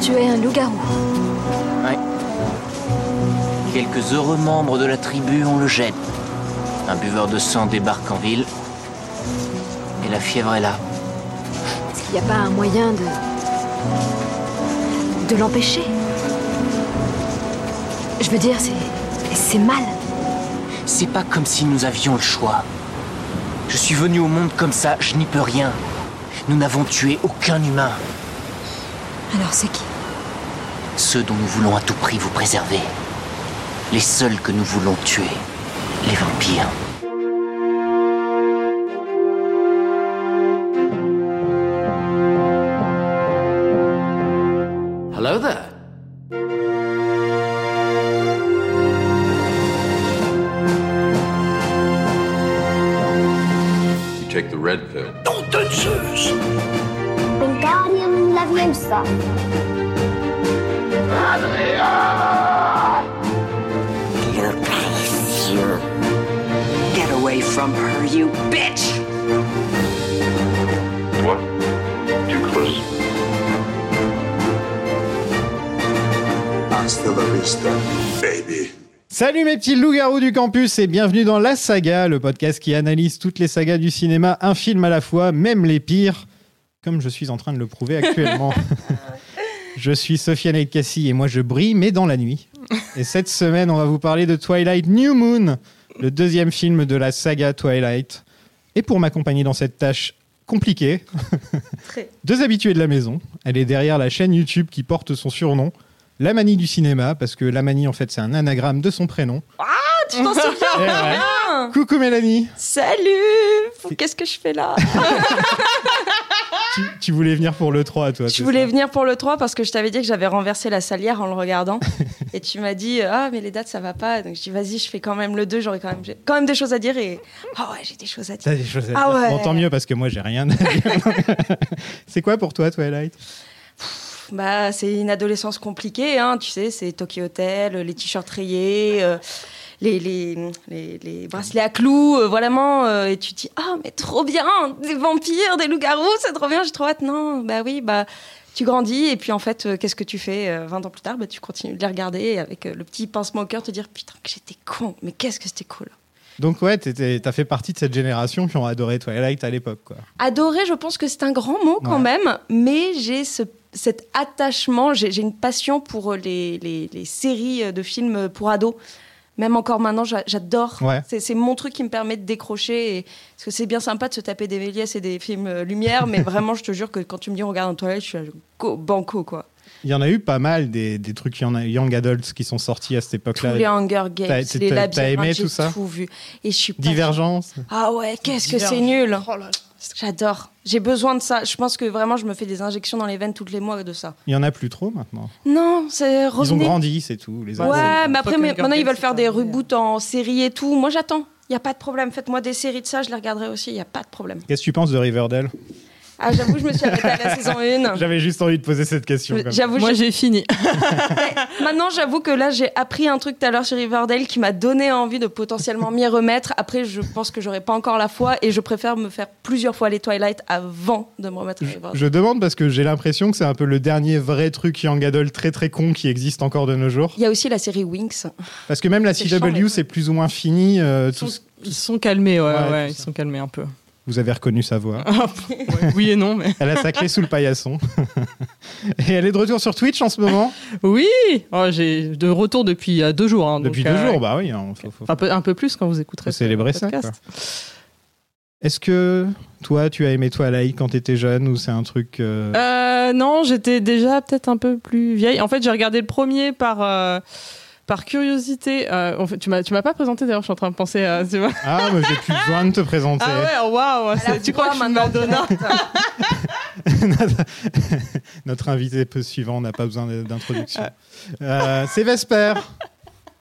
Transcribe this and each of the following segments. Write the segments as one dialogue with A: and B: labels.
A: tu es un loup-garou.
B: Ouais. Quelques heureux membres de la tribu ont le gène. Un buveur de sang débarque en ville. Et la fièvre est là.
A: Est-ce qu'il n'y a pas un moyen de. de l'empêcher Je veux dire, c'est. c'est mal.
B: C'est pas comme si nous avions le choix. Je suis venu au monde comme ça, je n'y peux rien. Nous n'avons tué aucun humain.
A: Alors c'est qui
B: Ceux dont nous voulons à tout prix vous préserver. Les seuls que nous voulons tuer. Les vampires.
C: Hello there.
D: You take the red pill.
E: Wingardium Leviosa.
F: Get away from her, you bitch!
G: What? Too close.
H: Hasta la vista, baby.
I: Salut mes petits loups-garous du campus et bienvenue dans La Saga, le podcast qui analyse toutes les sagas du cinéma, un film à la fois, même les pires, comme je suis en train de le prouver actuellement. je suis Sofiane El Cassie et moi je brille, mais dans la nuit. Et cette semaine, on va vous parler de Twilight New Moon, le deuxième film de la saga Twilight. Et pour m'accompagner dans cette tâche compliquée,
J: Très.
I: deux habitués de la maison. Elle est derrière la chaîne YouTube qui porte son surnom, La Manie du cinéma, parce que La Manie, en fait, c'est un anagramme de son prénom.
J: Tu t'en souviens
I: Eh ouais.
J: Ah.
I: Coucou Mélanie,
J: Salut Qu'est-ce que je fais là
I: Bah, tu, tu voulais venir pour le 3 toi.
J: Je
I: c'est
J: voulais
I: ça
J: venir pour le 3 parce que je t'avais dit que j'avais renversé la salière en le regardant. et tu m'as dit, ah mais les dates ça va pas. Donc je dis, vas-y, je fais quand même le 2, j'aurais quand même, j'ai quand même des choses à dire. Et ah ouais, j'ai des choses à dire.
I: T'as des choses à
J: Ah
I: dire.
J: ouais.
I: Bon, tant mieux parce que moi j'ai rien à dire. c'est quoi pour toi Twilight
J: Bah, c'est une adolescence compliquée, hein, tu sais, c'est Tokyo Hotel, les t-shirts rayés, euh, les, les, les, les bracelets à clous, euh, vraiment. euh, et tu te dis, ah, mais trop bien, des vampires, des loups-garous, c'est trop bien, j'ai trop hâte. Non, bah oui, bah, tu grandis, et puis en fait, euh, qu'est-ce que tu fais euh, 20 ans plus tard bah, Tu continues de les regarder, et avec euh, le petit pincement au cœur, te dire, putain, que j'étais con, mais qu'est-ce que c'était cool.
I: Donc ouais, t'étais- t'as fait partie de cette génération qui ont adoré Twilight à l'époque quoi.
J: Adoré, je pense que c'est un grand mot quand
I: Ouais.
J: même, mais j'ai ce, cet attachement, j'ai j'ai une passion pour euh, les, les, les séries euh, de films pour ados. Même encore maintenant, j'a- j'adore.
I: Ouais.
J: C'est- C'est mon truc qui me permet de décrocher. et- parce que c'est bien sympa de se taper des Méliès et des films euh, Lumière, mais vraiment, je te jure que quand tu me dis on regarde un toilette, je suis là, go, banco quoi.
I: Il y en a eu pas mal des, des trucs young, young adults qui sont sortis à cette
J: Tous les
I: époque-là.
J: Hunger
I: t'as-
J: Games,
I: t'as-
J: les
I: t'as
J: labyrinthes,
I: aimé
J: j'ai
I: tout ça
J: tout vu. Et je suis pas-
I: Divergence.
J: Ah ouais, qu'est-ce que c'est nul. J'adore. J'ai besoin de ça. Je pense que vraiment, je me fais des injections dans les veines tous les mois de ça.
I: Il y en a plus trop maintenant.
J: Non, c'est revenez.
I: Ils ont grandi, c'est tout. Les
J: Ouais,
I: ados.
J: mais après,
F: Fucking
J: mais-
F: Hunger
J: maintenant, ils
F: Games,
J: veulent
F: c'est
J: faire
F: ça,
J: des
F: mais-
J: reboots en série et tout. Moi, j'attends. Il n'y a pas de problème. Faites-moi des séries de ça, je les regarderai aussi. Il n'y a pas de problème.
I: Qu'est-ce que tu penses de Riverdale
J: Ah, j'avoue, je me suis arrêtée à la saison 1.
I: J'avais juste envie de poser cette question. comme ça.
J: J'avoue,
K: Moi
J: j'ai-
K: j'ai fini.
J: maintenant, j'avoue que là, j'ai appris un truc tout à l'heure sur Riverdale qui m'a donné envie de potentiellement m'y remettre. Après, je pense que j'aurais pas encore la foi et je préfère me faire plusieurs fois les Twilight avant de me remettre à Riverdale.
I: Je demande parce que j'ai l'impression que c'est un peu le dernier vrai truc young adult très très con qui existe encore de nos jours.
J: Il y a aussi la série Winx.
I: Parce que même la
J: C'est chiant,
I: CW,
J: mais-
I: c'est plus ou moins fini. euh,
K: Ils
I: tout
K: sont,
I: ce-
K: ils sont calmés, ouais,
I: Ouais,
K: ouais,
I: tout
K: ils
I: ça.
K: sont calmés un peu.
I: Vous avez reconnu sa voix.
K: oui et non, mais.
I: Elle a sa clé sous le paillasson. Et elle est de retour sur Twitch en ce moment.
K: Oui Oh, J'ai de retour depuis euh, deux jours. hein,
I: Depuis
K: donc,
I: deux
K: euh,
I: jours, bah oui. hein, faut- faut-
K: Un peu, un peu plus quand vous écouterez
I: Faut célébrer
K: ce
I: ça,
K: podcast.
I: Est-ce que toi, tu as aimé Twilight quand t'étais jeune ou c'est un truc. euh,
K: Euh, non, j'étais déjà peut-être un peu plus vieille. En fait, j'ai regardé le premier par, euh, par curiosité. Euh, en fait, tu m'as tu m'as pas présenté d'ailleurs, je suis en train de penser à. tu vois.
I: Ah, mais j'ai plus besoin de te présenter.
K: Ah ouais, waouh
J: Elle a
K: c'est- Tu crois
J: froid
K: que je suis une
J: maintenant,
K: Madonna
I: Notre invité peu suivant n'a pas besoin d'introduction. Euh, c'est Vesper.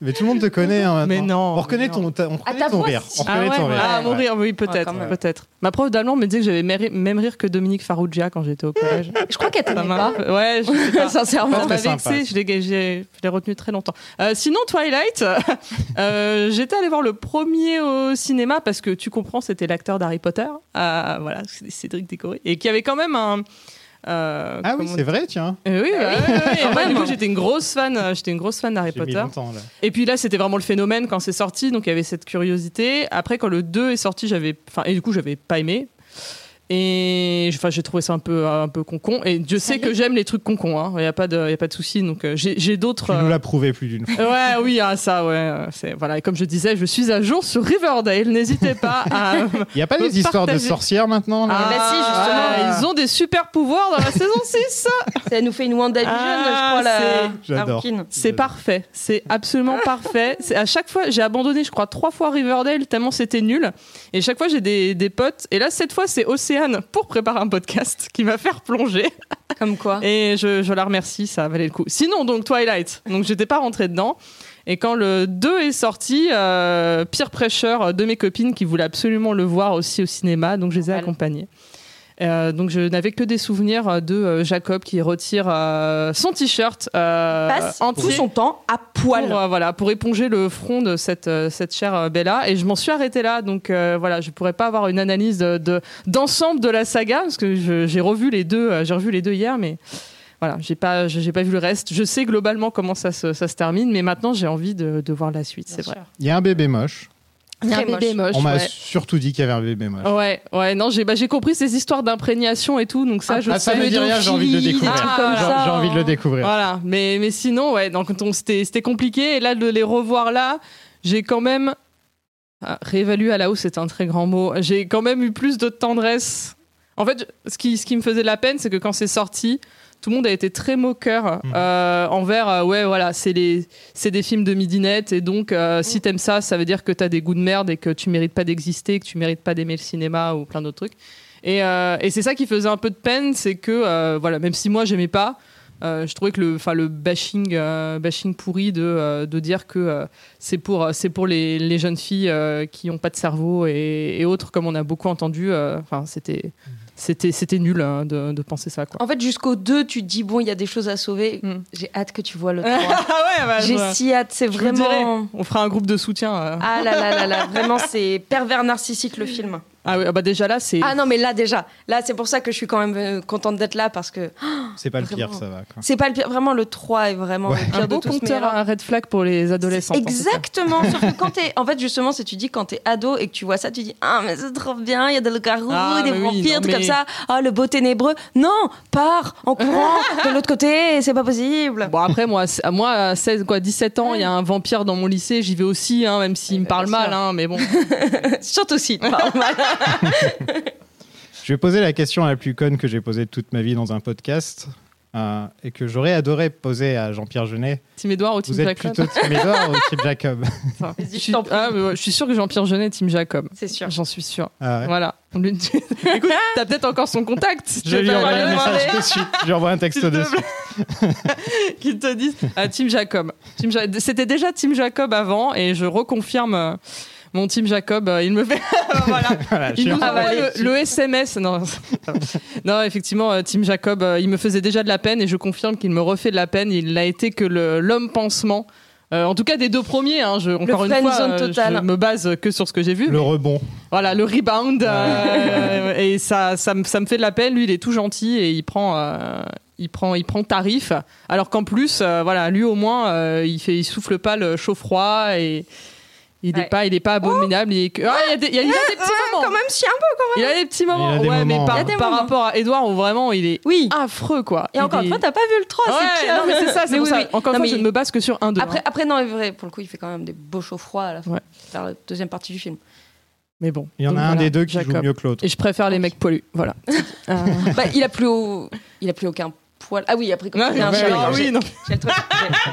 I: Mais tout le monde te connaît. hein,
K: Mais
I: maintenant.
K: non,
I: On reconnaît
K: mais
I: ton, ta- on reconnaît
J: ta
I: ton
J: voix,
I: rire.
J: si.
I: On
K: Ah,
I: reconnaît
K: ouais,
I: ton
K: ouais.
I: rire.
K: Ah, mon rire, oui, peut-être.
J: quand même.
K: peut-être. Ma prof d'allemand me disait que j'avais mer- même rire que Dominique Farrugia quand j'étais au collège.
J: Je crois qu'elle
K: Ça
J: t'aimait
K: m'a-
J: pas.
K: Ouais, je sais pas.
J: Sincèrement.
K: Ça m'a
I: Très sympa.
K: vexé, je l'ai j'ai- je l'ai retenu très longtemps. Euh, sinon, Twilight, euh, j'étais allée voir le premier au cinéma parce que tu comprends, c'était l'acteur d'Harry Potter. Euh, voilà, c'est Cédric Décoré. Et qui avait quand même un. Euh,
I: Ah oui,
K: comment-
I: c'est vrai, tiens.
K: Euh, oui, bah, ouais, ouais, ouais.
J: Quand
K: Moi, du
J: même.
K: coup, j'étais une grosse fan, euh, j'étais une grosse fan d'Harry
I: J'ai mis
K: Potter.
I: longtemps, là.
K: Et puis là, c'était vraiment le phénomène quand c'est sorti, donc il y avait cette curiosité. Après, quand le 2 est sorti, j'avais, enfin, et du coup, j'avais pas aimé. Et enfin, j'ai trouvé ça un peu, un peu concon. Et Dieu sait que j'aime les trucs concon. Hein. Il y a pas de, il y a pas de souci. Donc euh, j'ai, j'ai d'autres.
I: Tu nous
K: euh,
I: l'as prouvé plus d'une fois.
K: Ouais, oui, ah, ça, ouais. euh, C'est voilà. Et comme je disais, je suis à jour sur Riverdale. N'hésitez pas à.
I: Il n'y a pas
K: Faut
I: des histoires de
K: partager.
I: sorcières maintenant là
J: Ah, bah si, justement.
K: ils ont des super pouvoirs dans la saison 6
J: Ça nous fait une WandaVision,
K: Ah,
J: je crois, la
I: c'est- j'adore.
J: Harkin.
K: C'est parfait, c'est absolument parfait. C'est à chaque fois, j'ai abandonné, je crois, trois fois Riverdale tellement c'était nul. Et chaque fois, j'ai des, des potes. Et là, cette fois, c'est Océane pour préparer un podcast qui va faire plonger.
J: Comme quoi.
K: Et je, je la remercie, ça valait le coup. Sinon, donc Twilight, donc j'étais pas rentrée dedans. Et quand le 2 est sorti, euh, Peer Pressure, euh, de mes copines qui voulaient absolument le voir aussi au cinéma, donc je les ai
J: Normal.
K: accompagnées. Euh, donc je n'avais que des souvenirs euh, de euh, Jacob qui retire euh, son t-shirt euh,
J: passe
K: entier
J: tout son temps à poil.
K: pour, euh, voilà, pour éponger le front de cette, euh, cette chère euh, Bella. Et je m'en suis arrêtée là. Donc euh, voilà, je pourrais pas avoir une analyse de- de- d'ensemble de, la saga parce que je- j'ai revu les deux, euh, j'ai revu les deux hier, mais voilà, j'ai pas, je- j'ai pas vu le reste. Je sais globalement comment ça se, ça se termine, mais maintenant j'ai envie de, de voir la suite. C'est vrai.
I: Il y a un bébé moche.
K: Il y a
J: Très
K: un bébé moche.
I: On m'a
K: ouais.
I: surtout dit qu'il y avait un bébé moche.
K: Ouais, ouais, non, j'ai bah, j'ai compris ces histoires d'imprégnation et tout, donc ça, je Ah,
I: ah, ça me dit rien, j'ai envie de le
K: Pédophilie,
I: découvrir.
K: des trucs
J: comme
I: J'ai-
J: ça,
I: J'ai envie de le
J: hein.
I: découvrir.
K: Voilà, mais, mais sinon, ouais, donc on- c'était c'était compliqué. Et là, de les revoir là, j'ai quand même. Ah, réévalué à la hausse, c'est un très grand mot. J'ai quand même eu plus de tendresse. En fait, je- ce qui, ce qui me faisait de la peine, c'est que quand c'est sorti, tout le monde a été très moqueur
I: Mhm.
K: euh, envers, euh, ouais, voilà, c'est les- c'est des films de midinette, et donc
J: Mm.
K: euh, si t'aimes ça, ça veut dire que t'as des goûts de merde et que tu mérites pas d'exister, que tu mérites pas d'aimer le cinéma ou plein d'autres trucs. Et, euh, et c'est ça qui faisait un peu de peine, c'est que, euh, voilà, même si moi j'aimais pas, euh, je trouvais que le, enfin, le bashing, euh, bashing pourri de, euh, de dire que euh, c'est pour, euh, c'est pour les, les jeunes filles euh, qui n'ont pas de cerveau et, et autres, comme on a beaucoup entendu, euh, enfin, c'était, c'était, c'était nul hein, de, de penser ça. Quoi.
J: En fait, jusqu'au 2, tu te dis, bon, il y a des choses à sauver.
K: Mm.
J: J'ai hâte que tu vois le 3.
K: ouais, bah,
J: J'ai
K: je-
J: si hâte, c'est
K: je vous dirai.
J: vraiment.
K: On fera un groupe de soutien. euh. Ah,
J: Ah là là là là, vraiment, c'est pervers narcissique le film.
K: oui, ah bah déjà là, c'est.
J: Ah non, mais là déjà, là c'est pour ça que je suis quand même euh, contente d'être là parce que
K: Ah.
I: C'est pas le pire,
J: Vraiment.
I: ça va. quoi.
J: c'est pas le pire. Vraiment, le 3 est vraiment
I: Ouais.
J: le pire
K: un
J: de
K: beau
J: tous, mais
K: compteur,
J: alors-
K: un red flag pour les adolescents.
J: Exactement, sauf que quand t'es. En fait, justement, c'est tu dis quand t'es ado et que tu vois ça, tu dis Ah, mais c'est trop bien, il y a des loups-garous,
K: Ah,
J: des
K: mais oui, non,
J: vampires, tout comme
K: mais-
J: ça. Ah, le beau ténébreux. Non, pars en courant de l'autre côté, c'est pas possible.
K: Bon après moi, c'est- moi à 16 quoi 17 ans, il y a un vampire dans mon lycée, j'y vais aussi hein, même s'il me parle
J: bien sûr.
K: mal hein, mais bon.
J: Surtout si, pars mal.
I: Je vais poser la question la plus conne que j'ai posée de toute ma vie dans un podcast euh, et que j'aurais adoré poser à Jean-Pierre Jeunet.
K: Tim Edouard ou Tim
I: Vous êtes
K: Jacob
I: plutôt Tim Edouard ou Tim Jacob
K: Enfin,
J: Vas-y,
K: je,
J: je
K: suis,
J: t'en prie.
K: ah, mais ouais, je suis sûr que Jean-Pierre Jeunet est Tim Jacob.
J: C'est sûr.
K: J'en suis sûr.
I: Ah ouais.
K: Voilà. On lui dit- Écoute, ah, t'as peut-être encore son contact. si tu
I: Je
K: veux
I: lui
K: pas
I: envoie
K: lui
I: un
K: demander.
I: message de suite. Je lui envoie un texte
K: S'il te
I: de suite.
K: plaît. Qu'ils te disent ah, Team Jacob. Team Ja- C'était déjà Team Jacob avant et je reconfirme euh, mon Team Jacob. euh, il me fait. voilà.
I: Voilà,
K: Il
I: je suis
K: nous
I: en-
J: Ah
K: envoie Ah le, le SMS. Non, non effectivement, euh, Tim Jacob, euh, il me faisait déjà de la peine et je confirme qu'il me refait de la peine. Il n'a été que le- l'homme pansement. Euh, en tout cas, des deux premiers. hein. je, encore une fois,
J: friendzone
K: euh,
J: total.
K: je me base que sur ce que j'ai vu.
I: le rebond.
K: Voilà, le rebound. euh, et ça, ça, me- ça me fait de la peine. Lui, il est tout gentil et il prend, euh, il prend, il prend tarif. Alors qu'en plus, euh, voilà, lui au moins, euh, il fait, il souffle pas le chaud-froid et il est
J: Ouais. Oh
K: pas, il est pas abominable. Il est que- Ah, il y a des, il y a- il y a des petits moments.
J: Quand même, si un peu.
K: Il a des petits moments.
I: Il a des
K: ouais,
I: moments,
K: mais par,
I: ouais. Il y a
J: des
K: par
J: moments.
K: rapport à Edouard, où vraiment, il est
J: Oui.
K: affreux, quoi.
J: Ah, Et encore
K: Il
J: une fois,
K: est-
J: t'as pas vu le 3, c'est
K: Ouais,
J: pire.
K: non, mais c'est ça, c'est
J: Mais
K: pour
J: oui,
K: ça.
J: oui.
K: Encore une
J: Non,
K: fois, je
J: mais
K: ne me base que sur un deux.
J: Après,
K: hein.
J: après, non, est vrai, pour le coup, il fait quand même des beaux chauds froids à la fin,
K: Ouais.
J: vers la deuxième partie du film.
K: Mais bon.
I: Il y en a
K: Donc
I: un
K: voilà,
I: des deux qui joue
K: Jacob.
I: mieux que l'autre.
K: Et je préfère les mecs poilus. Voilà. Euh,
J: Bah, il a plus au- il a plus aucun poil. Ah oui, après quand
K: non,
J: il a un
I: ouais,
J: chien,
I: ouais,
J: j'ai-
K: oui, non.
J: j'ai le truc. J'ai-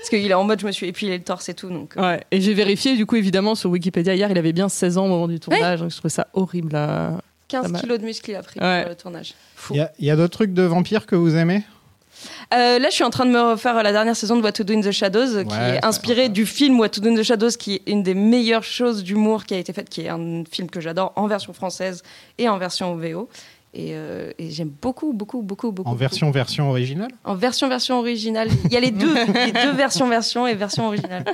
J: Parce qu'il est en mode, je me suis épilé le torse et tout, donc. euh,
K: Ouais, et j'ai vérifié du coup évidemment sur Wikipédia hier, il avait bien 16 ans au moment du tournage, donc je trouvais ça horrible. euh.
J: 15
K: Pas mal.
J: kilos de muscle il a pris
K: Ouais.
J: pour le tournage. Fou.
I: Il y a- il y a, d'autres trucs de vampires que vous aimez
J: Euh, là, je suis en train de me refaire euh, la dernière saison de What to Do in the Shadows, euh, qui
I: Ouais,
J: est inspirée du film What to Do in the Shadows, qui est une des meilleures choses d'humour qui a été faite, qui est un film que j'adore en version française et en version VO. Et, euh, et j'aime beaucoup, beaucoup, beaucoup, beaucoup.
I: En
J: beaucoup.
I: version version originale
J: En version version originale. Il y a les deux, les deux versions version et version originale.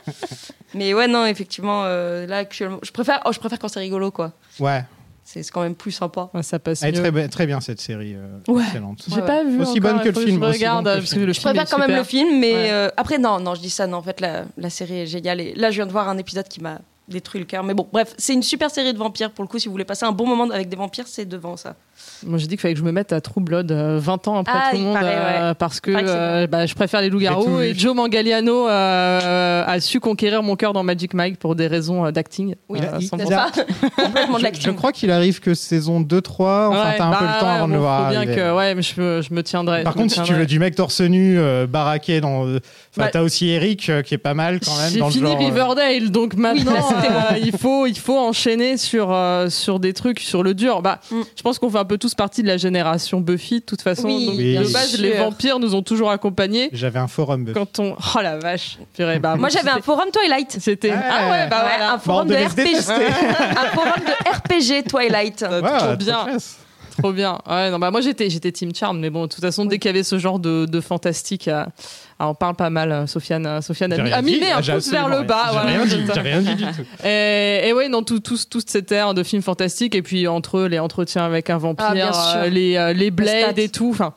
J: Mais ouais non effectivement euh, là actuellement je préfère oh, je préfère quand c'est rigolo quoi.
I: Ouais.
J: C'est quand même plus sympa.
K: Ouais, ça passe
I: Elle est
K: mieux.
I: très, bien- très bien cette série, euh,
J: Ouais.
I: excellente.
K: J'ai
J: Ouais,
K: pas vu
I: Aussi
K: encore,
I: bonne
K: il
I: que le
K: faut
I: film,
K: je
I: aussi
K: regarde,
I: bonne que le
K: parce
I: film.
K: que le
J: Je
K: film
J: préfère
K: est
J: quand même
K: super.
J: le film, mais
K: Ouais.
J: euh, après, non, non, je dis ça, non, en fait, la, la série est géniale. Et là, je viens de voir un épisode qui m'a détruit le cœur. Mais bon, bref, c'est une super série de vampires pour le coup. Si vous voulez passer un bon moment avec des vampires, c'est devant ça.
K: Moi, j'ai dit qu'il fallait que je me mette à True Blood euh, 20 ans après
J: Ah,
K: tout
J: il
K: le monde
J: paraît,
K: euh, parce que
J: Il paraît que c'est
K: euh, bah, je préfère les
I: J'ai tout
K: loups-garous
I: vu.
K: et Joe Manganiano euh, a su conquérir mon cœur dans Magic Mike pour des raisons euh, d'acting.
J: Oui,
K: Euh,
I: il-
K: sans
I: il
K: penser.
I: a- je,
J: Complètement de
I: je
J: l'acting.
I: crois qu'il arrive que saison 2-3, enfin
K: Ouais,
I: t'as un peu
K: bah
I: le temps
K: ouais,
I: avant de
K: bon,
I: le voir
K: faut bien
I: arriver.
K: que- ouais, mais je, me- je me tiendrai.
I: Par
K: je me
I: contre, si tu
K: tiendrai.
I: veux du mec torse nu, euh, baraqué dans. euh, Enfin,
K: Bah,
I: t'as aussi Eric euh, qui est pas mal quand même
K: J'ai
I: dans
K: fini
I: le genre. euh,
K: Riverdale, donc maintenant
J: là, bah, c'était
K: euh, il faut il faut enchaîner sur euh, sur des trucs sur le dur. Bah,
J: Mm.
K: je pense qu'on fait un peu tous partie de la génération Buffy, de toute façon.
J: Oui,
K: donc,
I: bien
K: de base,
J: sûr.
K: les vampires nous ont toujours accompagnés.
I: euh, J'avais un forum. Buffy.
K: Quand on oh la vache, purée, bah
J: Moi, j'avais un
K: c'était-
J: forum Twilight.
K: c'était
I: Ouais.
K: ah ouais bah
J: Ouais,
K: voilà.
J: un forum de
I: devait se
J: RPG.
I: détester.
J: un forum de RPG Twilight.
K: Euh,
I: Ouais,
K: trop
I: trop
K: bien,
I: classe.
K: trop bien. Ouais, non, bah moi j'étais j'étais Team Charm, mais bon, de toute façon, dès qu'il y avait ce genre de, de fantastique, euh, ah, on parle pas mal. euh, Sofiane, euh, Sofiane a,
I: J'ai
K: mis-
I: rien
K: a
I: dit, Ah,
K: miné un
I: j'ai
K: pouce vers le
I: absolument
K: bas.
I: rien-
K: voilà.
I: J'ai rien dit, j'ai rien dit du tout.
K: Et, et ouais, dans tout, tout, toute cette ère de films fantastiques, et puis entre eux, les entretiens avec un vampire,
J: Ah, bien sûr.
K: euh, les, euh, les blades
J: stats.
K: et tout, enfin,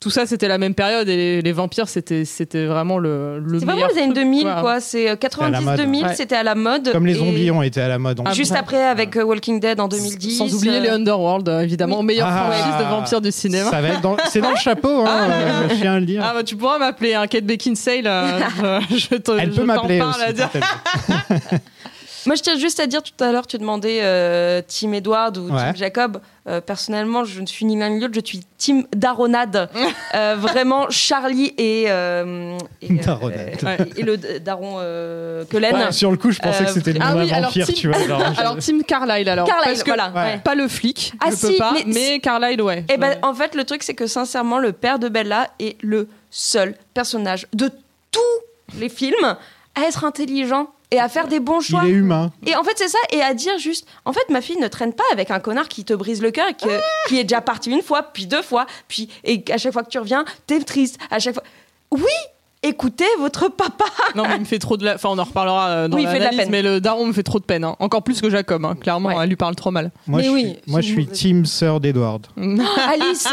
K: tout ça, c'était la même période, et les, les vampires, c'était, c'était vraiment le, le
J: C'est vraiment
K: meilleur
J: les années
K: truc,
J: 2000, quoi. C'est euh,
I: à la mode.
J: 90-2000,
K: Ouais. Ah,
J: c'était à la mode.
I: Comme les
J: Et
I: zombies ont été à la mode. on-
J: Juste après, avec euh, Walking Dead en 2010.
K: Sans oublier
J: euh,
K: les Underworld, euh, évidemment, meilleur
I: Ah.
K: franchise de vampires du cinéma.
I: Ça va être dans- C'est dans le chapeau, hein, euh, je tiens à le dire.
K: Ah bah tu pourras m'appeler, hein, Kate Beckinsale, euh, je, je te-
I: Elle
K: je
I: peut
K: t'en
I: m'appeler
K: parle
I: aussi.
K: à dire.
I: quand elle veut.
J: Moi, je tiens juste à dire tout à l'heure, tu demandais euh, Team Edward ou
I: Ouais.
J: Team Jacob. Euh, personnellement, je ne suis ni l'un ni l'autre, je suis Team Daronade. Euh, vraiment, Charlie et. euh, et, euh,
I: Daronade.
J: euh, et le d- daron euh, Kellen.
I: Ouais, Sur le coup, je pensais
J: Euh,
I: que c'était le nom
K: ah
I: d'un
K: oui, alors,
I: vampire,
K: Tim-
I: tu vois. genre, je-
K: Alors Tim Carlyle alors,
J: Carlyle,
K: parce que
J: voilà.
I: Ouais.
J: ouais.
K: pas le flic,
J: Ah
K: je
J: si,
K: peux pas,
J: mais-
K: mais, Carlyle ouais.
J: Et ben, en fait, le truc, c'est que sincèrement, le père de Bella est le seul personnage de tous les films à être intelligent et à faire des bons choix.
I: Il est humain.
J: Et en fait, c'est ça, et à dire juste, en fait, ma fille ne traîne pas avec un connard qui te brise le cœur et que- qui est déjà parti une fois, puis deux fois, puis et à chaque fois que tu reviens, t'es triste. À chaque fois. Oui, écoutez votre papa.
K: Euh, Non, mais il me fait trop de la. Enfin, on en reparlera euh, dans
J: Oui, il fait de la
K: l'analyse,
J: peine.
K: mais le daron me fait trop de peine. hein. Encore plus que Jacob, hein. clairement,
J: Ouais.
K: elle lui parle trop mal.
I: Moi,
J: Mais
I: je
J: oui,
I: suis, moi, je
J: c'est
I: suis
J: mauvais.
I: team sœur d'Edward.
J: Alice,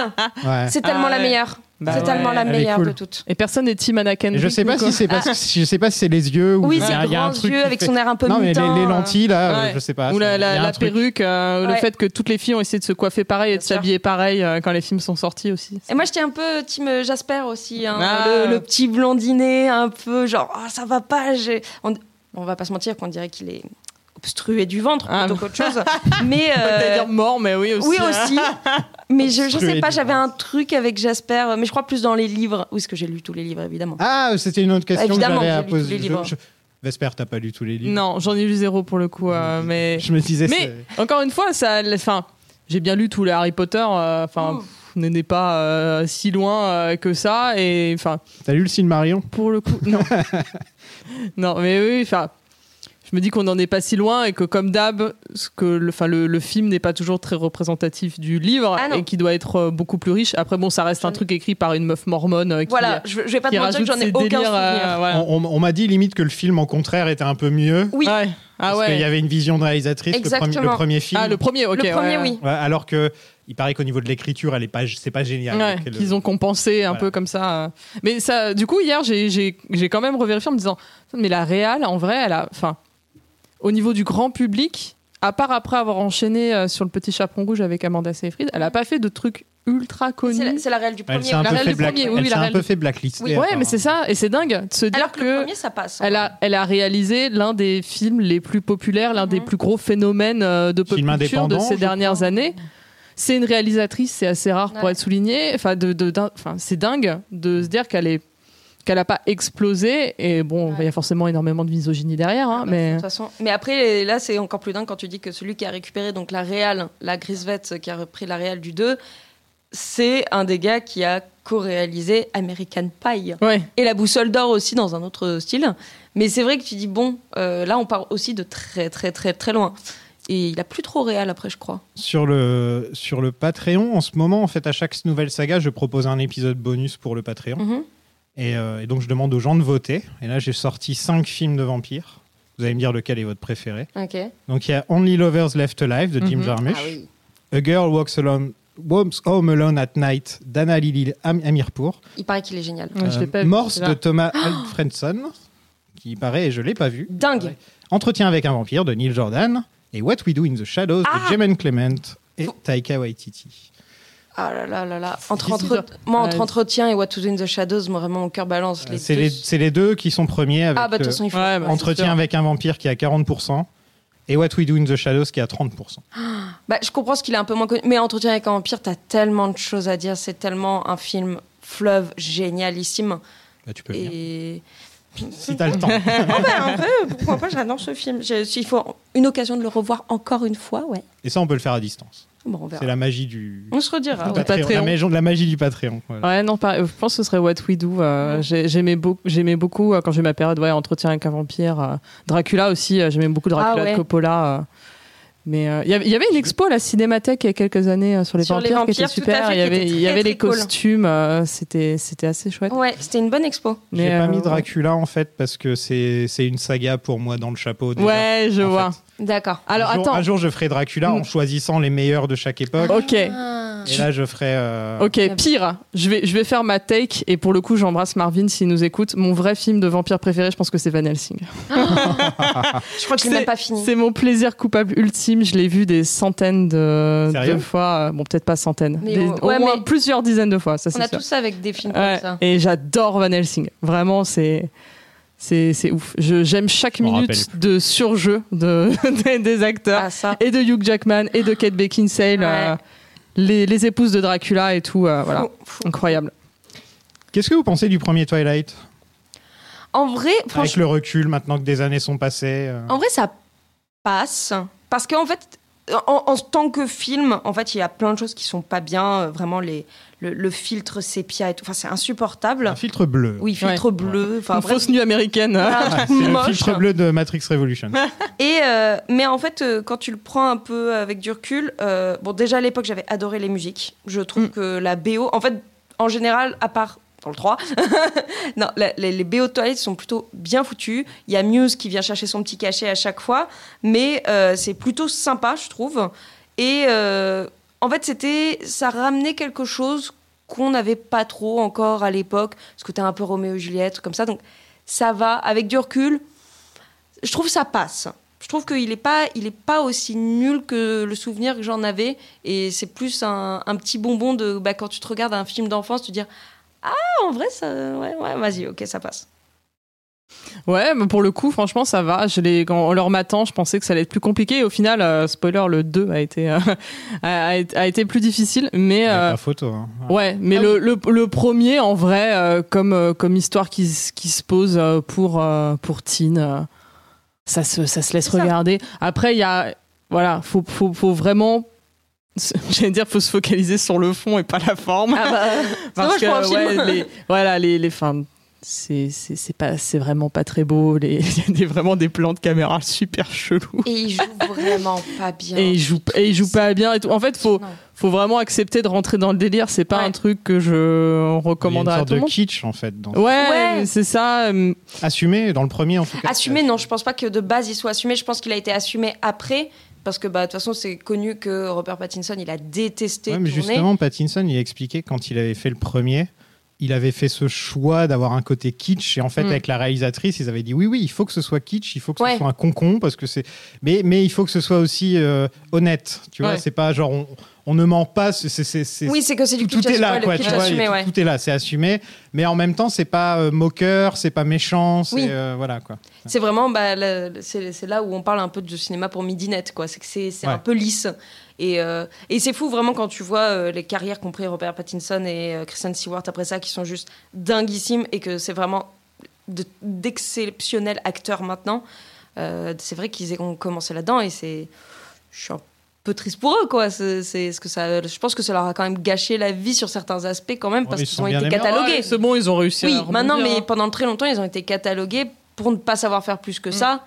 I: Ouais.
J: c'est tellement
K: Ah
J: la
K: ouais.
J: meilleure.
K: Bah
J: c'est
K: ouais.
J: tellement la
I: Elle est
J: meilleure
I: cool.
J: de toutes.
K: Et personne n'est Tim Anakin.
I: Et je sais pas si c'est parce que- je sais pas si c'est les yeux ou
J: Oui,
I: il y
J: ses
I: a, il y a
J: grands
I: un truc
J: yeux
I: qui
J: avec
I: fait-
J: son air un peu
I: Non mais les,
J: mutin,
I: les
J: euh.
I: lentilles là,
K: Ouais.
I: euh, je sais pas.
K: Ou la,
I: c'est- il
K: la-
I: y a un
K: la
I: truc.
K: perruque, euh, le
J: Ouais.
K: fait que toutes les filles ont essayé de se coiffer pareil et de
J: Bien sûr.
K: s'habiller pareil euh, quand les films sont sortis aussi.
J: Et moi, j'étais un peu team euh, Jasper aussi, hein,
K: Ah.
J: le, le petit blondinet, un peu genre, ah, ça va pas. j'ai- On, on va pas se mentir qu'on dirait qu'il est obstrué du ventre
K: Ah,
J: plutôt qu'autre chose. Mais euh,
K: C'est-à-dire mort, mais oui aussi.
J: Oui aussi, hein. mais je, je sais
I: Obstrué
J: pas,
I: du
J: j'avais un truc avec Jasper, mais je crois plus dans les livres. Oui, parce que j'ai lu tous les livres évidemment.
I: Ah, c'était une autre question que
J: Évidemment,
I: j'avais
J: j'ai
I: à
J: lu tous
I: poser.
J: les
I: Je-
J: livres.
I: je- Vesper, t'as pas lu tous les livres.
K: Non, j'en ai lu zéro pour le coup, euh, mais.
I: Je me disais.
K: Mais
I: c'est-
K: encore une fois, ça, enfin, j'ai bien lu tous les Harry Potter. euh, Enfin, pff, on n'est pas euh, si loin euh, que ça. Et enfin,
I: T'as lu le Silmarion
K: pour le coup, non, non, mais oui, enfin. Je me dis qu'on n'en est pas si loin et que comme d'hab, ce que le, enfin, le, le film n'est pas toujours très représentatif du livre
J: Ah non.
K: et qui doit être euh, beaucoup plus riche. Après bon, ça reste un truc écrit par une meuf mormone euh, qui,
J: Voilà, je, je vais pas
K: qui
J: te mentir
K: rajoute
J: que j'en ai
K: ses
J: aucun
K: délires.
J: souvenir.
K: euh, voilà.
I: On, on- on m'a dit limite que le film en contraire était un peu mieux.
J: Oui.
K: Ouais. Ah
I: Parce qu'il y
K: ouais.
I: avait une vision de réalisatrice, le premier,
J: Exactement.
I: le premier film.
K: Ah le premier, ok.
J: le premier,
K: ouais.
J: oui.
I: Ouais, alors que il paraît qu'au niveau de l'écriture, elle est pas, c'est pas génial.
K: Ouais,
I: Donc, elle-
K: qu'ils ont compensé un
I: Voilà.
K: peu comme ça. euh. Mais ça, du coup, hier, j'ai- j'ai j'ai quand même revérifié en me disant, mais la Real, en vrai, elle a, enfin, au niveau du grand public, à part après avoir enchaîné euh, sur le petit chaperon rouge avec Amanda Seyfried, elle a pas fait de trucs ultra
J: C'est la,
K: connus.
J: c'est la réelle du
I: Elle
J: premier.
I: s'est un
K: la
I: peu
K: réelle
I: fait
K: du
I: black-
K: premier, oui,
I: elle
K: oui,
I: s'est
K: la
I: un
K: réelle
I: peu
K: du-
I: fait blacklister.
K: Ouais, mais c'est ça, et c'est dingue de se dire
J: Alors que le
K: que
J: premier, ça passe. hein.
K: elle a, elle a réalisé l'un des films les plus populaires, l'un des
J: Mhm.
K: plus gros phénomènes euh, de pop
I: Film
K: culture de
I: indépendant,
K: ces
I: je
K: dernières années. C'est une réalisatrice, c'est assez rare pour
J: Ouais.
K: être souligné. Enfin, de, de- d'in- enfin, c'est dingue de se dire qu'elle est qu'elle n'a pas explosé. Et bon, il y a forcément énormément de misogynie derrière, hein, mais
J: Ah, De toute façon. Mais après, là, c'est encore plus dingue quand tu dis que celui qui a récupéré donc la réal, la Grisvette qui a repris la réal du 2, c'est un des gars qui a co-réalisé American Pie.
K: ouais.
J: Et la boussole d'or aussi dans un autre style. Mais c'est vrai que tu dis, bon, euh, là, on part aussi de très, très, très, très loin. Et il a plus trop réal après, je crois.
I: sur le sur le Patreon en ce moment en fait à chaque nouvelle saga je propose un épisode bonus pour le
K: Mm.
I: Patreon
J: Mhm.
I: et, euh, et donc je demande aux gens de voter et là j'ai sorti cinq films de vampires Vous allez me dire lequel est votre préféré.
J: Ok.
I: Donc il y a Only Lovers Left Alive de Jim
K: Mhm.
I: Jarmusch.
J: Ah oui.
I: A Girl Walks Alone. Walks Home Alone at Night d'Anna Lili Am- Amirpour.
J: Il paraît qu'il est génial.
K: Ouais, je l'ai pas
I: Euh,
K: vu,
I: Morse
K: celui-là.
I: de Thomas Alfredson, qui paraît et je l'ai pas vu.
J: Dingue.
I: Entretien avec un vampire de Neil Jordan. Et What We Do in the Shadows de Jemen Clement et Taika Waititi.
J: Ah là là là là. Entre,
K: Qu'est-ce
J: entre...
K: qu'il
J: Moi, entre
K: Ouais.
J: entretien et What to Do in the Shadows, moi, vraiment, mon cœur balance. les
I: C'est
J: deux.
I: les, c'est les deux qui sont premiers avec
J: Ah bah, de toute
I: euh,
J: façon, il faut.
K: Ouais, bah, c'est
I: Entretien
K: sûr.
I: avec un vampire qui est à 40% et What We Do in the Shadows qui est à 30%.
J: Bah, je comprends ce qu'il est un peu moins connu. Mais Entretien avec un vampire, t'as tellement de choses à dire. C'est tellement un film fleuve génialissime.
I: Bah, tu peux venir.
J: Et.
I: Si t'as le temps.
J: Ah bah, en vrai, pourquoi pas, j'adore ce film. Je- S'il faut une occasion de le revoir encore une fois, ouais.
I: Et ça, on peut le faire à distance.
J: Bon, on verra.
I: C'est la magie du,
J: Bah. On se redira.
I: du
J: ouais.
K: Bah,
I: Patreon.
K: Patreon.
I: La, maison de la magie du Patreon. voilà.
J: Ah,
K: Ouais, non, pareil, je pense que ce serait What We Do. euh, j'ai- J'aimais beaucoup, j'aimais beaucoup euh, quand j'ai eu ma période, ouais, Entretien avec un vampire, euh, Dracula aussi, euh, j'aimais beaucoup Dracula
J: Ah ouais.
K: de Coppola. euh, mais euh, il y avait- il y avait une expo à la Cinémathèque il y a quelques années euh, sur les,
J: Sur les
K: vampires, qui
J: vampires,
K: était
J: tout à
K: super.
J: fait,
K: Il y
J: qui
K: avait,
J: était
K: il y
J: très,
K: avait
J: très
K: les
J: cool.
K: costumes, euh, c'était c'était assez chouette.
J: Ouais, c'était une bonne expo.
K: Mais,
I: J'ai pas
K: euh,
I: mis Dracula en fait parce que c'est c'est une saga pour moi dans le chapeau. déjà.
K: Ouais, je
I: en fait.
K: vois.
J: D'accord.
K: Alors
I: un jour,
K: attends,
I: un jour, je ferai Dracula en
K: Mm.
I: choisissant les meilleurs de chaque époque.
K: Ah. ok.
I: Et là, je ferai. euh,
K: Ok, pire, je vais, je vais faire ma take et pour le coup, j'embrasse Marvin s'il nous écoute. Mon vrai film de vampire préféré, je pense que c'est Van Helsing.
J: Je crois que je
K: C'est-
J: l'ai même pas fini.
K: C'est mon plaisir coupable ultime. Je l'ai vu des centaines de,
I: Sérieux
K: de fois. euh, Bon, peut-être pas centaines.
J: Mais
K: Des-
J: on- ouais,
K: au moins
J: mais-
K: plusieurs dizaines de fois, ça
J: On a
K: c'est sûr.
J: tous ça avec des films
K: Ouais,
J: comme ça.
K: Et j'adore Van Helsing. Vraiment, c'est. C'est c'est ouf. Je- J'aime chaque
I: Je m'en
K: minute de surjeu de, des, des acteurs
J: Ah, ça.
K: et de Hugh Jackman et de Kate Beckinsale,
J: Ouais.
K: euh, les, les épouses de Dracula et tout. euh, voilà,
J: Fou, fou.
K: incroyable.
I: Qu'est-ce que vous pensez du premier Twilight
J: En vrai,
I: Avec
J: franchement,
I: le recul, maintenant que des années sont passées. euh,
J: en vrai, ça passe. Parce qu'en fait, en, en tant que film, en fait, il y a plein de choses qui sont pas bien. euh, Vraiment, les, le, le filtre sépia et tout. Enfin, c'est insupportable.
I: Un filtre bleu.
J: Oui, filtre bleu. Enfin,
K: Une
J: bref,
K: fausse nuit américaine. euh,
J: voilà, un truc
I: C'est le
J: moche.
I: filtre bleu de Matrix Revolution.
J: Et euh, mais en fait, euh, quand tu le prends un peu avec du recul, euh, bon, déjà à l'époque, j'avais adoré les musiques. Je trouve que la BO, en fait, en général, à part dans le 3, non, la- les, les BO de Twilight sont plutôt bien foutus. Il y a Muse qui vient chercher son petit cachet à chaque fois, mais euh, c'est plutôt sympa, je trouve. Et euh, en fait, c'était, ça ramenait quelque chose qu'on n'avait pas trop encore à l'époque, parce que t'as un peu Roméo et Juliette, comme ça. Donc, ça va. Avec du recul, je trouve ça passe. Je trouve qu'il n'est pas, il est pas aussi nul que le souvenir que j'en avais. Et c'est plus un, un petit bonbon de bah, quand tu te regardes un film d'enfance, tu te dis Ah, en vrai, ça. Ouais, ouais, vas-y, ok, ça passe.
K: Ouais, mais pour le coup, franchement, ça va. Je l'ai, quand- en leur matant, je pensais que ça allait être plus compliqué. Et au final, euh, spoiler, le 2 a été, euh, a, a- a été plus difficile. Mais,
I: Avec
K: euh,
I: La photo. hein.
K: ouais, mais
J: Ah
K: le, le, le premier, en vrai, euh, comme, euh, comme histoire qui, s- qui se pose euh, pour, euh, pour Teen, euh, ça, se, ça se laisse
J: C'est ça.
K: regarder. Après, il y a. Voilà, faut, faut, faut vraiment. se- J'allais dire, faut se focaliser sur le fond et pas la forme.
J: Ah bah,
K: Parce que,
J: Sinon, je prends un film.
K: ouais, les- voilà, les, les fins. C'est c'est- c'est pas c'est vraiment pas très beau. Les- Il y a des- vraiment des plans de caméra super chelous.
J: Et il joue vraiment pas bien.
K: Et ils jouent et ils jouent pas bien. Et tout. En fait, faut
J: Non.
K: faut vraiment accepter de rentrer dans le délire. C'est pas
J: Ouais.
K: un truc que je
I: Il y a une
K: recommanderais à
I: sorte
K: tout le
I: de
K: monde.
I: kitsch en fait. dans-
K: Ouais,
J: Ouais.
K: c'est ça. hum,
I: Assumé dans le premier en tout cas.
J: Assumé, non, je pense pas que de base il soit assumé. Je pense qu'il a été assumé après. Parce que bah, de toute façon, c'est connu que Robert Pattinson, il a détesté
I: Ouais, mais
J: tourner.
I: justement, Pattinson, il expliquait quand il avait fait le premier, il avait fait ce choix d'avoir un côté kitsch. Et en fait,
K: Mm.
I: avec la réalisatrice, ils avaient dit oui, oui, il faut que ce soit kitsch, il faut que
J: Ouais.
I: ce soit un concon, parce que c'est. Mais, mais il faut que ce soit aussi euh, honnête. Tu vois,
K: Ouais.
I: c'est pas genre on, on ne ment pas. c'est- c'est- c'est- c'est-
J: Oui, c'est que c'est du
I: tout, tout
J: kitsch
I: est là,
J: assumé,
I: quoi.
J: le
I: Tu
J: kitsch
I: vois,
J: assumé,
I: tout,
J: ouais.
I: tout est là, c'est assumé. Mais en même temps, c'est pas euh, moqueur, c'est pas méchant, c'est
J: Oui.
I: euh, voilà quoi.
J: C'est vraiment, bah, le- le- c'est c'est là où on parle un peu de cinéma pour midinette, quoi. C'est que c'est c'est
I: Ouais.
J: un peu lisse. Et, euh, et c'est fou vraiment quand tu vois euh, les carrières compris Robert Pattinson et euh, Kristen Stewart après ça, qui sont juste dinguissimes et que c'est vraiment de- d'exceptionnels acteurs maintenant. Euh, c'est vrai qu'ils ont commencé là-dedans et c'est, je suis un peu triste pour eux, quoi. C'est c'est ce que ça, je pense que ça leur a quand même gâché la vie sur certains aspects quand même
I: Ouais,
J: parce
I: ils
J: qu'ils
I: sont
J: ont
I: bien
J: été
I: aimés.
J: catalogués.
K: ouais, c'est bon, ils ont réussi. à
J: Oui,
K: rebondir,
J: maintenant, mais
K: hein.
J: Mm. pendant très longtemps, ils ont été catalogués pour ne pas savoir faire plus que ça.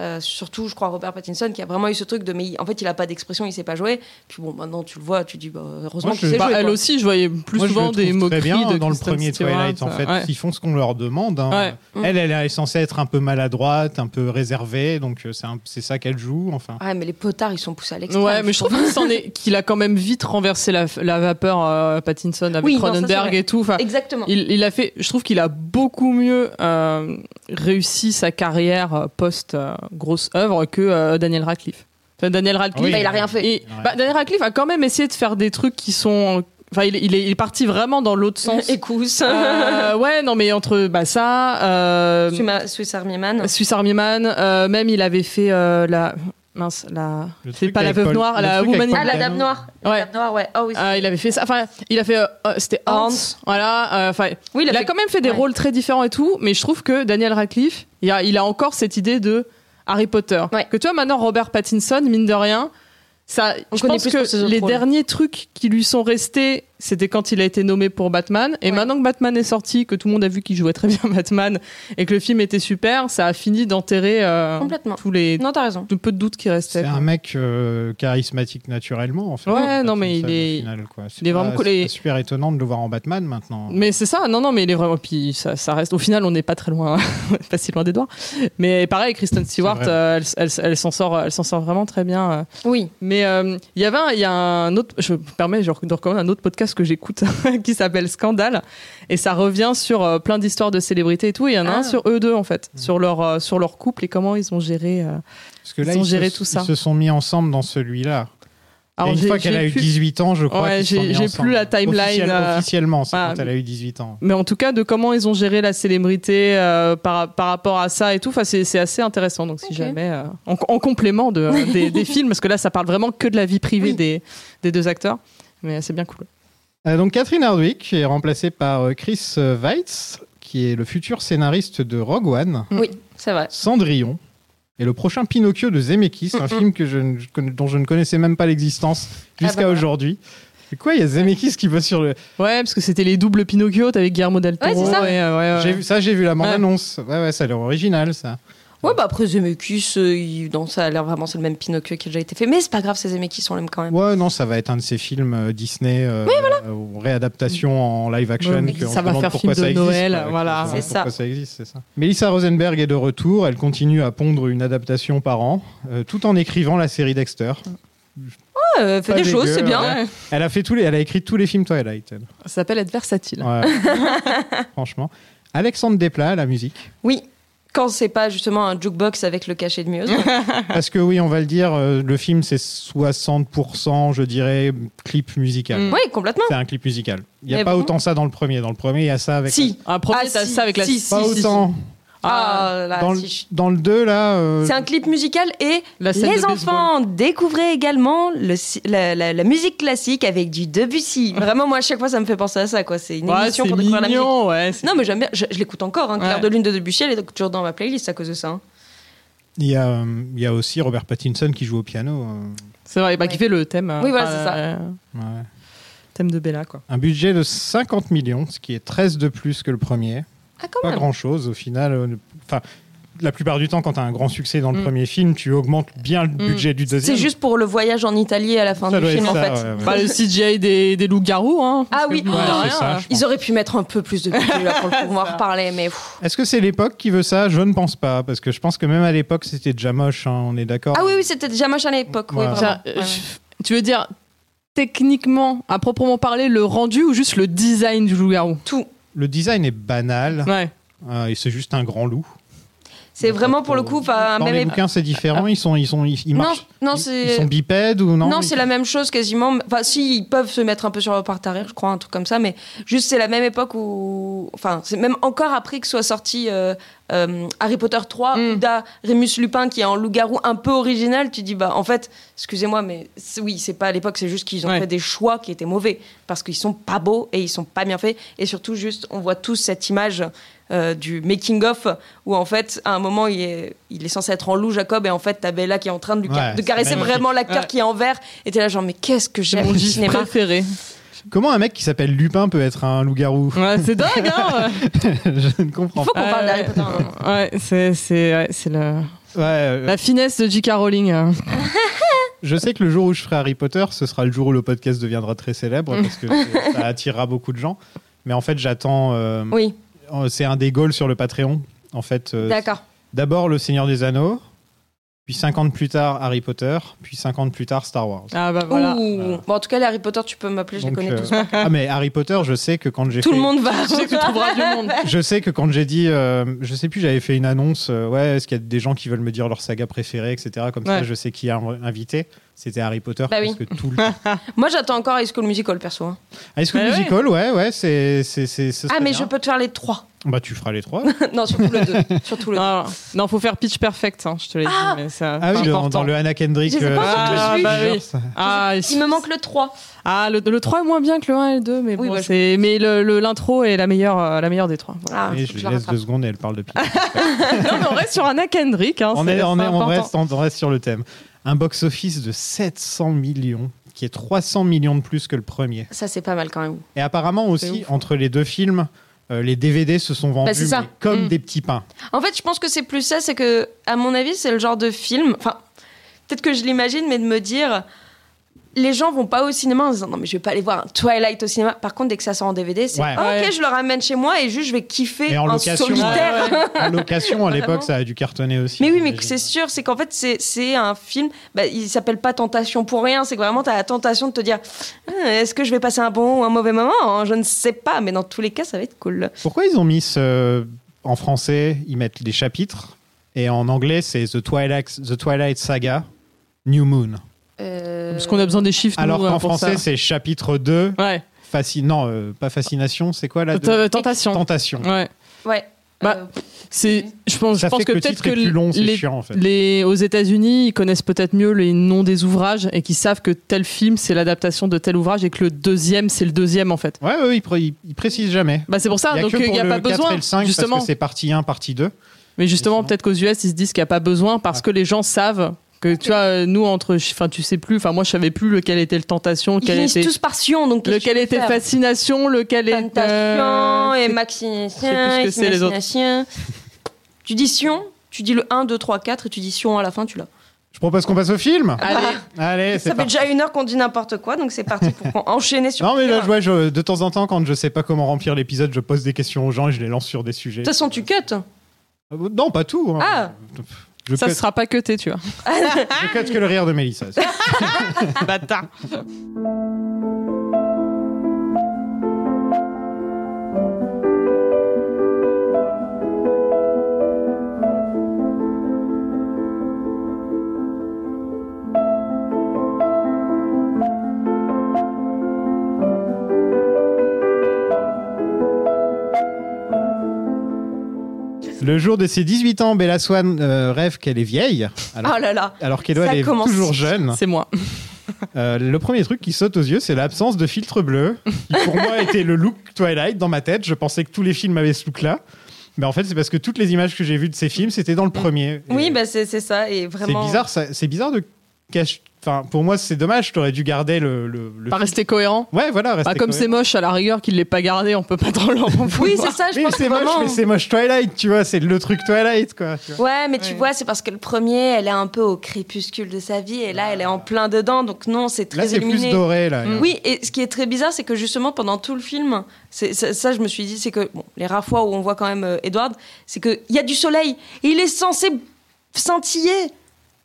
J: Euh, surtout, je crois, Robert Pattinson qui a vraiment eu ce truc de mais il- en fait, il a pas d'expression, il sait pas jouer. Puis bon, maintenant tu le vois, tu dis bah, heureusement
I: Moi,
J: qu'il
I: je-
J: sait
K: Bah,
J: jouer.
K: elle
J: quoi.
K: aussi, je voyais plus
I: Moi, je
K: souvent
I: le
K: des
I: trouve
K: moqueries
I: très bien
K: de
I: dans le
K: Kristen
I: premier
K: Stewart,
I: Twilight. En fait,
K: ouais.
I: ils font ce qu'on leur demande. hein.
K: Ouais. Mm.
I: Elle, elle est censée être un peu maladroite, un peu réservée, donc euh, c'est un- c'est ça qu'elle joue. Enfin,
J: Ouais, mais les potards, ils sont poussés à l'extrême.
K: Ouais, mais je trouve qu'il s'en est- qu'il a quand même vite renversé la, la vapeur euh, Pattinson avec
J: Oui, non, ça, c'est
K: Cronenberg
J: vrai.
K: et tout. Enfin,
J: Exactement.
K: il, il a fait, je trouve qu'il a beaucoup mieux euh, réussi sa carrière euh, post euh, grosse œuvre que euh, Daniel Radcliffe. Enfin, Daniel Radcliffe,
I: Oui.
J: Bah, il a rien fait.
K: Et- bah, Daniel Radcliffe a quand même essayé de faire des trucs qui sont. Enfin, il, il est, il est parti vraiment dans l'autre sens.
J: Écoute,
K: Euh, ouais, non, mais entre bah, ça, euh,
J: Suis ma- Swiss Army Man.
K: Swiss Army Man, euh, même il avait fait euh, la. Mince, la.
I: Le
K: C'est
I: truc
K: pas la
I: avec
K: veuve
I: Paul-
K: noire,
I: le
K: la
I: truc
K: woman
I: avec
K: in
J: Ah, la
I: Dano.
J: Dame Noire. La
K: Ouais.
J: Dame Noire, ouais. Ah oui.
K: Euh, il avait fait ça. Enfin, il a fait. euh, euh, C'était Hans.
J: Hans.
K: Voilà. euh, Enfin,
J: Oui,
K: il, a
J: fait-
K: quand même fait des
J: ouais.
K: rôles très différents et tout. Mais je trouve que Daniel Radcliffe, il a, il a encore cette idée de Harry Potter.
J: Ouais.
K: Que toi, maintenant, Robert Pattinson, mine de rien, ça.
J: On
K: je
J: connaît
K: pense
J: plus pour ses
K: que
J: autres
K: les
J: rôles.
K: derniers trucs qui lui sont restés, c'était quand il a été nommé pour Batman. Et
J: Ouais.
K: maintenant que Batman est sorti, que tout le monde a vu qu'il jouait très bien Batman et que le film était super, ça a fini d'enterrer euh,
J: Complètement.
K: tous les
J: Non, t'as raison.
K: tout peu de doutes qui restaient.
I: C'est un mec euh, charismatique naturellement, en fait.
K: Ouais, non,
I: Pattinson,
K: mais il
I: au
K: est-
I: final, quoi. C'est
K: il est
I: pas-
K: vraiment Mm. cool,
I: c'est
K: et-
I: pas super étonnant de le voir en Batman maintenant.
K: Mais c'est ça, non, non, mais il est vraiment. Puis ça, ça reste. Au final, on n'est pas très loin, pas si loin d'Edouard. Mais pareil, Kristen Stewart,
I: vrai.
K: euh, elle, elle- elle s'en sort, elle s'en sort vraiment très bien. euh.
J: Oui.
K: Mais euh, il y avait, un- il y a un autre. Je me permets je rec- de recommander un autre podcast que j'écoute qui s'appelle Scandale, et ça revient sur euh, plein d'histoires de célébrités et tout. et Il y en a
J: Ah.
K: un sur eux deux en fait,
I: Mm.
K: sur leur euh, sur leur couple et comment ils ont géré. euh.
I: Parce que
K: Ils
I: là,
K: ont
I: ils,
K: géré
I: se,
K: tout ça.
I: ils se sont mis ensemble dans celui-là. Et
K: Alors,
I: une
K: j'ai-
I: fois qu'elle
K: j'ai
I: a eu
K: plus-
I: 18 ans, je crois.
K: Ouais,
I: qu'ils se sont
K: j'ai-
I: mis
K: j'ai
I: ensemble.
K: plus la timeline,
I: Officielle-
K: euh,
I: Officiellement, c'est
K: voilà.
I: quand elle a eu 18 ans.
K: Mais en tout cas, de comment ils ont géré la célébrité euh, par, par rapport à ça et tout, Enfin, c'est c'est assez intéressant. Donc, si
J: Ok.
K: jamais, euh, en, en complément de, euh, des, des films, parce que là, ça parle vraiment que de la vie privée
J: Oui.
K: des, des deux acteurs. Mais c'est bien cool.
I: Euh, donc Catherine Hardwick est remplacée par euh, Chris euh, Weitz, qui est le futur scénariste de Rogue One,
J: Oui, c'est vrai.
I: Cendrillon, et le prochain Pinocchio de Zemeckis, un film que je ne- je connais- dont je ne connaissais même pas
K: Ah,
I: l'existence jusqu'à
K: bah
J: voilà.
I: aujourd'hui. C'est quoi Il y a Zemeckis qui va sur le.
K: Ouais, parce que c'était les doubles Pinocchio, t'avais Guillermo del Toro.
J: Ouais, c'est ça.
K: et, euh, ouais, ouais.
I: J'ai vu ça, j'ai vu la bande
K: Ouais.
I: annonce. Ouais, ouais, ça a l'air original ça.
J: Ouais, bah après Zemeckis, euh, il- non, ça a l'air vraiment, c'est le même Pinocchio qui a déjà été fait. Mais c'est pas grave, c'est Zemeckis, on l'aime quand même.
I: Ouais, non, ça va être un de ces films euh, Disney euh, euh, ou réadaptation en live action.
K: Ouais,
I: que on
K: ça
I: se
K: va
I: demande
K: faire
I: pourquoi
K: film de
I: ça existe,
K: Noël,
I: quoi,
K: voilà.
I: qu'on se demande
J: C'est
I: pourquoi ça existe, c'est ça. Melissa Rosenberg est de retour. Elle continue à pondre une adaptation par an, euh, tout en écrivant la série Dexter.
J: Ouais, euh, fait
I: Pas
J: des choses,
I: dégueu,
J: c'est bien.
I: ouais. Elle a fait tous les, elle a écrit tous les films Twilight. elle.
K: Ça s'appelle être versatile.
I: Ouais. Franchement, Alexandre Desplat, la musique.
J: Oui. Quand c'est pas justement un jukebox avec le cachet de Muse.
I: Parce que oui, on va le dire, euh, le film c'est 60%, je dirais, clip musical.
K: Mm.
J: oui, complètement.
I: C'est un clip musical. Il n'y a
J: Mais
I: pas
J: Eh bon.
I: autant ça dans le premier. Dans le premier, il y a ça avec.
J: Si.
K: Un premier,
J: Ah,
K: t'as
J: si,
K: ça avec la.
J: si, si,
I: Pas
J: si, si.
I: autant.
J: Ah, là,
I: dans, le,
J: si.
I: dans le 2, là. euh,
J: C'est un clip musical et
K: La scène
J: les
K: de
J: enfants découvrez également le si- la, la- la musique classique avec du Debussy. Vraiment, moi, à chaque fois, ça me fait penser à ça. quoi. C'est une
K: Ouais, c'est
J: émission pour découvrir la musique.
K: mignon, ouais. c'est-
J: Non, mais j'aime bien, je, je l'écoute encore. Hein. Claire
K: Ouais.
J: de Lune de Debussy, elle est toujours dans ma playlist à cause de ça. hein.
I: Il y, a, euh, il y a aussi Robert Pattinson qui joue au piano. euh,
K: C'est vrai, bah, qui
J: Ouais.
K: fait le thème. euh,
J: Oui, voilà,
K: enfin,
J: c'est ça.
K: euh,
I: ouais.
K: thème de Bella, quoi.
I: Un budget de 50 millions, ce qui est 13 de plus que le premier.
J: Ah, quand
I: Pas
J: même.
I: grand-chose au final. euh, le- Enfin, la plupart du temps, quand tu as un grand succès dans le
K: Mm.
I: premier film, tu augmentes bien le budget du deuxième.
J: Mm. C'est juste pour le voyage en Italie à la fin
I: Ça
J: du
I: doit
J: film,
I: être
J: en
I: ça,
J: fait.
I: ouais, ouais.
K: Bah, le CGI des, des loups-garous, hein.
J: Ah oui,
K: mine de
J: ouais, c'est
K: rien,
I: ça,
K: euh,
I: je
J: Ils auraient pu mettre un peu plus de budget là, pour le coup, on va en reparler, mais pff.
I: Est-ce que c'est l'époque qui veut ça Je ne pense pas, parce que je pense que même à l'époque, c'était déjà moche, hein, on est d'accord
J: Ah oui, oui, c'était déjà machin à l'époque. Oui,
I: Ouais.
J: vraiment.
K: Ça, euh,
J: Ouais, ouais.
K: je- Tu veux dire techniquement, à proprement parler, le rendu ou juste le design du loup-garou
J: Tout.
I: Le design est banal,
K: Ouais.
I: euh, et c'est juste un grand loup.
J: C'est vraiment pour le coup, pas
I: Dans
J: même
I: les
J: époque.
I: bouquins, c'est différent, ils, sont, ils, sont, ils, ils
J: Ah. Non,
I: marchent.
J: non,
I: ils- ils sont
J: c'est.
I: bipèdes ou non
J: Non, c'est la même chose quasiment. Enfin, si, ils peuvent se mettre un peu sur leur part arrière, je crois, un truc comme ça, mais juste c'est la même époque où. Enfin, c'est même encore après que soit sorti euh, euh, Harry Potter 3,
K: Mm.
J: ou Da Rémus Lupin qui est en loup-garou un peu original, tu dis, bah en fait, excusez-moi, mais c'est- oui, c'est pas à l'époque, c'est juste qu'ils ont
K: Ouais.
J: fait des choix qui étaient mauvais, parce qu'ils sont pas beaux et ils sont pas bien faits, et surtout, juste, on voit tous cette image. euh, du making-of où en fait à un moment il est, il est censé être en loup Jacob et en fait t'as Bella qui est en train de, lui
I: Ouais,
J: de
I: c'est
J: caresser
I: magnifique.
J: vraiment l'acteur
K: Ouais.
J: qui est en vert et t'es là genre mais qu'est-ce que
K: C'est
J: j'aime
K: mon
J: le
K: gif
J: cinéma
K: préféré.
I: Comment un mec qui s'appelle Lupin peut être un loup-garou
K: Ouais, c'est dingue, hein
I: Je ne comprends
J: Faut
I: pas.
J: qu'on parle
K: Ouais,
J: d'Harry
K: ouais.
J: Potter un moment.
K: Ouais, c'est c'est ouais, c'est le
I: Ouais, euh,
K: La finesse de J.K. Rowling. hein.
I: je sais que le jour où je ferai Harry Potter, ce sera le jour où le podcast deviendra très célèbre parce que c'est- ça attirera beaucoup de gens. Mais en fait, j'attends. euh,
J: Oui,
I: euh, C'est un des goals sur le Patreon. En fait, euh,
J: d'accord.
I: d'abord Le Seigneur des Anneaux, puis 50 plus tard Harry Potter, puis 50 plus tard Star Wars.
K: Ah bah voilà.
J: Ouh. Bon, en tout cas, les Harry Potter, tu peux m'appeler, je
I: Donc,
J: les connais
I: euh,
J: tous.
I: ah mais Harry Potter, je sais que quand j'ai
J: Tout
I: fait-
J: le monde va.
K: Tu sais que tu trouveras du monde.
I: Je sais que quand j'ai dit, euh, je sais plus, j'avais fait une annonce, euh, ouais, est-ce qu'il y a des gens qui veulent me dire leur saga préférée, etc. Comme ça,
K: Ouais.
I: je sais qui a inv- invité. C'était Harry Potter
J: Bah
I: parce
J: oui.
I: que tout le
J: Moi, j'attends encore High School Musical, perso. hein.
I: High School
K: Bah ouais.
I: Musical, ouais, ouais, c'est c'est c'est. ce
J: Ah,
I: serait
J: mais
I: bien.
J: je peux te faire les trois.
I: Bah tu feras les trois.
J: non, surtout le deux. Surtout le deux.
K: Non, non, faut faire pitch perfect, hein, je te l'ai
J: Ah.
K: dit. Mais ça,
I: Ah oui,
K: c'est
I: dans-
K: important.
I: dans le Anna Kendrick.
J: Je sais pas
K: si
I: Secret
K: je l'ai
I: Avengers.
K: vu. Ah,
J: Il me manque le 3.
K: ah, le, le 3 est moins bien que le 1 et le 2, mais,
J: Oui,
K: bon,
J: bah, je-
K: c'est- mais le- le- l'intro est la meilleure, euh, la meilleure des trois. voilà.
J: Ah,
I: Et
J: faut
I: je
J: que
I: lui
J: la
I: laisse
J: rattrape.
I: deux secondes et elle parle de Peter.
K: non, mais on reste sur Anna Kendrick. Hein,
I: on,
K: c'est-
I: est, on,
K: c'est
I: est- on
K: important.
I: reste, on reste sur le thème. Un box-office de 700 millions, qui est 300 millions de plus que le premier.
J: Ça, c'est pas mal quand même.
I: Et apparemment
K: C'est
I: aussi, entre les deux films, euh, les DVD se sont vendus
J: Bah, c'est ça.
I: mais comme
K: Mm.
I: des petits pains.
J: En fait, je pense que c'est plus ça, c'est que, à mon avis, c'est le genre de film. Enfin, peut-être que je l'imagine, mais de me dire. Les gens vont pas au cinéma en se disant non, mais je vais pas aller voir un Twilight au cinéma. Par contre, dès que ça sort en DVD, c'est
I: Ouais.
J: Ah, ok,
K: Ouais.
J: je le ramène chez moi et juste je vais kiffer
I: Et en
J: en,
I: location.
J: solitaire.
K: Ouais, ouais, ouais.
I: En location, à l'époque,
J: Vraiment.
I: ça a dû cartonner aussi.
J: Mais oui, mais
I: j'imagine.
J: c'est sûr, c'est qu'en fait, c'est- c'est un film. Bah, il s'appelle pas Tentation pour rien. C'est que vraiment, t'as la tentation de te dire Ah, est-ce que je vais passer un bon ou un mauvais moment Hein, Je ne sais pas, mais dans tous les cas, ça va être cool.
I: Pourquoi ils ont mis ce... euh, En français, ils mettent des chapitres. Et en anglais, c'est The Twilight, The Twilight Saga, New Moon.
K: Parce qu'on a besoin des chiffres.
I: Alors
K: nous, hein,
I: qu'en
K: pour
I: français,
K: ça.
I: c'est chapitre 2,
K: Ouais.
I: fascinant, euh, pas fascination, c'est quoi la
K: T- euh, Tentation.
I: Tentation.
K: Ouais.
J: Ouais.
K: Bah,
J: Euh,
K: C'est, je pense, je
I: Ça
K: pense
I: fait que
K: que
I: le
K: peut-être
I: titre est
K: que
I: plus long, c'est
K: les,
I: chiant en fait.
K: les- aux États-Unis, ils connaissent peut-être mieux les noms des ouvrages et qu'ils savent que tel film c'est l'adaptation de tel ouvrage et que le deuxième c'est le deuxième en fait.
I: Ouais, ouais, ils, pré- ils- ils précisent jamais.
K: Bah c'est pour ça,
I: Il y a
K: donc
I: que
K: il
I: pour
K: n'y a
I: le
K: pas
I: 4
K: besoin.
I: et le 5
K: justement,
I: parce que c'est partie 1, partie 2.
K: mais justement,
I: Justement.
K: peut-être qu'aux US ils se disent qu'il n'y a pas besoin
I: Ah.
K: parce que les gens savent que tu vois, euh, nous entre, enfin tu sais plus, enfin moi je savais plus lequel était le tentation,
J: ils
K: lequel
J: finissent
K: était,
J: tous par Sion, donc qu'est-ce que
K: lequel
J: tu
K: était
J: veux faire
K: fascination, lequel était. euh,
J: Tentation et
K: c'est
J: Maxinacien,
K: plus
J: et
K: que c'est les autres.
J: Sinacien. Tu dis Sion, tu dis le 1, 2, 3, 4 et tu dis Sion à la fin, tu l'as.
I: Je propose qu'on passe au film.
K: Allez,
I: Allez,
J: Ça
I: Eh, c'est
J: fait
I: parti.
J: déjà une heure qu'on dit n'importe quoi, donc c'est parti pour qu'on- enchaîner sur.
I: Non mais là,
J: de
I: je- ouais, je- de temps en temps, quand je sais pas comment remplir l'épisode, je pose des questions aux gens et je les lance sur des sujets.
J: toute façon, tu cut.
I: Euh, Non, pas tout. hein.
J: Ah.
I: Je
K: ça
I: cut,
K: ne sera pas cuté, tu vois.
I: je cut que le rire de Mélissa.
K: Bâtard.
I: Le jour de ses 18 ans, Bella Swan euh, rêve qu'elle est vieille, alors,
J: Oh là là.
K: Ah,
I: alors qu'Elo,
J: ça
I: elle est
J: commence.
I: toujours jeune.
K: C'est moi.
I: Euh, le premier truc qui saute aux yeux, c'est l'absence de filtre bleu, qui pour moi était le look Twilight dans ma tête. Je pensais que tous les films avaient ce look-là. Mais en fait, c'est parce que toutes les images que j'ai vues de ces films, c'était dans le premier. Et
J: Oui, bah c'est c'est ça. Et
I: c'est
J: vraiment.
I: bizarre, ça- c'est bizarre de cacher. Enfin, pour moi, c'est dommage, t'aurais dû garder le. le, le
K: Pas
I: filtre.
K: rester cohérent.
I: Ouais, voilà, rester
K: Bah, comme
I: cohérent.
K: c'est moche, à la rigueur qu'il l'ait pas gardé, on peut pas trop l'en
J: Oui, c'est ça, je
I: Oui,
J: pense que
I: c'est moche,
J: vraiment-
I: mais c'est moche Twilight, tu vois, c'est le truc Twilight, quoi. tu vois.
J: Ouais, mais tu
K: Ouais.
J: vois, c'est parce que le premier, elle est un peu au crépuscule de sa vie, et là, elle est en plein dedans, donc non, c'est très
I: Ah. Là, c'est plus
J: illuminé.
I: doré,
K: Mm.
I: là.
J: Oui, et ce qui est très bizarre, c'est que justement pendant tout le film, c'est- ça, ça, je me suis dit, c'est que bon, les rares fois où on voit quand même euh, Edward, c'est qu'il y a du soleil et il est censé scintiller,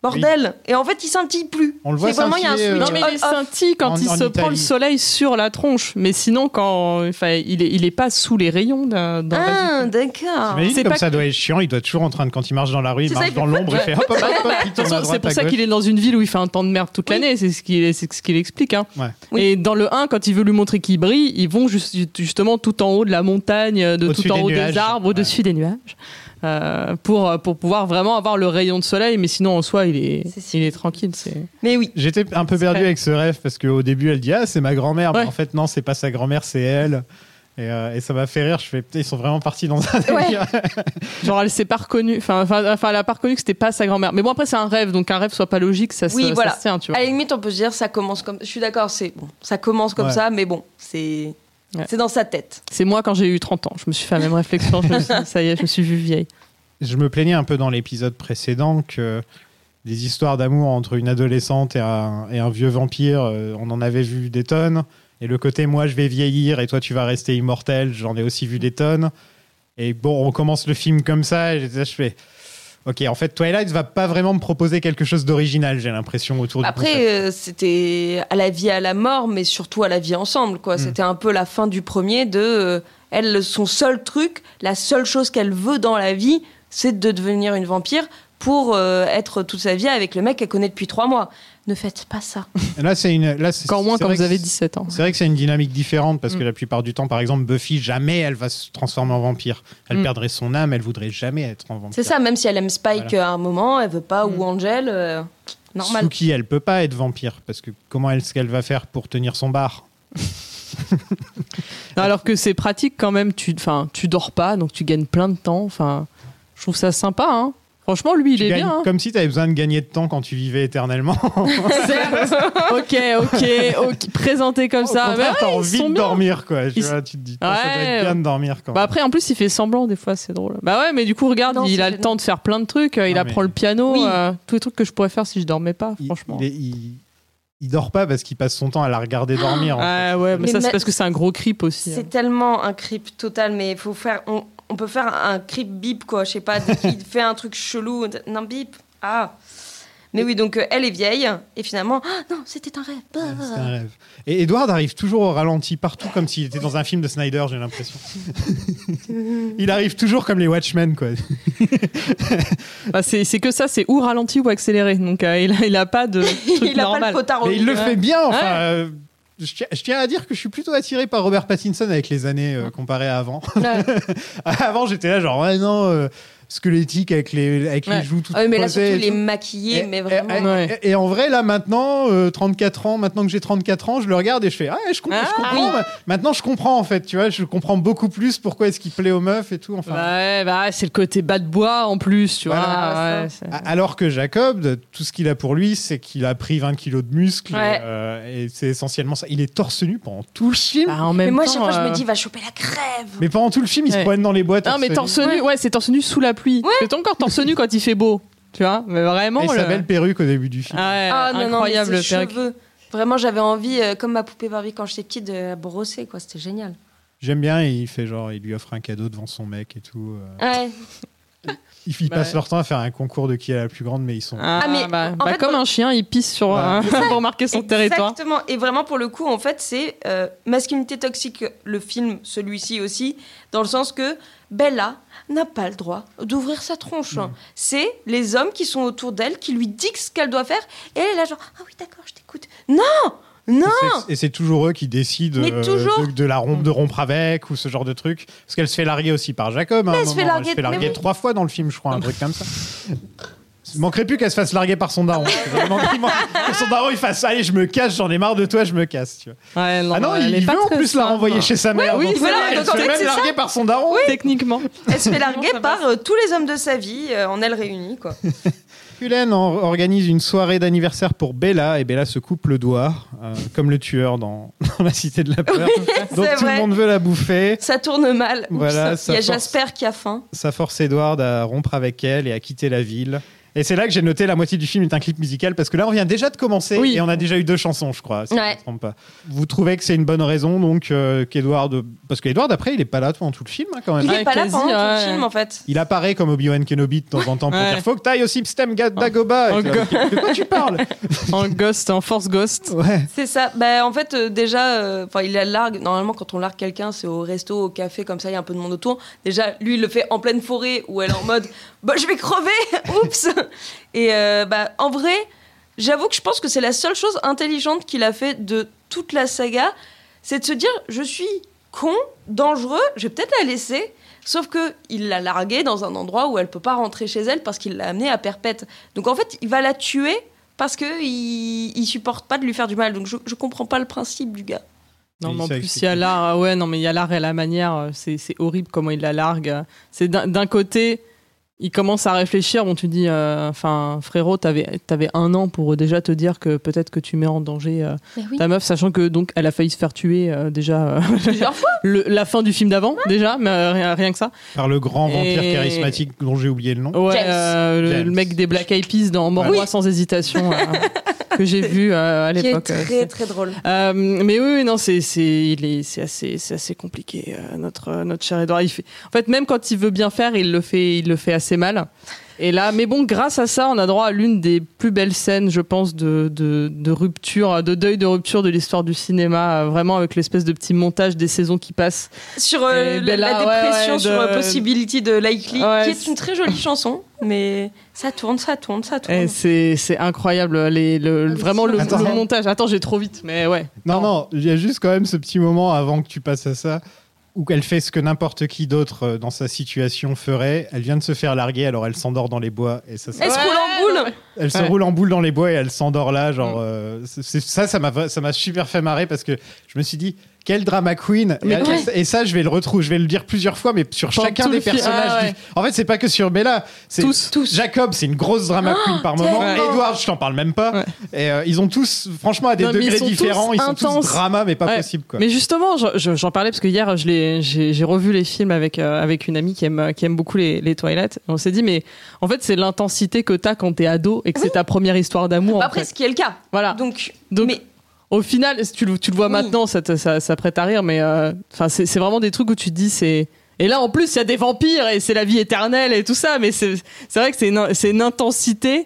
J: bordel. Et en fait, il scintille plus.
I: On le voit
J: C'est vraiment, il y a un
I: scintiller, euh,
J: switch
K: Non, mais il est
J: on-off.
K: scintille quand
I: En-
K: il
I: en
K: se prend le
I: Italie.
K: soleil sur la tronche. Mais sinon, quand, enfin, il est, il est pas sous les rayons d'un, d'un
J: Ah,
K: réseau.
J: d'accord.
I: T'imagines
K: C'est
I: comme
K: pas
I: ça
K: que-
I: doit être chiant, il doit être toujours en train de, quand il marche dans la rue, il
J: C'est ça,
I: marche
J: il
I: dans
J: fait-
I: l'ombre, il fait hop, hop, hop, hop, il
K: De toute
I: tourne à
K: façon,
I: droite,
K: c'est pour
I: à
K: ça
I: gauche.
K: qu'il est dans une ville où il fait un temps de merde toute l'année, c'est ce qu'il c'est ce qu'il explique. Hein.
I: Ouais.
J: Oui.
K: Et dans le 1, quand il veut lui montrer qu'il brille, ils vont juste- justement tout en haut de la montagne, de
I: Au-dessus
K: tout en
I: des
K: haut
I: nuages.
K: des arbres, au-dessus des nuages, euh, pour, pour pouvoir vraiment avoir le rayon de soleil. Mais sinon, en soi, il est,
J: C'est si-
K: il est tranquille. C'est...
J: Mais oui.
I: J'étais un peu
K: C'est
I: perdu
K: vrai.
I: avec ce rêve parce qu'au début elle dit ah c'est ma grand-mère mais
K: Ouais.
I: en fait non c'est pas sa grand-mère c'est elle et, euh, et ça m'a fait rire je fais putain, ils sont vraiment partis dans un délire.
K: Genre elle s'est pas reconnue, enfin, enfin, enfin, elle a pas reconnu que c'était pas sa grand-mère. Mais bon après c'est un rêve, donc un rêve soit pas logique, ça, se-
J: Oui,
K: ça
J: voilà.
K: se tient, tu
J: À
K: vois.
J: la limite, on peut se dire, ça commence comme. Je suis d'accord, c'est bon, ça commence comme
I: Ouais.
J: ça, mais bon, c'est
K: Ouais.
J: c'est dans sa tête.
K: C'est moi quand j'ai eu 30 ans, je me suis fait la même réflexion, je me suis dit, ça y est, je me suis vue vieille.
I: je me plaignais un peu dans l'épisode précédent que des histoires d'amour entre une adolescente et un, et un vieux vampire, euh, on en avait vu des tonnes. Et le côté moi je vais vieillir et toi tu vas rester immortel, j'en ai aussi vu des tonnes. Et bon, on commence le film comme ça et j'étais- je fais. Ok, en fait, Twilight va pas vraiment me proposer quelque chose d'original, j'ai l'impression, autour du concept.
J: Après, euh, c'était à la vie, à la mort, mais surtout à la vie ensemble. quoi. C'était un peu la fin du premier de. euh, elle, son seul truc, la seule chose qu'elle veut dans la vie, c'est de devenir une vampire pour euh, être toute sa vie avec le mec qu'elle connaît depuis trois mois. Ne faites pas ça.
I: Là, c'est une. Là, c'est-
K: Encore moins
I: c'est
K: quand
I: vrai
K: vous
I: que
K: avez
I: c'est-
K: 17 ans.
I: C'est vrai que c'est une dynamique différente parce que
K: Mm.
I: la plupart du temps, par exemple, Buffy, jamais elle va se transformer en vampire. Elle
K: Mm.
I: perdrait son âme, elle voudrait jamais être en vampire.
J: C'est ça, même si elle aime Spike à un moment, elle veut pas, ou Angel, euh, normal.
I: Suki, elle peut pas être vampire parce que comment est-ce qu'elle va faire pour tenir son bar
K: Non, alors que c'est pratique quand même, tu, enfin, tu dors pas, donc tu gagnes plein de temps. Enfin, je trouve ça sympa. hein. Franchement, lui, il
I: Tu
K: est
I: gagnes-
K: bien. hein.
I: Comme si tu avais besoin de gagner de temps quand tu vivais éternellement.
K: Certes. ok, ok, ok. Présenté comme
I: Au
K: ça.
I: contraire,
K: Mais
I: t'as
K: ouais, ils
I: envie
K: sont
I: de
K: bien.
I: dormir quoi. Tu,
K: Ils-
I: vois, tu te dis, Putain, ça doit
K: Ouais.
I: être bien de dormir quand.
K: Bah après, en plus, il fait semblant des fois, c'est drôle. Bah ouais, mais du coup, regarde,
J: Non,
K: il
J: c'est
K: a le
J: gênant.
K: temps de faire plein de trucs. euh, Il
I: Non,
K: apprend
I: mais-
K: le piano,
J: Oui.
K: euh, tous les trucs que je pourrais faire si je dormais pas,
I: il,
K: franchement.
I: il, est- il- il dort pas parce qu'il passe son temps à la regarder dormir. en fait.
K: Ouais, ouais, mais,
J: Mais
K: ça, c'est
J: ma-
K: parce que c'est un gros creep aussi. hein.
J: C'est tellement un creep total, mais faut faire, on, on peut faire un creep bip, quoi. Je sais pas, dès qu'il fait un truc chelou, non, bip, ah. Mais oui, donc euh, elle est vieille, et finalement, ah, non, c'était un rêve. Ah.
I: C'est un rêve. Et Edward arrive toujours au ralenti partout, comme s'il était dans un film de Snyder, j'ai l'impression. il arrive toujours comme les Watchmen, quoi.
K: Bah, c'est c'est que ça, c'est ou ralenti ou accéléré. Donc euh, il, a, il a pas de truc
J: il a
K: normal.
J: pas le potard au
I: Mais il le
J: milieu.
I: fait bien, enfin.
K: Ouais.
I: euh, je tiens, je tiens à dire que je suis plutôt attiré par Robert Pattinson avec les années euh, comparé à avant.
K: Ouais.
I: avant, j'étais là, genre, ouais, non, euh, squelettique avec les, avec
K: Ouais.
I: les joues toutes
J: Ah oui, mais là, surtout,
I: creusées et
J: il est
I: tout.
J: maquillé, mais
I: Et,
J: vraiment.
K: Ouais.
I: et- et en vrai, là, maintenant, euh, 34 ans, maintenant que j'ai 34 ans, je le regarde et je fais Ah, je, comprends, je
K: Ah,
I: comprends,
K: oui.
I: ma- Maintenant, je comprends, en fait, tu vois, je comprends beaucoup plus pourquoi est-ce qu'il plaît aux meufs et tout. Enfin,
K: Bah ouais, bah ouais, c'est le côté bas de bois en plus, tu
I: Voilà.
K: vois. ouais, c'est-
I: A- Alors que Jacob, de- tout ce qu'il a pour lui, c'est qu'il a pris 20 kilos de muscles.
J: Ouais.
I: euh, et c'est essentiellement ça. Il est torse nu pendant tout le film.
K: Bah, en
J: Mais
K: même
J: moi, à
K: temps,
J: chaque fois, je
K: euh,
J: me dis, va choper la crève.
I: Mais pendant tout le film, il
K: Ouais.
I: se promène dans les boîtes.
K: Non, mais torse nu, ouais, c'est torse nu sous la pluie. Parce que t'es encore torse nu quand il fait beau, tu vois. Mais vraiment.
I: Et sa
K: le-
I: belle perruque au début du film.
K: Ah ouais,
I: euh,
J: Ah non, non, mais
K: incroyable
J: ses
K: le perruque.
J: cheveux. Vraiment, j'avais envie, euh, comme ma poupée Barbie quand j'étais petite, de la brosser, quoi. C'était génial.
I: J'aime bien, il fait genre, il lui offre un cadeau devant son mec et tout. euh.
J: Ouais.
I: Ils, ils
K: Bah
I: passent
K: Ah. ouais.
I: leur temps à faire un concours de qui est la plus grande, mais ils sont.
K: Ah,
J: Ah, mais
K: bah,
J: en
K: bah,
J: fait,
K: comme
J: pour-
K: un chien, il pisse sur
I: Voilà.
K: un- pour marquer son territoire.
J: Exactement. Et vraiment, pour le coup, en fait, c'est euh, masculinité toxique, le film, celui-ci aussi, dans le sens que Bella n'a pas le droit d'ouvrir sa tronche.
I: Mm.
J: C'est les hommes qui sont autour d'elle qui lui disent ce qu'elle doit faire. Et elle est là, genre, ah oui, d'accord, je t'écoute. Non Non
I: Et c'est- Et c'est toujours eux qui décident
J: Mais
I: euh,
J: toujours.
I: de, de la rompre, de rompre avec ou ce genre de truc. Parce qu'elle se fait larguer aussi par Jacob. hein, à un
J: elle se fait
I: moment. elle
J: larguer-
I: se fait
J: mais
I: larguer
J: oui.
I: trois fois dans le film, je crois, un truc comme ça. Il manquerait plus qu'elle se fasse larguer par son daron. tu vois. Il manquerait- il manquerait que son daron, il fasse Allez, je me casse, j'en ai marre de toi, je me casse. tu vois.
K: Ouais,
I: ah non,
K: elle
I: il,
K: est
I: il
K: pas
I: veut en
K: très
I: plus la
K: simple.
I: renvoyer chez sa mère.
K: oui,
I: donc
K: voilà,
I: elle
J: donc
I: se
J: en
I: fait
J: fait,
I: même
J: c'est ça.
I: larguer par son daron.
K: Techniquement.
J: Elle se fait larguer par euh, tous les hommes de sa vie euh, en elle réunie, quoi.
I: Cullen en- organise une soirée d'anniversaire pour Bella et Bella se coupe le doigt, euh, comme le tueur dans, dans la cité de la peur. Donc
J: c'est
I: tout
J: vrai.
I: le monde veut la bouffer.
J: Ça tourne mal. Oups.
I: Voilà, ça
J: Il y a
I: force.
J: Jasper qui a faim.
I: Ça force Edward à rompre avec elle et à quitter la ville. Et c'est là que j'ai noté la moitié du film est un clip musical parce que là on vient déjà de commencer
K: Oui.
I: et on a déjà eu deux chansons, je crois. Si je
J: Ouais.
I: me trompe pas. Vous trouvez que c'est une bonne raison donc euh, qu'Edward parce qu'Edward après il est pas là pendant tout le film hein, quand même.
J: Il
K: Ouais,
J: est pas là
K: quasi,
J: pendant tout
K: ouais.
J: le film, en fait.
I: Il apparaît comme Obi-Wan Kenobi de temps en temps pour
K: Ouais.
I: dire faut que t'ailles au Sipstem Ga- Dagoba.
K: Oh,
I: Et tu vois, De quoi tu parles
K: En ghost, en force ghost.
I: Ouais.
J: C'est ça. Bah, en fait, euh, déjà, euh, enfin, il la largue. Normalement, quand on largue quelqu'un, c'est au resto, au café, comme ça, il y a un peu de monde autour. Déjà, lui, il le fait en pleine forêt où elle est en mode bah, Je vais crever Oups Et euh, bah, en vrai, j'avoue que je pense que c'est la seule chose intelligente qu'il a fait de toute la saga c'est de se dire Je suis con, dangereux, je vais peut-être la laisser. Sauf que il l'a larguée dans un endroit où elle peut pas rentrer chez elle parce qu'il l'a amenée à perpète. Donc en fait, il va la tuer parce que il, il supporte pas de lui faire du mal. Donc je, je comprends pas le principe du gars.
K: Non,
I: Oui,
K: mais en
I: ça
K: plus,
I: explique
K: il y a
I: tout.
K: l'art. ah euh, Ouais, non, mais il y a l'art et la manière. euh, C'est c'est horrible comment il la largue. C'est d'un d'un côté. il commence à réfléchir. Bon, tu dis, euh, enfin, frérot, t'avais, t'avais un an pour déjà te dire que peut-être que tu mets en danger euh,
J: Mais Eh oui.
K: ta meuf, sachant que donc elle a failli se faire tuer euh, déjà euh, le- la fin du film d'avant, déjà, mais euh, rien, rien que ça.
I: Par le grand vampire
K: Et-
I: charismatique dont j'ai oublié le nom.
K: Ouais,
J: James.
K: euh, le,
I: James.
K: le mec des Black Eyed Peas dans Mort
I: Oui.
K: sans hésitation, euh, que j'ai vu euh, à
J: Qui est
K: l'époque. euh,
J: très très drôle.
K: Euh, mais oui, oui, non, c'est c'est il est c'est assez c'est assez compliqué euh, notre euh, notre cher Edouard. Il fait, en fait, même quand il veut bien faire, il le fait il le fait assez mal. Et là, mais bon, grâce à ça, on a droit à l'une des plus belles scènes, je pense, de de, de rupture, de deuil de rupture de l'histoire du cinéma, euh, vraiment avec l'espèce de petit montage des saisons qui passent.
J: Sur euh,
K: Et
J: la-
K: Bella,
J: la
K: ouais,
J: dépression,
K: ouais,
J: sur
K: de-
J: euh, Possibility de Likely,
K: Ouais,
J: qui est
K: c'est-
J: une très jolie chanson, mais ça tourne, ça tourne, ça tourne.
K: Et c'est c'est incroyable, les le,
J: mais
K: vraiment le,
I: Attends.
K: le montage. Attends, j'ai trop vite, mais ouais.
I: Non, non, il y a juste quand même ce petit moment avant que tu passes à ça où elle fait ce que n'importe qui d'autre euh, dans sa situation ferait. Elle vient de se faire larguer, alors elle s'endort dans les bois. Et ça, ça-
J: Elle se
K: Ouais,
J: roule en boule
I: elle se
K: ouais. Mm.
I: roule en boule dans les bois et elle s'endort là. Genre, euh, c'est- c'est- ça, ça m'a vra- ça m'a super fait marrer parce que je me suis dit, quel drama queen et,
K: Mais ouais.
I: et ça, je vais le retrouver, je vais le dire plusieurs fois, mais sur
K: Pendant
I: chacun
K: tout
I: des
K: le film.
I: personnages.
K: Ah
I: du-
K: ouais.
I: En fait, c'est pas que sur Bella. c'est-
K: Tous. Tous. Oh,
I: Jacob, c'est une grosse drama queen par moment.
K: tellement.
I: Edward, je t'en parle même pas.
K: Ouais.
I: Et euh, ils ont tous, franchement, à des
K: Non, mais ils
I: degrés
K: sont tous
I: différents, ils sont
K: intenses.
I: tous drama, mais pas
K: Ouais.
I: possible quoi.
K: Mais justement, je- je- j'en parlais parce que hier, je l'ai- j'ai j'ai revu les films avec, euh, avec une amie qui aime, qui aime beaucoup les, les Twilight. Et on s'est dit, mais en fait, c'est l'intensité que t'as quand t'es ado et que c'est ta première histoire d'amour. en
J: Bah, Après,
K: fait.
J: ce qui est le cas.
K: Voilà.
J: Donc,
K: Donc,
J: mais
K: Au final, si tu, le- tu le vois
J: Oui.
K: maintenant, ça, te- ça, ça prête à rire, mais euh, 'fin, c'est c'est vraiment des trucs où tu te dis, c'est. Et là, en plus, il y a des vampires et c'est la vie éternelle et tout ça, mais c'est c'est vrai que c'est une, c'est une intensité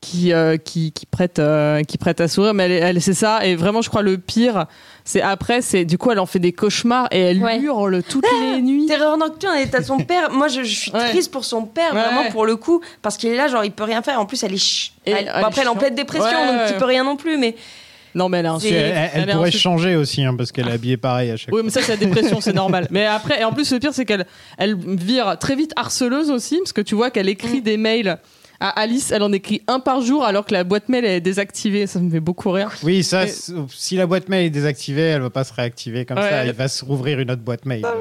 K: qui, euh, qui, qui, prête, euh, qui prête à sourire, mais elle, elle- c'est ça. Et vraiment, je crois, le pire, c'est après, c'est du coup, elle en fait des cauchemars et elle
J: Ouais.
K: hurle toutes
I: Ah
K: les nuits.
J: Terreur nocturne, elle est à son père. Moi, je, je suis
K: Ouais.
J: triste pour son père,
K: Ouais,
J: vraiment
K: ouais.
J: pour le coup, parce qu'il est là, genre, il peut rien faire. En plus, elle est ch...
K: Et
J: elle-
K: elle
J: bon,
K: est
J: après, elle est en
K: chiante.
J: pleine dépression,
K: Ouais,
J: donc
K: ouais.
J: tu peux rien non plus, mais
K: Non, mais elle a un
J: C'est-
I: Elle, elle- elle
K: a un
I: pourrait
K: suc-
I: changer aussi, hein, parce qu'elle est habillée pareil à chaque
K: Oui, mais ça, c'est la dépression, c'est normal. Mais après, et en plus, le pire, c'est qu'elle elle vire très vite harceleuse aussi, parce que tu vois qu'elle écrit des mails à Alice, elle en écrit un par jour, alors que la boîte mail est désactivée. Ça me fait beaucoup rire.
I: fois. Oui, ça,
K: Mais-
I: c'est- si la boîte mail est désactivée, elle va pas se réactiver comme
K: Ouais.
I: ça, elle va se rouvrir une autre boîte mail.
K: Ah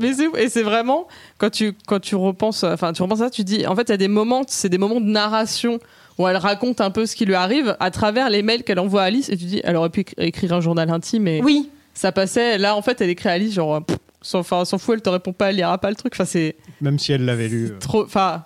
K: Mais c'est ouf. et c'est vraiment quand tu quand tu repenses, enfin, tu repenses à ça, tu dis, en fait, il y a des moments, c'est des moments de narration où elle raconte un peu ce qui lui arrive à travers les mails qu'elle envoie à Alice, et tu dis, elle aurait pu écri- écrire un journal intime, et
J: oui.
K: ça passait. Là, en fait, elle écrit à Alice, genre, pff, s'en enfin, s'en fout, elle te répond pas, elle lira pas le truc. Enfin, c'est
I: Même si elle l'avait lu.
K: C'est trop. Enfin,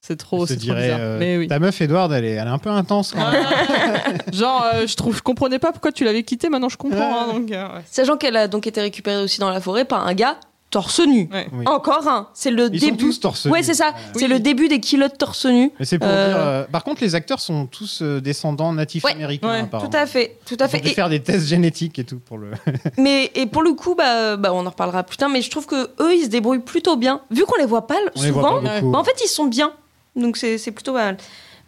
K: c'est
I: euh,
K: trop.
I: je
K: C'est
I: te
K: trop
I: dirais,
K: bizarre.
I: euh,
K: Mais oui. Ah,
I: ta meuf Edward, elle est, elle est un peu intense. quand même.
K: Genre, euh, je trouve, je comprenais pas pourquoi tu l'avais quitté. Maintenant, je comprends. hein, donc, euh, ouais.
J: Sachant qu'elle a donc été récupérée aussi dans la forêt par un gars torse nu.
K: Ouais.
I: Oui.
J: Encore un. C'est le
I: Ils sont
J: début.
I: tous torse
J: ouais,
I: nu.
J: c'est ça.
K: Oui.
J: C'est le début des kilotes torse nu.
I: Mais c'est pour
J: Euh.
I: dire. euh, par contre, les acteurs sont tous euh, descendants natifs
J: Ouais.
I: américains.
K: Ouais.
I: apparemment.
J: Tout à fait, tout
I: Ils
J: à
I: ont
J: fait.
I: dû
J: Et-
I: faire des tests génétiques et tout pour le.
J: mais et pour le coup, bah, bah, on en reparlera plus tard. Mais je trouve que eux, ils se débrouillent plutôt bien. Vu qu'on les voit pas
I: On les
J: souvent,
I: voit pas beaucoup.
J: Bah, en fait, ils sont bien. Donc, c'est c'est plutôt pas mal.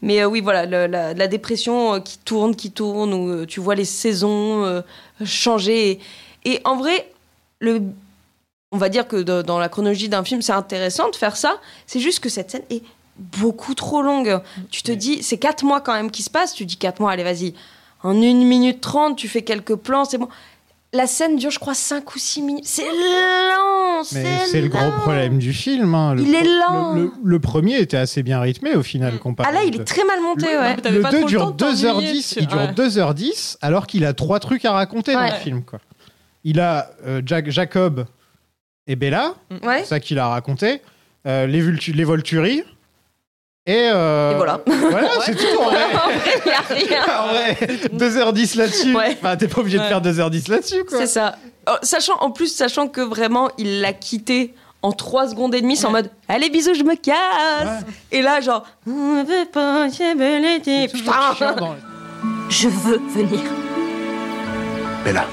J: Mais euh, oui, voilà, le- la, la dépression euh, qui tourne, qui tourne, où euh, tu vois les saisons euh, changer. Et, et en vrai, le, on va dire que de- dans la chronologie d'un film, c'est intéressant de faire ça. C'est juste que cette scène est beaucoup trop longue. Tu te dis, c'est 4 mois quand même qui se passe. Tu dis 4 mois, allez, vas-y. En 1 minute 30, tu fais quelques plans, c'est bon. La scène dure, je crois, 5 ou 6 minutes. C'est lent
I: Mais c'est le gros
J: lent.
I: problème du film. hein. Le
J: euh, Il est
I: pro-
J: lent.
I: Le, le- le premier était assez bien rythmé au final comparé.
J: Ah là, il
I: aux deux.
J: est très mal monté,
K: Le-
J: ouais.
K: non, mais t'avais
I: Le
K: pas
I: 2
K: trop le temps
I: dure
K: de t'ennuyer
I: 2h10,
K: dessus.
I: il dure
K: Ouais.
I: 2h10 alors qu'il a trois trucs à raconter dans
J: Ouais.
I: le film quoi. Il a euh, Jack, Jacob et Bella,
J: Ouais.
I: c'est ça qu'il a raconté, euh, les, vultu- les Volturi et, euh,
J: Et voilà.
I: voilà, c'est tout en vrai.
J: En vrai, y a rien.
I: En vrai, 2h10 là-dessus.
J: Ouais.
I: Enfin, t'es pas obligé de
K: Ouais.
I: faire 2h10 là-dessus quoi.
J: C'est ça. Oh, Sachant, en plus, sachant que vraiment, il l'a quitté en 3 secondes et demie, c'est en mode Allez, bisous, je me casse Et là, genre On veut pas, j'ai bel été.
I: C'est toujours chiant
J: Putain
I: dans-
A: Je veux venir.
H: Bella.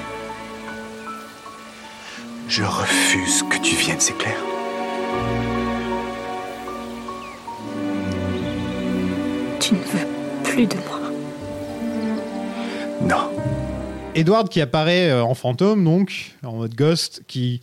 H: Je refuse que tu viennes, c'est clair
A: Tu ne veux plus de moi.
H: Non.
I: Edward qui apparaît euh, en fantôme, donc, en mode ghost, qui,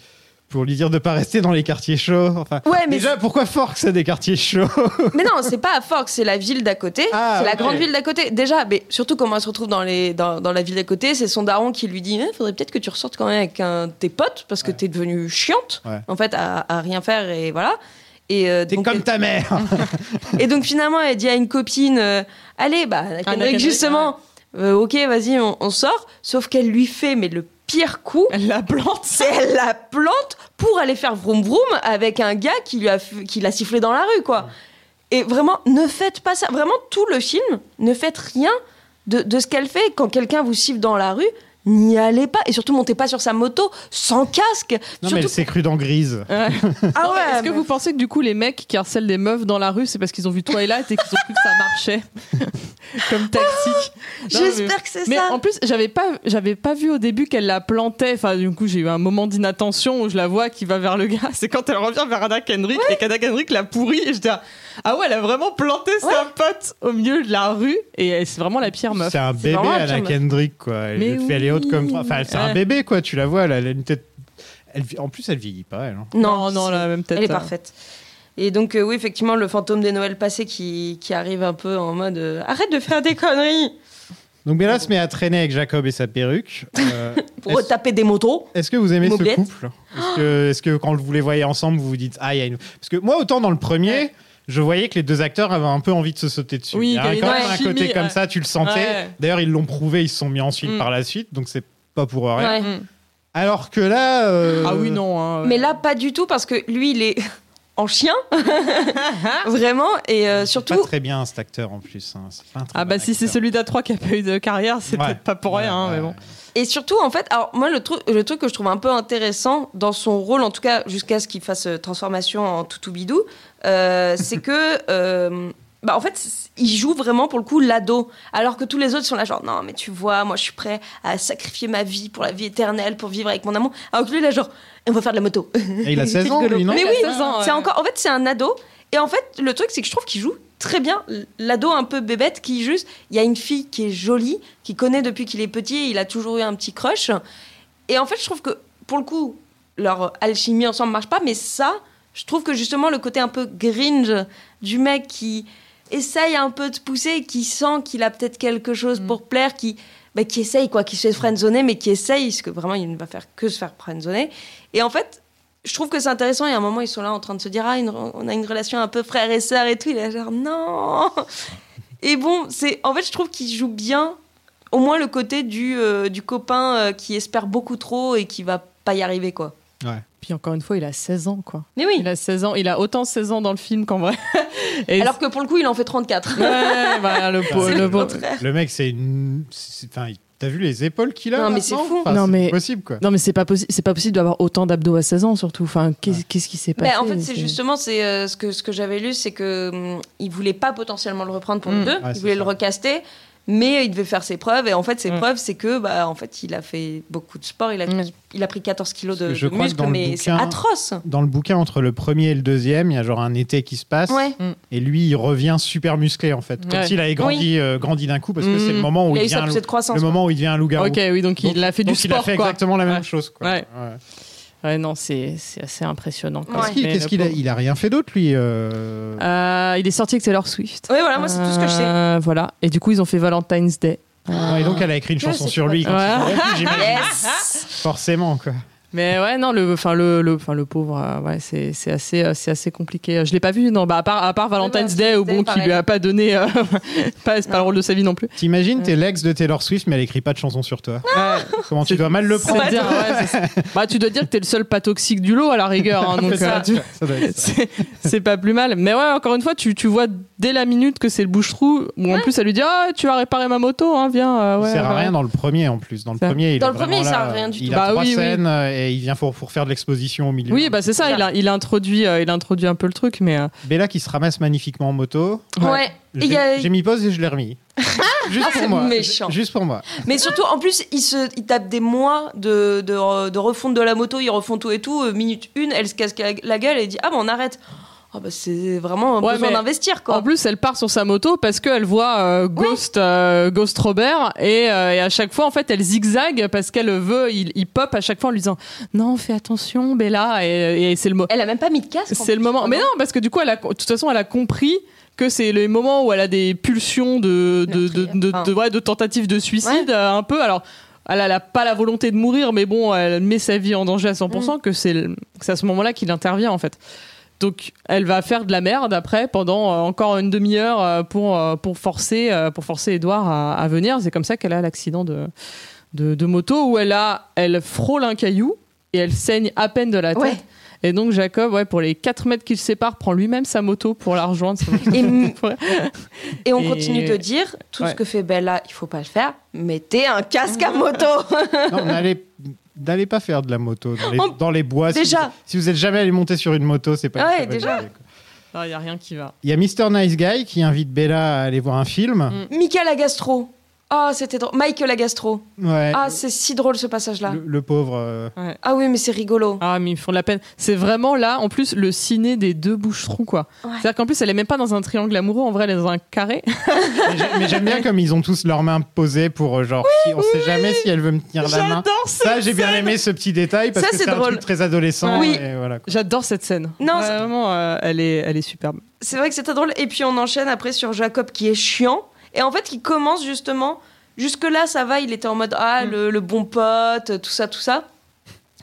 I: pour lui dire de pas rester dans les quartiers chauds. Enfin,
J: Ouais, mais
I: déjà, pourquoi Fork, ça, des quartiers chauds
J: Mais non, c'est pas à Forks, c'est la ville d'à côté.
I: Ah,
J: c'est la
I: ok.
J: grande ville d'à côté. Déjà, mais surtout comment elle se retrouve dans, les, dans, dans la ville d'à côté, c'est son daron qui lui dit Eh, faudrait peut-être que tu ressortes quand même avec un, de tes potes parce que t'es devenue chiante,
I: Ouais.
J: en fait, à, à rien faire et voilà. Et, euh,
I: T'es
J: donc,
I: comme
J: elle-
I: ta mère
J: et donc finalement, elle dit à une copine euh, Allez, bah, Henrik,
C: Henrik,
J: justement, euh, ok, vas-y, on, on sort. Sauf qu'elle lui fait, mais le pire coup,
C: Elle la plante.
J: c'est elle la plante pour aller faire vroom vroom avec un gars qui lui a f- qui l'a sifflé dans la rue quoi. Et vraiment ne faites pas ça. Vraiment tout le film ne faites rien de, de ce qu'elle fait quand quelqu'un vous siffle dans la rue. N'y allez pas et surtout montez pas sur sa moto sans casque.
I: Non, mais elle
J: surtout...
I: s'est crue dans Grise.
J: Ah ouais.
K: Est-ce que vous pensez que du coup les mecs qui harcèlent des meufs dans la rue, c'est parce qu'ils ont vu Twilight et qu'ils ont cru que ça marchait comme tactique Non, mais-
J: J'espère que c'est
K: Mais
J: ça.
K: en plus, j'avais pas, j'avais pas vu au début qu'elle la plantait. Enfin, du coup, j'ai eu un moment d'inattention où je la vois qui va vers le gars. C'est quand elle revient vers Ada Kendrick et qu'Ada Kendrick la pourrit. Et j'étais là, ah ouais, elle a vraiment planté sa pote au milieu de la rue. Et elle- c'est vraiment la pire meuf.
I: C'est un
J: Oh, C'est
I: bébé
J: vraiment
I: à
J: la
I: la
J: pire meuf.
I: Kendrick, quoi. Elle,
K: Mais
I: est- elle est haute comme.
K: oui.
I: Enfin, c'est
K: Ouais.
I: un bébé, quoi. Tu la vois, elle, elle a une tête. elle vi- En plus, elle vieillit pas, elle. hein.
K: Non, non,
J: c'est-
K: la même tête.
J: Elle est
K: euh,
J: parfaite. Et donc, euh, oui, effectivement, le fantôme des Noëls passés qui, qui arrive un peu en mode euh, Arrête de faire des conneries
I: Donc Bella se met à traîner avec Jacob et sa perruque. Euh,
J: Oh. pour
I: est-ce-
J: retaper des motos.
I: Est-ce que vous aimez
J: Mobilette.
I: ce couple Est-ce que, est-ce que quand vous les voyez ensemble, vous vous dites Ah, il y a une. Parce que moi, autant dans le premier, je voyais que les deux acteurs avaient un peu envie de se sauter dessus.
K: Oui,
I: il y a
K: qu'il y
I: quand
K: avait
I: même
K: une
I: un
K: alchimie,
I: côté comme
K: ouais.
I: ça, tu le sentais.
K: euh, Ouais.
I: D'ailleurs, ils l'ont prouvé, ils se sont mis ensuite
K: Mm.
I: par la suite, donc c'est pas pour rien.
J: Ouais.
K: Mm.
I: Alors que là. euh,
K: Ah oui, non. hein.
J: Mais là, pas du tout, parce que lui, il est en chien, vraiment, et euh,
I: c'est Pas
J: surtout.
I: très bien cet acteur en plus. hein. C'est pas un très
K: Ah bah
I: bon
K: si c'est
I: acteur.
K: celui d'A3 qui a pas eu de carrière, c'est
I: Ouais.
K: peut-être pas pour
I: Ouais,
K: rien, hein,
I: ouais,
K: mais bon.
I: ouais.
J: Et surtout, en fait, alors moi, le truc, le truc que je trouve un peu intéressant dans son rôle, en tout cas jusqu'à ce qu'il fasse euh, transformation en toutoubidou, euh, c'est que, euh, bah, en fait, c- il joue vraiment pour le coup l'ado, alors que tous les autres sont là genre non, mais tu vois, moi, je suis prêt à sacrifier ma vie pour la vie éternelle, pour vivre avec mon amour, alors que lui, là, genre, on va faire de la moto.
I: Et il a 16 ans, lui, non
J: mais
K: Il a
J: oui,
K: 16 ans,
J: c'est
K: ouais.
J: encore. En fait, c'est un ado. Et en fait, le truc, c'est que je trouve qu'il joue très bien l'ado un peu bébête qui juste. Il y a une fille qui est jolie, qui connaît depuis qu'il est petit. Il a toujours eu un petit crush. Et en fait, je trouve que pour le coup, leur alchimie ensemble marche pas. Mais ça, je trouve que justement le côté un peu gringe du mec qui essaye un peu de pousser, qui sent qu'il a peut-être quelque chose
I: Mm.
J: pour plaire, qui bah, qui essaye quoi, qui se fait friendzoner, mais qui essaye, parce que vraiment il ne va faire que se faire friendzoner. Et en fait, je trouve que c'est intéressant. Et à un moment, ils sont là en train de se dire Ah, une- on a une relation un peu frère et sœur et tout. Il est là, genre Non Et bon, c'est en fait, je trouve qu'il joue bien au moins le côté du, euh, du copain euh, qui espère beaucoup trop et qui va pas y arriver, quoi.
K: Puis encore une fois, il a 16 ans quoi.
J: Mais oui
K: Il a 16 ans, il a autant 16 ans dans le film qu'en vrai. Et
J: Alors que pour le coup, il en fait 34.
K: Ouais, bah, le pauvre-
J: C'est
K: le
J: le
K: pauvre.
J: contraire.
I: Le mec, c'est une. c'est- Enfin, il- t'as vu les épaules qu'il a
J: Non, mais c'est
I: maintenant
J: fou.
I: Enfin,
C: Non,
I: c'est
C: mais-
I: pas possible, quoi.
C: Non, mais c'est pas, possi- c'est pas possible d'avoir autant d'abdos à 16 ans, surtout. Enfin, qu'est- qu'est-ce qui s'est
J: Ben,
C: passé
J: en fait, c'est justement c'est euh, ce que ce que j'avais lu, c'est que hum, il voulait pas potentiellement le reprendre pour
K: Mm.
J: le deux,
I: Hum. Ouais,
J: il
I: c'est
J: voulait
I: ça. Hum.
J: le recaster, mais il devait faire ses preuves. Et en fait, ses
K: Mm.
J: preuves, c'est que bah en fait, il a fait beaucoup de sport, il a
K: Mm.
J: il a pris 14 kilos de,
I: Parce que Hum. je
J: de
I: crois que
J: muscles,
I: dans le
J: mais c'est
I: bouquin-
J: atroce.
I: Dans le bouquin, entre le premier et le deuxième, il y a genre un été qui se passe.
J: Ouais.
I: Et lui, il revient super musclé, en fait. Comme
K: Ouais.
I: s'il avait grandi, euh, grandi d'un coup, parce que c'est
K: Mm.
I: le moment où
J: Il
I: il,
J: a eu
I: devient
J: sa
I: un
J: petite
I: loup-
J: croissance.
I: le moment où il devient un loup-garou.
K: Ok, oui, donc, il a fait
I: Donc,
K: du
I: il a
K: sport,
I: fait
K: quoi.
I: exactement la même
K: Ouais.
I: chose, quoi.
K: Ouais. Ouais, non, c'est c'est assez impressionnant. quand
J: Parce
K: même.
J: qu'il-
K: Mais
I: Qu'est-ce
K: le
I: qu'il a
K: pauvre.
I: Il a rien fait d'autre, lui. euh,
C: Euh, il est sorti avec Taylor Swift.
J: Oui, voilà, moi c'est tout ce que je sais.
C: Euh, voilà. Et du coup, ils ont fait Valentine's Day.
I: ouais, et donc, elle a écrit une
J: Ah. Je
I: chanson
J: sais
I: sur
J: pas.
I: lui. quand
K: Ouais.
I: ils sont rompus, j'imagine.
J: Yes.
I: Forcément, quoi.
K: Mais ouais, non, le, enfin le, le, enfin, le pauvre, euh, ouais, c'est c'est assez, euh, c'est assez compliqué. Je l'ai pas vu, non. Bah à part, à part Valentine's
J: Valentine's
K: Day, ou
J: Day,
K: bon, qui lui a
J: pareil.
K: pas donné, euh, pas, c'est pas le rôle de sa vie non plus.
I: T'imagines, t'es l'ex de Taylor Swift, mais elle écrit pas de chanson sur toi.
J: Ah
K: Ouais.
I: Comment tu dois mal le
K: C'est
I: prendre
K: dire, ouais, c'est- bah tu dois dire que t'es le seul pas toxique du lot à la rigueur. hein, donc
I: C'est ça,
K: euh, tu-
I: ça doit être ça.
K: c'est c'est pas plus mal. Mais ouais, encore une fois, tu, tu vois dès la minute que c'est le bouche-trou. Ou en plus, elle lui dit, ah, tu as réparé ma moto, hein, viens. euh,
I: Il
K: ouais,
I: sert à
K: ouais.
I: rien dans le premier en plus. Dans le
K: Ça.
I: premier, il
J: Dans
I: est
J: le premier,
I: vraiment
J: il sert à
I: là,
J: rien du
I: il
K: tout.
I: a
K: Bah
I: trois
K: oui, oui.
I: scènes euh, et il vient pour, pour faire de l'exposition au milieu.
K: Oui, bah c'est ça, il a, il a introduit, euh, il a introduit un peu le truc, mais euh,
I: Bella qui se ramasse magnifiquement en moto.
K: Ouais.
J: Ouais. Et il y a- Ah,
I: J'ai j'ai mis pause et je l'ai remis. Juste
J: c'est
I: pour moi.
J: méchant.
I: Juste pour moi.
J: Mais surtout, en plus, il, se, il tape des mois de, de, re- de refonte de la moto, il refont tout et tout. Euh, Minute une, elle se casse la- la gueule et dit Ah, bah on arrête. Ah, bah c'est vraiment
K: Ouais,
J: besoin
K: mais-
J: d'investir quoi.
K: en plus elle part sur sa moto parce qu'elle voit euh, Ghost, euh, Ghost Robert et, euh, et à chaque fois en fait elle zigzague parce qu'elle veut, il, il pop à chaque fois en lui disant non fais attention Bella et, et c'est le, mo-
J: Elle a même pas mis de casque. en
K: c'est le
J: plus.
K: moment. Mais
J: Ah
K: non parce que du coup elle a, de toute façon elle a compris que c'est les moments où elle a des pulsions de de de, de, de- ouais, de tentatives de suicide euh, un peu alors. Elle n'a pas la volonté de
J: Mm.
K: mourir, mais bon, elle met sa vie en danger à 100%, que c'est le- que c'est à ce moment-là qu'il intervient, en fait. Donc elle va faire de la merde après pendant euh, encore une demi-heure euh, pour, euh, pour, forcer, euh, pour forcer Edouard à, à venir. C'est comme ça qu'elle a l'accident de, de, de moto où elle, a, elle frôle un caillou et elle saigne à peine de la tête.
J: Ouais.
K: Et donc Jacob, ouais, pour les 4 mètres qu'il sépare, prend lui-même sa moto pour la rejoindre.
J: Et, m-
K: Ouais.
J: et on
K: Et-
J: continue de dire tout
K: Ouais.
J: ce que fait Bella, il faut pas le faire. Mettez un casque à moto.
I: Non, n'allez- N'allez pas faire de la moto dans les,
J: En-
I: dans les bois. si
J: Déjà. Ah
I: vous- Si vous, êtes jamais allé monter sur une moto, c'est pas
J: Ouais,
I: c'est pas
J: déjà.
I: une bonne idée, quoi.
K: Il n'y Ah, a rien qui va.
I: Il y a Mr. Nice Guy qui invite Bella à aller voir un film.
J: Michael Agastro. Ah, c'était drôle. Michael Agastro.
I: Ouais.
J: Ah, c'est si drôle ce passage-là.
I: le, le pauvre. euh,
J: Ah oui, mais c'est rigolo.
K: Ah, mais ils me font de la peine. C'est vraiment là, en plus, le ciné des deux boucherons, quoi.
J: Ouais.
K: C'est-à-dire qu'en plus, elle est même pas dans un triangle amoureux, en vrai, elle est dans un carré.
I: Mais j'ai- mais j'aime bien comme ils ont tous leurs mains posées pour euh, genre, si- on sait jamais si elle veut me tenir la main.
K: J'adore
I: Ça,
K: cette
I: j'ai bien aimé ce petit détail parce
J: Ça,
I: que
J: c'est
I: c'est un
J: drôle.
I: truc très adolescent.
J: Oui.
I: et voilà, quoi.
K: J'adore cette scène.
J: Non, c'est-
K: vraiment, euh, elle est, elle est superbe.
J: C'est vrai que c'est très drôle. Et puis on enchaîne après sur Jacob qui est chiant. Et en fait, qui commence justement. Jusque-là, ça va, il était en mode Ah, le, le bon pote, tout ça, tout ça.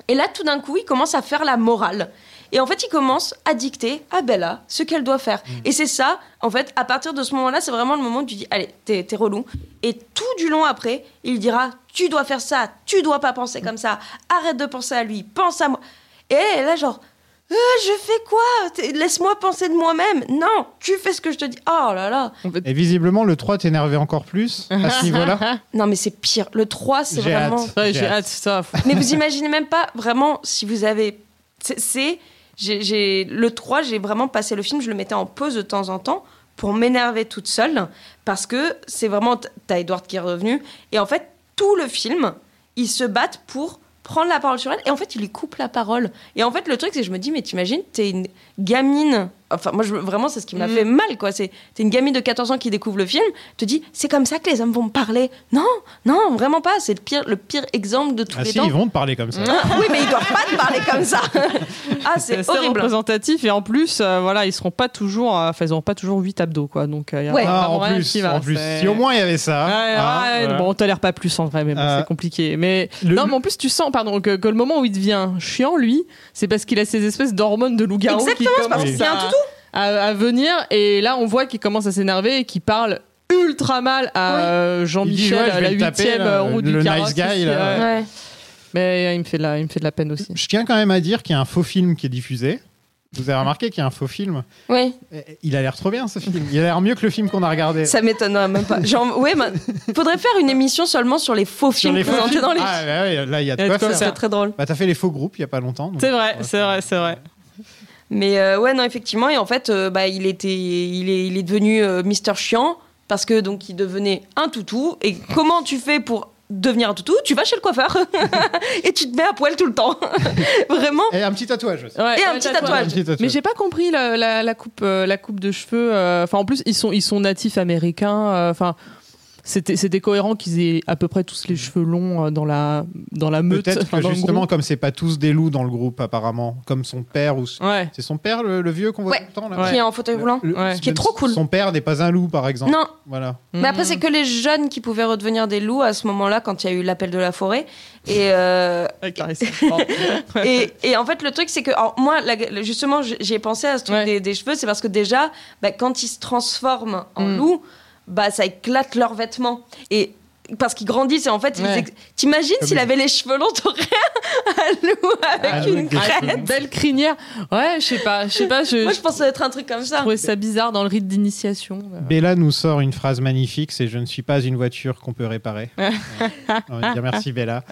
J: Et là, tout d'un coup, il commence à faire la morale. Et en fait, il commence à dicter à Bella ce qu'elle doit faire. Et c'est ça, en fait, à partir de ce moment-là, c'est vraiment le moment où tu dis Allez, t'es t'es relou. Et tout du long après, il dira Tu dois faire ça, tu dois pas penser comme ça, arrête de penser à lui, pense à moi. Et elle est là, genre Euh, Je fais quoi T'es- Laisse-moi penser de moi-même. Non, tu fais ce que je te dis. Oh là là.
I: Et visiblement, le 3 t'énervait encore plus à ce niveau-là.
J: Non, mais c'est pire. Le 3, c'est
I: J'ai
J: vraiment.
I: hâte.
K: Ouais,
I: J'ai
K: j'ai
I: hâte.
K: hâte, ça. faut-
J: Mais vous imaginez même pas vraiment si vous avez. c'est- C'est. j'ai- j'ai- Le 3, j'ai vraiment passé le film, je le mettais en pause de temps en temps pour m'énerver toute seule parce que c'est vraiment. T'as Edward qui est revenu et en fait, tout le film, ils se battent pour prendre la parole sur elle et en fait, ils lui coupent la parole. Et en fait, le truc, c'est que je me dis, mais t'imagines, t'es une gamine. Enfin, moi, je, vraiment, c'est ce qui m'a
K: Mhm.
J: fait mal, quoi. C'est t'es une gamine de 14 ans qui découvre le film, te dis, c'est comme ça que les hommes vont me parler. Non, non, vraiment pas. C'est le pire, le pire exemple de tous
I: Ah
J: les
I: si,
J: temps.
I: ils vont te parler comme ça.
J: Oui, mais ils doivent pas te parler comme ça. Ah,
K: C'est
J: c'est
K: assez
J: horrible.
K: représentatif et en plus, euh, voilà, ils seront pas toujours, euh, enfin, ils auront pas toujours 8 abdos, quoi. Donc, euh, y a
J: Ouais.
I: Ah,
K: vraiment
I: en
K: rien
I: plus,
K: qui va,
I: en plus.
K: c'est-
I: Si au moins il y avait ça.
K: Ouais,
I: hein,
K: ouais,
I: voilà.
K: Bon, l'air pas plus en vrai, mais bon,
I: Euh,
K: c'est compliqué. Mais
I: le-
K: non, mais en plus, tu sens, pardon, que, que le moment où il devient chiant, lui, c'est parce qu'il a ces espèces d'hormones de loup-garou qui
J: Exactement, c'est parce
K: commencent
J: qu'il y a un
K: à,
J: toutou.
K: à- à venir. Et là, on voit qu'il commence à s'énerver et qu'il parle ultra mal à euh,
I: Il dit,
K: Jean-Michel,
I: ouais, je vais
K: la
I: le taper,
K: huitième
I: là,
K: euh, roue du
I: le nice
K: carrosse.
I: guy,
K: ici,
I: là.
K: ouais.
J: Ouais.
K: Mais euh, il me fait de la, il me fait de la peine aussi.
I: Je tiens quand même à dire qu'il y a un faux film qui est diffusé. Vous avez remarqué qu'il y a un faux film.
J: Oui,
I: Eh, Il a l'air trop bien ce film. Il a l'air mieux que le film qu'on a regardé.
J: ça m'étonnerait même pas. Genre, ouais, mais faudrait faire une émission seulement sur les faux
I: Sur
J: films
I: les faux
J: présentés
I: films.
J: dans les.
I: Ah, bah ouais, là, il y a de
K: Il y
I: quoi
K: a de quoi
I: faire.
J: C'est
K: faire.
J: très drôle.
I: Bah, t'as fait les faux groupes il y a pas longtemps. donc-
K: C'est vrai,
I: Ouais.
K: c'est vrai, c'est vrai.
J: Mais euh, ouais, non, effectivement, et en fait, euh, bah, il était, il est, il est devenu euh, Mister Chiant parce que donc il devenait un toutou. Et comment tu fais pour devenir un toutou Tu vas chez le coiffeur et tu te mets à poil tout le temps. Vraiment.
I: Et un petit tatouage aussi.
K: Ouais,
J: Et un
K: ouais,
J: petit
K: t'as-
J: tatouage.
I: Un petit tatouage.
K: Mais j'ai pas compris la, la- la coupe, euh, la coupe de cheveux. euh, Enfin, en plus, ils sont, ils sont natifs américains. euh, Enfin, c'était, c'était cohérent qu'ils aient à peu près tous les cheveux longs euh, dans la, dans la meute.
I: Peut-être
K: enfin,
I: que
K: dans le
I: justement,
K: groupe.
I: comme c'est pas tous des loups dans le groupe, apparemment, comme son père ou.
K: Ouais.
I: C'est son père, le, le vieux qu'on voit
J: Ouais.
I: tout le temps là
J: Qui est en fauteuil roulant.
I: Le-
K: Ouais.
J: Qui est trop cool.
I: Son père n'est pas un loup, par exemple.
J: Non,
I: Voilà.
J: Mais
K: Mhm.
J: après, c'est que les jeunes qui pouvaient redevenir des loups à ce moment-là, quand il y a eu l'appel de la forêt. Et, euh,
K: Avec la récite. Pardon.
J: et, et en fait, le truc, c'est que alors, moi, la- justement, j- j'y ai pensé à ce truc
K: Ouais.
J: des, des cheveux, c'est parce que déjà, bah, quand ils se transforment en
K: Mm.
J: loups, bah, ça éclate leurs vêtements. Et parce qu'ils grandissent, et en fait, ils
K: Ouais.
J: ex- t'imagines
I: Comme
J: s'il
I: ils-
J: avait les cheveux longs, t'aurais un loup avec
I: Ah,
J: une
I: avec des cheveux
J: crête.
I: longs.
K: Belle crinière. Ouais, je sais pas, je sais pas. Je,
J: Moi,
K: je
J: je pensais être un truc comme ça.
K: trouvais ça bizarre dans le rite d'initiation. euh.
I: Bella nous sort une phrase magnifique c'est Je ne suis pas une voiture qu'on peut réparer. Ouais. On va dire merci, Bella.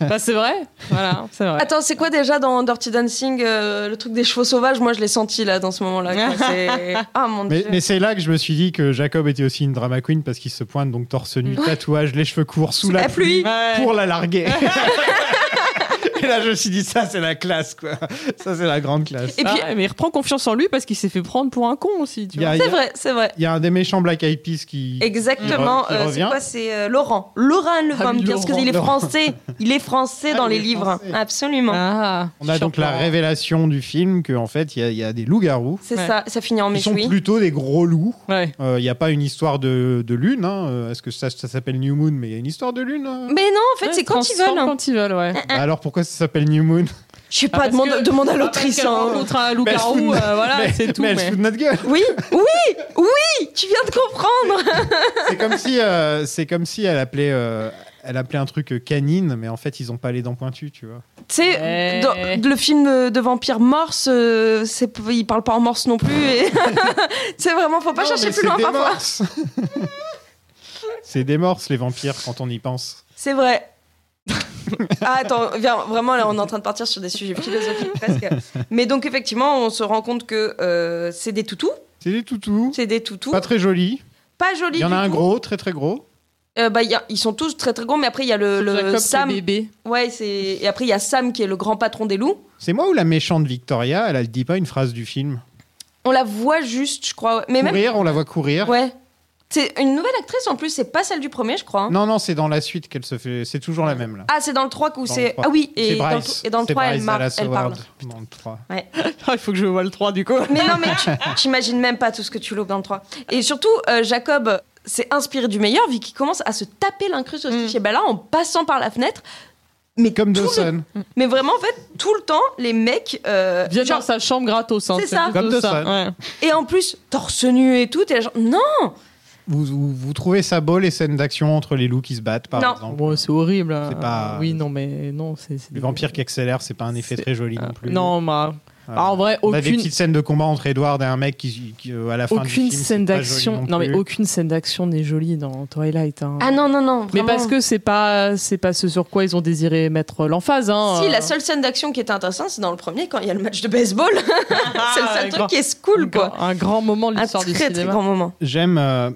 K: Bah, c'est vrai. Voilà, c'est vrai.
J: Attends, c'est quoi déjà dans Dirty Dancing, euh, le truc des chevaux sauvages Moi, je l'ai senti là, dans ce moment-là. quoi. C'est- Ah mon
I: Mais,
J: dieu.
I: mais c'est là que je me suis dit que Jacob était aussi une drama queen parce qu'il se pointe donc torse nu, tatouage, les cheveux courts, sous la,
J: la pluie.
K: Ouais.
I: pour la larguer. Et là, je me suis dit, ça, c'est la classe, quoi. Ça, c'est la grande classe.
J: Et puis,
K: Ah, mais il reprend confiance en lui parce qu'il s'est fait prendre pour un con aussi. Tu
I: Il y,
K: vois.
I: a, il y
J: c'est
I: a-
J: vrai, c'est vrai.
I: il y a un des méchants Black Eyed Peas qui.
J: Exactement.
I: Qui
J: euh, c'est
I: revient.
J: quoi C'est euh, Laurent. Laurent Le
K: Ah oui,
J: bien parce
K: Laurent,
J: qu'il est
I: Laurent.
J: français. Il est français
I: Ah,
J: dans
I: il
J: les
I: est
J: livres.
I: français.
J: Absolument.
K: Ah,
I: On a donc la
K: surprenant.
I: révélation du film qu'en fait, il y a- il y, a des loups-garous.
J: C'est
K: Ouais.
J: ça. Ça finit en
I: Ils sont
J: méchoui.
I: plutôt des gros loups.
K: Ouais.
I: Euh, Il n'y a pas une histoire de, de lune. hein. Euh, Est-ce que ça, ça s'appelle New Moon Mais il y a une histoire de lune. hein.
J: Mais non, en fait,
K: Ouais,
J: c'est quand ils
K: transforment
J: veulent.
K: Quand ils veulent, ouais.
I: Bah alors pourquoi ça s'appelle New Moon
J: Je sais pas, demande,
K: Ah, Parce que-
J: demande à
K: Parce
J: l'autrice.
K: qu'elle
J: hein.
K: rencontre un loup
I: Mais elle se fout de
K: garou,
I: notre-
K: euh, voilà,
I: mais-
K: c'est tout.
I: Mais elle se
K: mais-
I: fout de notre gueule.
J: Oui, oui, oui, tu viens de comprendre.
I: C'est comme si, euh, c'est comme si elle appelait, euh, elle appelait un truc euh, canine, mais en fait ils ont pas les dents pointues, tu vois.
J: tu sais,
K: Ouais.
J: dans le film de, de vampire morse, euh, c'est- il parle pas en morse non plus. Et... c'est vraiment, faut pas
I: Non,
J: chercher
I: mais
J: plus loin
I: C'est des
J: parfois.
I: morses. C'est des morses les vampires quand on y pense.
J: C'est vrai. Ah, attends, viens, vraiment, là, on est en train de partir sur des sujets philosophiques presque. Mais donc, effectivement, on se rend compte que euh, c'est des toutous.
I: C'est des toutous,
J: C'est des toutous.
I: pas
J: Pas,
I: très jolis.
J: jolis.
I: Il y en a un
J: du tout.
I: gros, très très gros.
J: Euh, bah, il y a- ils sont tous très très gros, mais après, il y a le, le
K: Jacob, c'est
J: Sam.
K: bébé.
J: Ouais, c'est- et après, il y a Sam qui est le grand patron des loups.
I: C'est moi ou la méchante Victoria Elle ne dit pas une phrase du film.
J: On la voit juste, je crois. Mais même.
I: courir, on la voit courir.
J: Ouais. C'est une nouvelle actrice en plus, c'est pas celle du premier, je crois. hein.
I: Non, non, c'est dans la suite qu'elle se fait. C'est toujours la même là.
J: Ah, c'est dans le 3 où
I: Dans
J: c'est.
I: le trois.
J: Ah oui,
I: C'est
J: et dans, le,
I: Bryce.
J: et dans le
I: C'est
J: 3, elle,
I: Bryce
J: marque-
I: Dallas
J: elle parle.
I: Howard Dans le 3.
K: Ah, il faut que je vois le 3 du coup.
J: Mais non, mais tu t'imagines même pas tout ce que tu loupes dans le 3. Et surtout, euh, Jacob s'est inspiré du meilleur, vu qu'il commence à se taper l'incruste sur
K: Mm.
J: ce là en passant par la fenêtre. Mais
I: Comme
J: tout le-
I: Dawson.
J: Mais vraiment, en fait, tout le temps, les mecs. euh,
K: Viens
J: genre-
K: dans sa chambre gratos. hein,
J: C'est ça.
K: juste
I: Comme de ça.
K: ouais.
J: et en plus, torse nu et tout, t'es là genre. Non
I: Vous, vous, vous trouvez ça beau les scènes d'action entre les loups qui se battent, par
J: Non.
I: exemple
K: Ouais, c'est horrible. hein.
I: C'est pas-
K: Oui, non, mais non, c'est. c'est-
I: Les vampires qui accélèrent, c'est pas un effet
K: C'est-
I: très joli
K: Ah,
I: non plus.
K: Non, bah,
I: Voilà.
K: ah, en vrai,
I: On a des
K: aucune-
I: petites scènes de combat entre Edward et un mec qui, qui, euh, à la fin du
K: aucune
I: film, c'est
K: scène
I: pas joli
K: d'action.
I: non,
K: Non, mais
I: plus.
K: aucune scène d'action n'est jolie dans Twilight. hein.
J: Ah non, non, non.
K: mais
J: vraiment.
K: parce que c'est pas, c'est pas ce sur quoi ils ont désiré mettre l'emphase. Hein,
J: Si,
K: Euh,
J: la seule scène d'action qui était intéressante, c'est dans le premier, quand il y a le match de baseball. c'est le
K: Ah,
J: seul
K: grand-
J: truc qui est
K: un
J: cool,
K: grand-
J: quoi.
K: Un grand moment de
J: Un
K: l'histoire du
J: très, très
K: cinéma.
J: grand moment.
I: J'aime euh,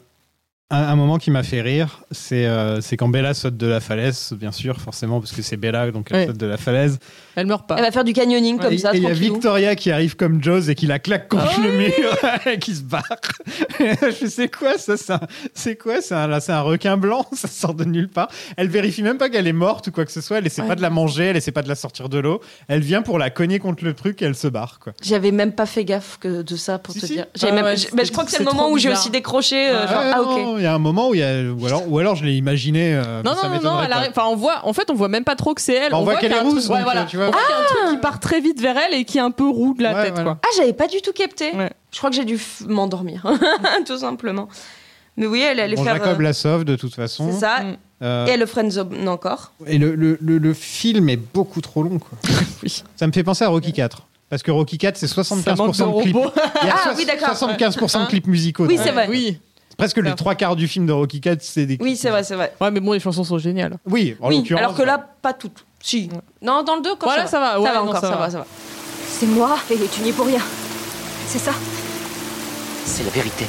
I: un, un moment qui m'a fait rire, c'est euh, c'est quand Bella saute de la falaise, bien sûr, forcément, parce que c'est Bella, donc elle
K: Ouais.
I: saute de la falaise.
K: Elle meurt pas.
J: Elle va faire du canyoning comme
I: et
J: ça,
I: et il y a
J: tranquillou.
I: Victoria qui arrive comme Jaws et qui la claque contre le mur et qui se barre. Je sais quoi ça C'est un- c'est quoi C'est un, là, c'est un requin blanc Ça sort de nulle part. Elle vérifie même pas qu'elle est morte ou quoi que ce soit. Elle essaie pas de la manger, elle essaie pas de la sortir de l'eau. Elle vient pour la cogner contre le truc et elle se barre. Quoi.
J: J'avais même pas fait gaffe que de ça pour
I: Si,
J: te
I: si.
J: dire. J'ai
K: Ah
J: même-
K: ouais,
J: j'ai-
K: c'est-
J: mais je crois que c'est le
K: c'est
J: moment
K: trop
J: où j'ai
K: bizarre.
J: aussi décroché.
K: Ah
J: euh, genre,
I: Ouais,
J: ah
I: non,
J: ok.
I: Il y a un moment où il y a, ou alors, ou alors je l'ai imaginé. euh,
K: Non, non, non,
I: ça
K: non,
I: m'étonnerait
K: elle
I: pas.
K: arrive- Enfin, on voit, en fait, on voit même pas trop que c'est elle.
I: Bah, on voit
K: qu'il y a
I: qu'elle
K: un
I: est
K: truc-
I: rousse, donc,
K: ouais, voilà.
I: tu vois.
K: On voit qu'il y a un truc qui part très vite vers elle et qui est un peu roux de la
I: Ouais,
K: tête,
I: voilà.
K: quoi.
J: Ah, j'avais pas du tout capté.
K: Ouais.
J: Je crois que j'ai dû f- m'endormir, tout simplement. Mais oui, elle allait
I: Bon,
J: faire.
I: Jacob
J: euh,
I: la sauve de toute façon.
J: c'est ça.
K: Mm.
I: Euh,
J: Et elle le friendzone encore.
I: et le, le- le- le film est beaucoup trop long. Quoi.
K: Oui.
I: Ça me fait penser à Rocky 4. Parce que Rocky 4, c'est
K: Ça manque
I: 75%
K: de
I: de clips.
K: robots.
I: Il y a
J: Ah,
I: soix-
J: oui, d'accord.
I: 75% de clips musicaux.
J: Oui,
I: dans-
J: c'est vrai.
K: Oui.
I: Presque les trois quarts du film de Rocky 4, c'est des clips.
J: Oui, c'est vrai, c'est vrai.
K: Ouais, mais bon, les chansons sont géniales.
I: Oui, en
J: Oui,
I: l'occurrence.
J: alors que là, pas tout. Si. Non, dans le 2, quand
K: Voilà, ça va. Ouais,
J: ça va
K: non,
J: encore,
K: ça
J: ça
K: va.
J: va, ça va.
A: C'est moi et tu n'y es pour rien. C'est ça
B: C'est la vérité.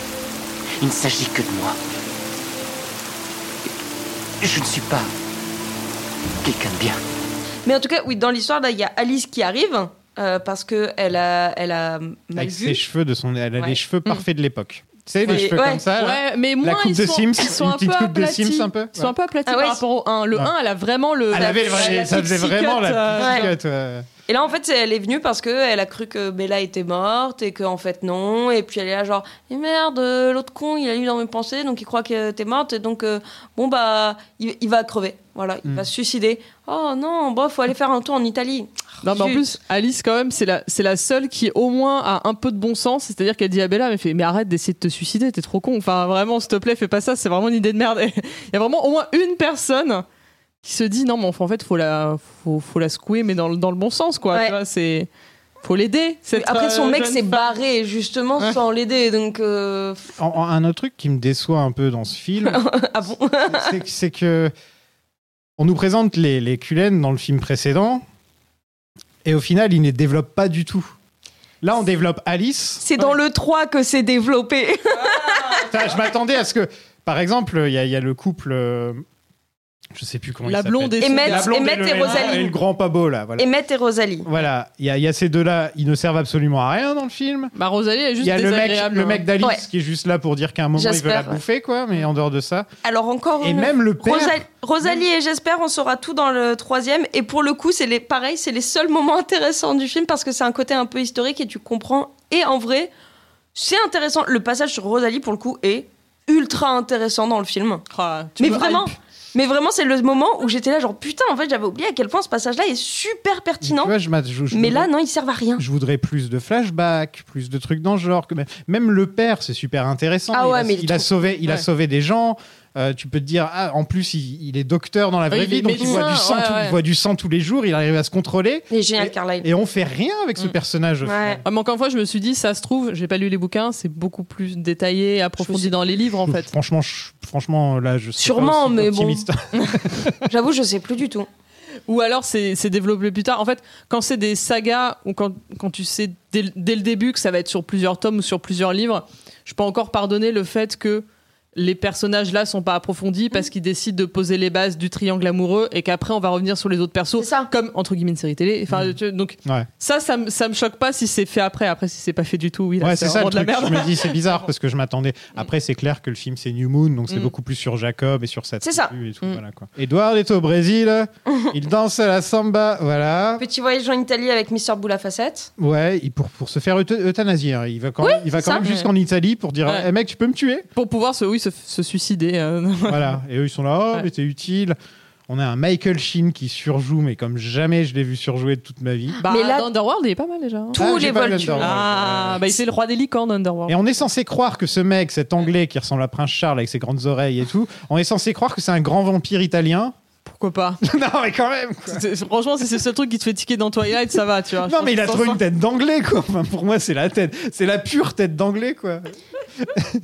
B: Il ne s'agit que de moi. Je ne suis pas quelqu'un de bien.
J: Mais en tout cas, oui, dans l'histoire, là, il y a Alice qui arrive euh, parce que elle a, elle a mal
I: Avec
J: vu.
I: ses cheveux de son. Elle a
J: Ouais.
I: les cheveux parfaits de l'époque. Tu sais,
J: Ouais.
I: les cheveux
J: Ouais.
I: comme ça. là.
K: Ouais, mais moins
I: coupe
K: ils
I: de
K: sont,
I: Sims,
K: ils sont
I: une
K: un
I: petite
K: peu
I: coupe de
K: aplatis.
I: Sims un peu,
K: Ils sont
I: ouais.
K: un peu aplatis
J: Ah ouais,
K: par rapport au 1. Le
I: Ouais.
K: 1, elle a vraiment le.
I: Elle avait le vrai-
K: la
I: ça faisait
K: pixie
I: vraiment
K: cut,
I: la
K: euh,
I: petite
J: ouais.
I: cocotte, ouais.
J: Et là, en fait, c'est- elle est venue parce qu'elle a cru que Bella était morte et qu'en fait, non. Et puis elle est là, genre, Eh merde, euh, l'autre con, il a eu dans mes pensées, donc il croit que t'es morte. Et donc, euh, bon, bah, il, il va crever. Voilà, il
K: Hmm.
I: Mm.
J: va se suicider. Oh non, bon, faut aller faire un tour en Italie.
K: Non, mais en
J: Zut.
K: plus, Alice, quand même, c'est la, c'est la seule qui, au moins, a un peu de bon sens. C'est-à-dire qu'elle dit à Bella, mais, fait, mais arrête d'essayer de te suicider, t'es trop con. Enfin, vraiment, s'il te plaît, fais pas ça, c'est vraiment une idée de merde. Il y a vraiment au moins une personne qui se dit, non, mais enfin, en fait, faut la, faut, faut la secouer, mais dans, le- dans le bon sens, quoi.
J: Ouais.
K: Tu vois, c'est. Faut l'aider. cette,
J: Après, son
K: euh,
J: mec
K: jeune
J: s'est
K: femme.
J: barré, justement,
K: Ouais.
J: sans l'aider. Donc, euh,
I: En- en- un autre truc qui me déçoit un peu dans ce film,
J: ah bon
I: c'est- c'est que on nous présente les, les Cullen dans le film précédent, et au final, ils ne les développent pas du tout. Là, on développe Alice.
J: C'est dans le 3 que c'est développé.
I: Putain, je m'attendais à ce que, par exemple, il y, a- il y a le couple, euh, je sais plus comment
K: La
I: il s'appelle.
K: blonde et,
J: Emmett-
K: la
I: La blonde
J: Emmett
I: le-
J: et Rosalie.
I: Et le grand pas beau, là. Voilà,
J: Emmett et Rosalie.
I: Voilà, il y, a- il y a ces deux-là, ils ne servent absolument à rien dans le film.
K: Bah, Rosalie elle est juste
I: Il y a le mec,
K: désagréable,
I: le
K: hein.
I: mec d'Alice
J: Ouais.
I: qui est juste là pour dire qu'à un moment, il veut la
J: J'espère, ouais.
I: bouffer, quoi, mais en dehors de ça.
J: Alors, encore
I: Et
J: une
I: même le père.
J: Rosa- Rosalie et j'espère on saura tout dans le troisième et pour le coup c'est les pareil c'est les seuls moments intéressants du film parce que c'est un côté un peu historique et tu comprends et en vrai c'est intéressant le passage sur Rosalie pour le coup est ultra intéressant dans le film
K: Ah, tu
J: mais
K: me
J: vraiment
K: hype.
J: Mais vraiment, c'est le moment où j'étais là, genre putain, en fait, j'avais oublié à quel point ce passage-là est super pertinent.
I: Tu vois, je, m'a- je- je-
J: mais là, non, ils servent à rien.
I: Je voudrais plus de flashbacks, plus de trucs dans ce genre. que- Même le père, c'est super intéressant.
J: Ah
I: il
J: ouais,
I: a,
J: mais il est
I: il a
J: trop-
I: sauvé, il a
K: ouais.
I: sauvé des gens. Euh, tu peux te dire, ah, en plus, il, il est docteur dans la vraie
K: Oui, il est
I: vie, donc il voit,
K: médecin,
I: du sang,
K: ouais,
I: tout- il
K: ouais.
I: voit du sang tous les jours, il arrive à se contrôler.
J: Il est génial, Carlyle.
I: Et on fait rien avec ce
K: Mm.
I: personnage. au final.
J: Ouais.
K: Ah, mais encore une fois, je me suis dit, ça se trouve, j'ai pas lu les bouquins, c'est beaucoup plus détaillé, approfondi
J: suis-
K: dans les livres en fait.
I: Franchement, je- franchement, là, je suis
J: Sûrement, mais bon.
I: bon.
J: J'avoue, je sais plus du tout.
K: Ou alors c'est c'est développé plus tard. En fait, quand c'est des sagas ou quand, quand tu sais dès, le- dès le début que ça va être sur plusieurs tomes ou sur plusieurs livres, je peux encore pardonner le fait que les personnages là sont pas approfondis
J: Mmh.
K: parce qu'ils décident de poser les bases du triangle amoureux et qu'après on va revenir sur les autres persos
J: C'est ça.
K: comme entre guillemets une série télé. Enfin,
I: Mmh.
K: tu- donc
I: Ouais,
K: ça, ça, me- ça me choque pas si c'est fait après. Après, si c'est pas fait du tout, oui, là,
I: Ouais,
K: c'est
I: c'est ça
K: vraiment
I: le
K: de la
I: truc.
K: merde.
I: Je me dis, c'est bizarre parce que je m'attendais. Après, c'est clair que le film, c'est New Moon, donc c'est
K: Mm.
I: beaucoup plus sur Jacob et sur sa
J: C'est ça.
I: tribu Et tout,
K: Mm.
I: voilà, quoi. Edward est au Brésil, il danse à la samba, voilà.
J: Petit voyage en Italie avec Mister Boula Facette.
I: Ouais, il- pour, pour se faire euth- euthanasier. hein. Il va quand, il va
J: c'est
I: quand
J: ça.
I: même jusqu'en Italie pour dire
K: Ouais.
I: Eh mec, tu peux me tuer
K: Pour pouvoir se, oui, se, se suicider. euh,
I: Voilà. Et eux, ils sont là Oh,
K: Ouais.
I: mais t'es utile. On a un Michael Sheen qui surjoue, mais comme jamais je l'ai vu surjouer de toute ma vie.
K: Bah,
J: Mais là-
K: dans Underworld, il est pas mal déjà. hein.
J: Tous
I: Ah, j'ai
J: les
I: pas
J: vols
I: le
J: du
I: temps.
K: Ah, bah, il fait le roi des licornes, Underworld.
I: Et on est censé croire que ce mec, cet anglais qui ressemble à Prince Charles avec ses grandes oreilles et tout, on est censé croire que c'est un grand vampire italien.
K: Pourquoi pas
I: non, mais quand même quoi.
K: C'est- c'est- Franchement, si c'est ce truc qui te fait tiquer dans Twilight, ça va, tu vois.
I: Non, mais il a
K: Je pense
I: trop une
K: que-
I: tête d'anglais quoi. Enfin, pour moi, c'est la tête. C'est la pure tête d'anglais quoi.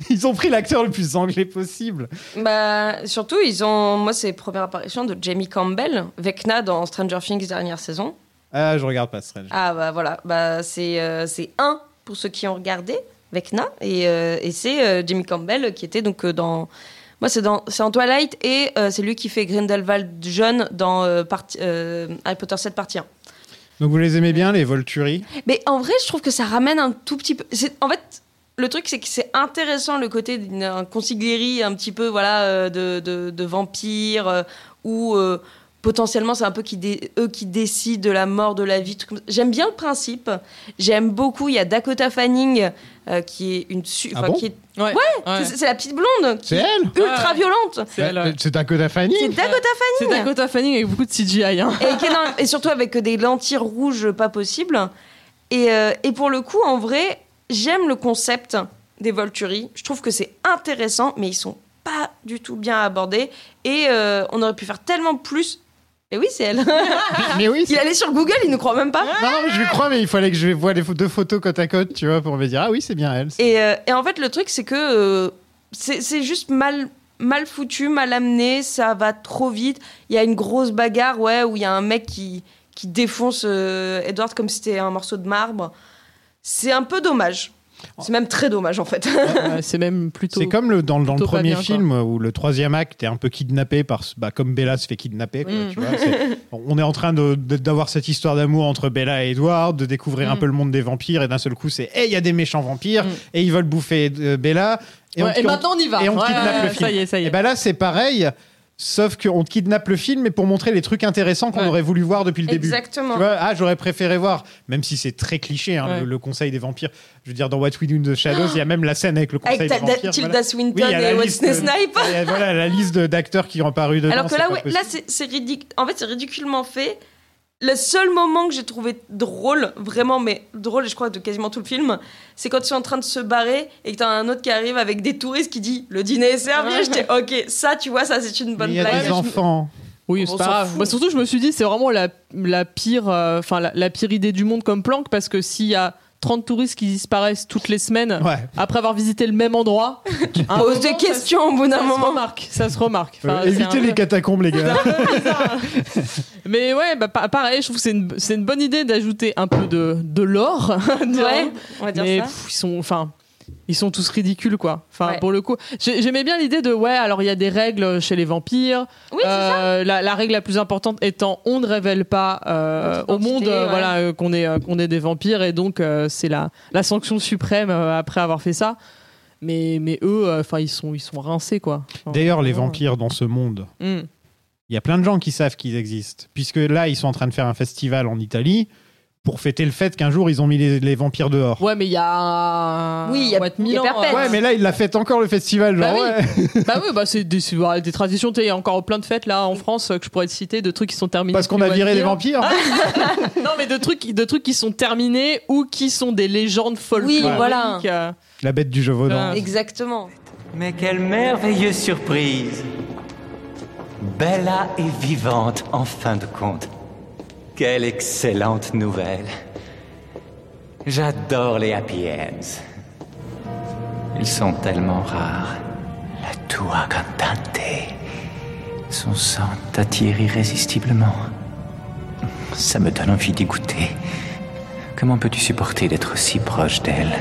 I: Ils ont pris l'acteur le plus anglais possible.
J: Bah, surtout, ils ont. Moi, c'est la première apparition de Jamie Campbell, Vecna dans Stranger Things dernière saison.
I: Ah, je regarde pas Strange.
J: Ah, bah voilà. Bah, c'est euh, c'est un pour ceux qui ont regardé, Vecna. Et, euh, et c'est euh, Jamie Campbell qui était donc euh, dans. Moi, c'est dans... c'est en Twilight et euh, c'est lui qui fait Grindelwald jeune dans euh, parti- euh, Harry Potter 7 partie 1.
I: Donc vous les aimez bien, les Volturi
J: Mais en vrai, je trouve que ça ramène un tout petit peu. c'est- En fait, le truc, c'est que c'est intéressant le côté d'un consiglieri un petit peu voilà, euh, de, de, de vampire, euh, où euh, potentiellement c'est un peu qui dé- eux qui décident de la mort, de la vie. truc comme ça. J'aime bien le principe. J'aime beaucoup. Il y a Dakota Fanning, euh, qui est une. su-
I: Ah
J: enfin,
I: bon
J: qui est-
K: Ouais, ouais.
J: c'est- C'est la petite blonde qui
I: C'est
J: est
I: elle
J: ultra violente.
K: C'est elle, ouais.
I: C'est Dakota Fanning
J: C'est Dakota
K: C'est
J: Fanning.
K: Dakota Fanning avec beaucoup de CGI. Hein.
J: et, qui est dans- et surtout avec des lentilles rouges pas possibles. Et, euh, et pour le coup, en vrai, j'aime le concept des Volturi. Je trouve que c'est intéressant, mais ils sont pas du tout bien abordés. Et euh, on aurait pu faire tellement plus. Et oui, c'est elle.
I: Mais oui,
J: il allait sur Google, il ne croit même pas.
I: Non, non, mais je lui crois, mais il fallait que je vois les pho- deux photos côte à côte, tu vois, pour me dire, ah oui, c'est bien elle.
J: Et, euh, et en fait, le truc, c'est que euh, c'est c'est juste mal, mal foutu, mal amené, ça va trop vite. Il y a une grosse bagarre, ouais, où il y a un mec qui, qui défonce euh, Edward comme si c'était un morceau de marbre. C'est un peu dommage. C'est même très dommage, en fait.
K: Ouais, c'est même plutôt.
I: C'est comme le, dans, le- dans le
K: plutôt pas
I: premier
K: bien, quoi.
I: film où le troisième acte est un peu kidnappé par ce- bah, comme Bella se fait kidnapper. quoi,
K: Mm.
I: tu vois, c'est- on est en train de- de- d'avoir cette histoire d'amour entre Bella et Edward, de découvrir un
K: Mm.
I: peu le monde des vampires et d'un seul coup c'est eh il y a des méchants vampires
K: Mm.
I: et ils veulent bouffer euh, Bella
K: Ouais, Et,
I: on-
K: maintenant on y va.
I: et on
K: Ouais,
I: kidnappe
K: ouais,
I: le
K: ouais,
I: film.
K: Ça y est, ça y
I: Et
K: est.
I: bah là, c'est pareil, sauf qu'on te kidnappe le film, mais pour montrer les trucs intéressants qu'on
K: Ouais.
I: aurait voulu voir depuis le début.
J: Exactement.
I: Tu vois, ah, j'aurais préféré voir, même si c'est très cliché, hein,
K: Ouais.
I: le, le conseil des vampires. Je veux dire, dans What We Do in the Shadows, il y a même la scène avec le conseil
J: Avec
I: des
J: ta- da-
I: vampires.
J: Tilda
I: voilà.
J: Swinton
I: Oui, il y a la
J: et
I: liste,
J: Wesley
I: euh,
J: Snipes.
I: Et voilà la liste de- d'acteurs qui ont paru dedans.
J: Alors que
I: c'est
J: là,
I: pas
J: ouais,
I: possible.
J: là c'est c'est ridicule. En fait, c'est ridiculement fait. Le seul moment que j'ai trouvé drôle, vraiment, mais drôle, je crois, de quasiment tout le film, c'est quand ils sont en train de se barrer et que t'as un autre qui arrive avec des touristes qui dit le dîner est servi. Et J'étais ok, ça, tu vois, ça, c'est une
I: Mais
J: bonne
I: il y a
J: blague.
I: des enfants.
K: Oui,
J: On
K: c'est
J: s'en
K: pas grave.
J: fout.
K: Bah, surtout, je me suis dit, c'est vraiment la, la pire, euh, enfin la, la pire idée du monde comme planque parce que s'il y a 30 touristes qui disparaissent toutes les semaines
I: Ouais.
K: après avoir visité le même endroit, à un
J: Pose
K: moment,
J: des questions au bout
K: Ça,
J: d'un
K: ça se
J: moment.
K: remarque. Ça se remarque.
I: Euh,
K: Enfin, c'est un
I: évitez
K: peu-
I: les catacombes, les gars.
K: Mais ouais, bah, pa- pareil, je trouve que c'est une, c'est une bonne idée d'ajouter un peu de, de l'or.
J: Ouais, on va dire
K: mais
J: ça.
K: pff, ils sont, enfin, ils sont tous ridicules, quoi. Enfin,
J: Ouais.
K: pour le coup, J'ai- j'aimais bien l'idée de ouais. Alors il y a des règles chez les vampires.
J: Oui, c'est ça.
K: Euh, la, la règle la plus importante étant on ne révèle pas euh,
J: Notre
K: au monde
J: identité,
K: euh,
J: ouais.
K: voilà euh, qu'on est euh, qu'on est des vampires et donc euh, c'est la la sanction suprême euh, après avoir fait ça. Mais mais eux, euh, enfin ils sont ils sont rincés, quoi. Enfin,
I: D'ailleurs, les
K: vraiment,
I: vampires dans ce monde,
K: euh, hmm.
I: Il y a plein de gens qui savent qu'ils existent, puisque là, ils sont en train de faire un festival en Italie. pour fêter le fait qu'un jour ils ont mis les, les vampires dehors.
K: Ouais, mais il y a. un-
J: Oui, il y a-
K: ouais,
J: il y a
K: mille ans,
J: perpète.
K: hein.
I: Ouais, mais là, il la fête encore le festival.
K: Bah
I: Genre, ouais.
K: bah oui, bah c'est des, c'est, bah, des traditions. Tu sais, Il y a encore plein de fêtes là en France euh, que je pourrais te citer, de trucs qui sont terminés.
I: Parce qu'on a
K: depuis
I: viré les
K: Wattpad.
I: vampires.
K: Non, mais de trucs, qui- de trucs qui sont terminés ou qui sont des légendes folkloriques.
J: Oui, voilà.
K: euh,
I: La bête du Jeuvaudin.
K: Ah.
J: Exactement.
B: Mais quelle merveilleuse surprise Bella est vivante, en fin de compte. Quelle excellente nouvelle. J'adore les happy ends. Ils sont tellement rares. La tua cantante. Son sang t'attire irrésistiblement. Ça me donne envie d'y goûter. Comment peux-tu supporter d'être si proche d'elle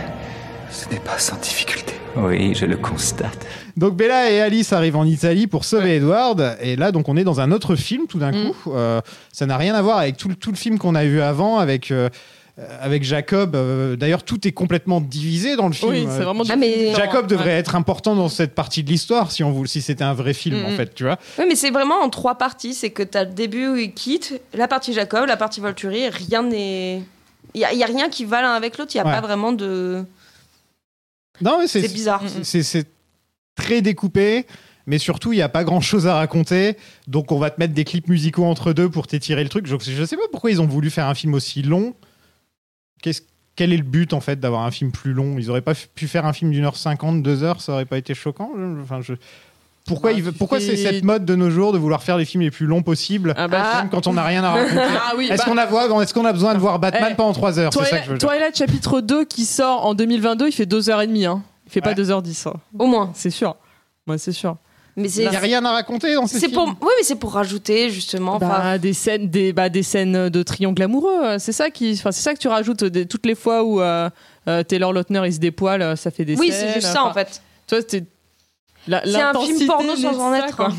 H: Ce n'est pas sans difficulté.
B: Oui, je le constate.
I: Donc Bella et Alice arrivent en Italie pour sauver Edward. Et là, donc, on est dans un autre film tout d'un
K: Mm.
I: coup. Euh, ça n'a rien à voir avec tout, le- tout le film qu'on a vu avant, avec, euh, euh, avec Jacob. Euh, D'ailleurs, tout est complètement divisé dans le film. Euh,
K: Oui, c'est vraiment.
J: Ah, mais-
I: Jacob devrait
K: Ouais.
I: être important dans cette partie de l'histoire si on voulait, si c'était un vrai film
K: Mm,
I: en
K: mm.
I: fait, tu vois.
J: Oui, mais c'est vraiment en trois parties. C'est que t'as le début où il quitte, la partie Jacob, la partie Volturi, et rien n'est. Il n'y a, y a rien qui va l'un avec l'autre, il n'y a
I: Ouais.
J: pas vraiment de.
I: Non, mais c'est
J: C'est bizarre.
I: c'est- c'est très découpé, mais surtout il n'y a pas grand chose à raconter. Donc on va te mettre des clips musicaux entre deux pour t'étirer le truc. Je, je sais pas pourquoi ils ont voulu faire un film aussi long. Qu'est-ce quel est le but en fait d'avoir un film plus long Ils auraient pas f- pu faire un film d'une heure cinquante, deux heures, ça aurait pas été choquant. Je- Enfin, je... Pourquoi,
K: Bah,
I: ils ve-
K: tu
I: pourquoi c'est
K: fais-
I: cette mode de nos jours de vouloir faire les films les plus longs possibles
K: Ah bah,
I: même quand on n'a rien à raconter
K: Ah oui,
I: Est-ce
K: bah,
I: qu'on a, voix- est-ce qu'on a besoin de voir Batman
K: Eh,
I: pendant 3 heures C'est ça que
K: Twilight,
I: je veux dire.
K: Twilight chapitre 2 qui sort en 2022, il fait 2h30. Hein. Il fait pas
I: Ouais.
K: 2h10, hein.
J: Au moins.
K: c'est sûr. Ouais, c'est sûr.
J: Mais c'est.
I: Il n'y a rien à raconter dans ces
J: C'est
I: films.
J: pour. Oui, mais c'est pour rajouter justement. enfin,
K: Bah, des scènes des bah, des scènes de triangle amoureux euh, c'est ça qui enfin c'est ça que tu rajoutes des- toutes les fois où euh, euh, Taylor Lautner il se dépoile euh, ça fait des
J: oui,
K: scènes
J: c'est juste ça en fait.
K: toi c'est
J: C'est un film porno sans en être. hein.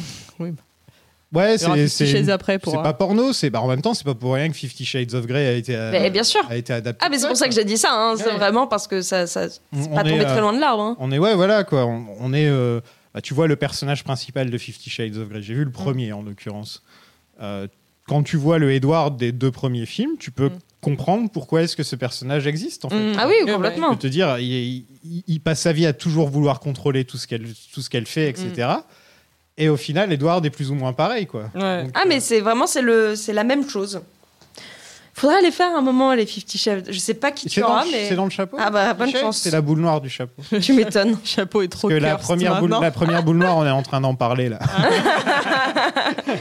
I: Ouais,
K: c'est
I: c'est
K: c'est
I: c'est-
K: après
I: c'est
K: pour euh,
I: pas porno, c'est bah, en même temps c'est pas pour rien que Fifty Shades of Grey a été euh,
J: Mais bien sûr.
I: a été adapté.
J: Ah, mais c'est pour ça que j'ai dit ça. hein. C'est
I: Ouais.
J: vraiment parce que ça. ça
I: On-
J: c'est pas
I: on est,
J: tombé
I: euh,
J: très loin de l'arbre. hein.
I: On est ouais voilà quoi, on, on est euh, bah, tu vois le personnage principal de Fifty Shades of Grey. J'ai
J: Mm.
I: vu le premier en l'occurrence. Euh, quand tu vois le Edward des deux premiers films, tu peux
K: Mm.
I: comprendre pourquoi est-ce que ce personnage existe en fait.
K: Mm.
J: Ah oui,
K: Ouais,
J: complètement.
I: Je te dire, il, il- il passe sa vie à toujours vouloir contrôler tout ce qu'elle tout ce qu'elle fait, etc.
J: Mm.
I: Et au final, Edward est plus ou moins pareil quoi.
K: Ouais.
I: Donc, euh,
J: Ah, mais c'est vraiment c'est le c'est la même chose. Faudrait aller faire un moment les 50 Chefs. Je sais pas qui
I: C'est
J: tu
I: dans,
J: auras,
I: le-
J: mais
I: c'est dans le chapeau.
J: Ah bah, bonne
I: Michel
J: chance.
I: C'est la boule noire du chapeau. Parce
J: tu m'étonnes.
K: chapeau est trop
I: que la
K: cursed
I: première, boule,
K: maintenant.
I: la première boule noire, on est en train d'en parler là.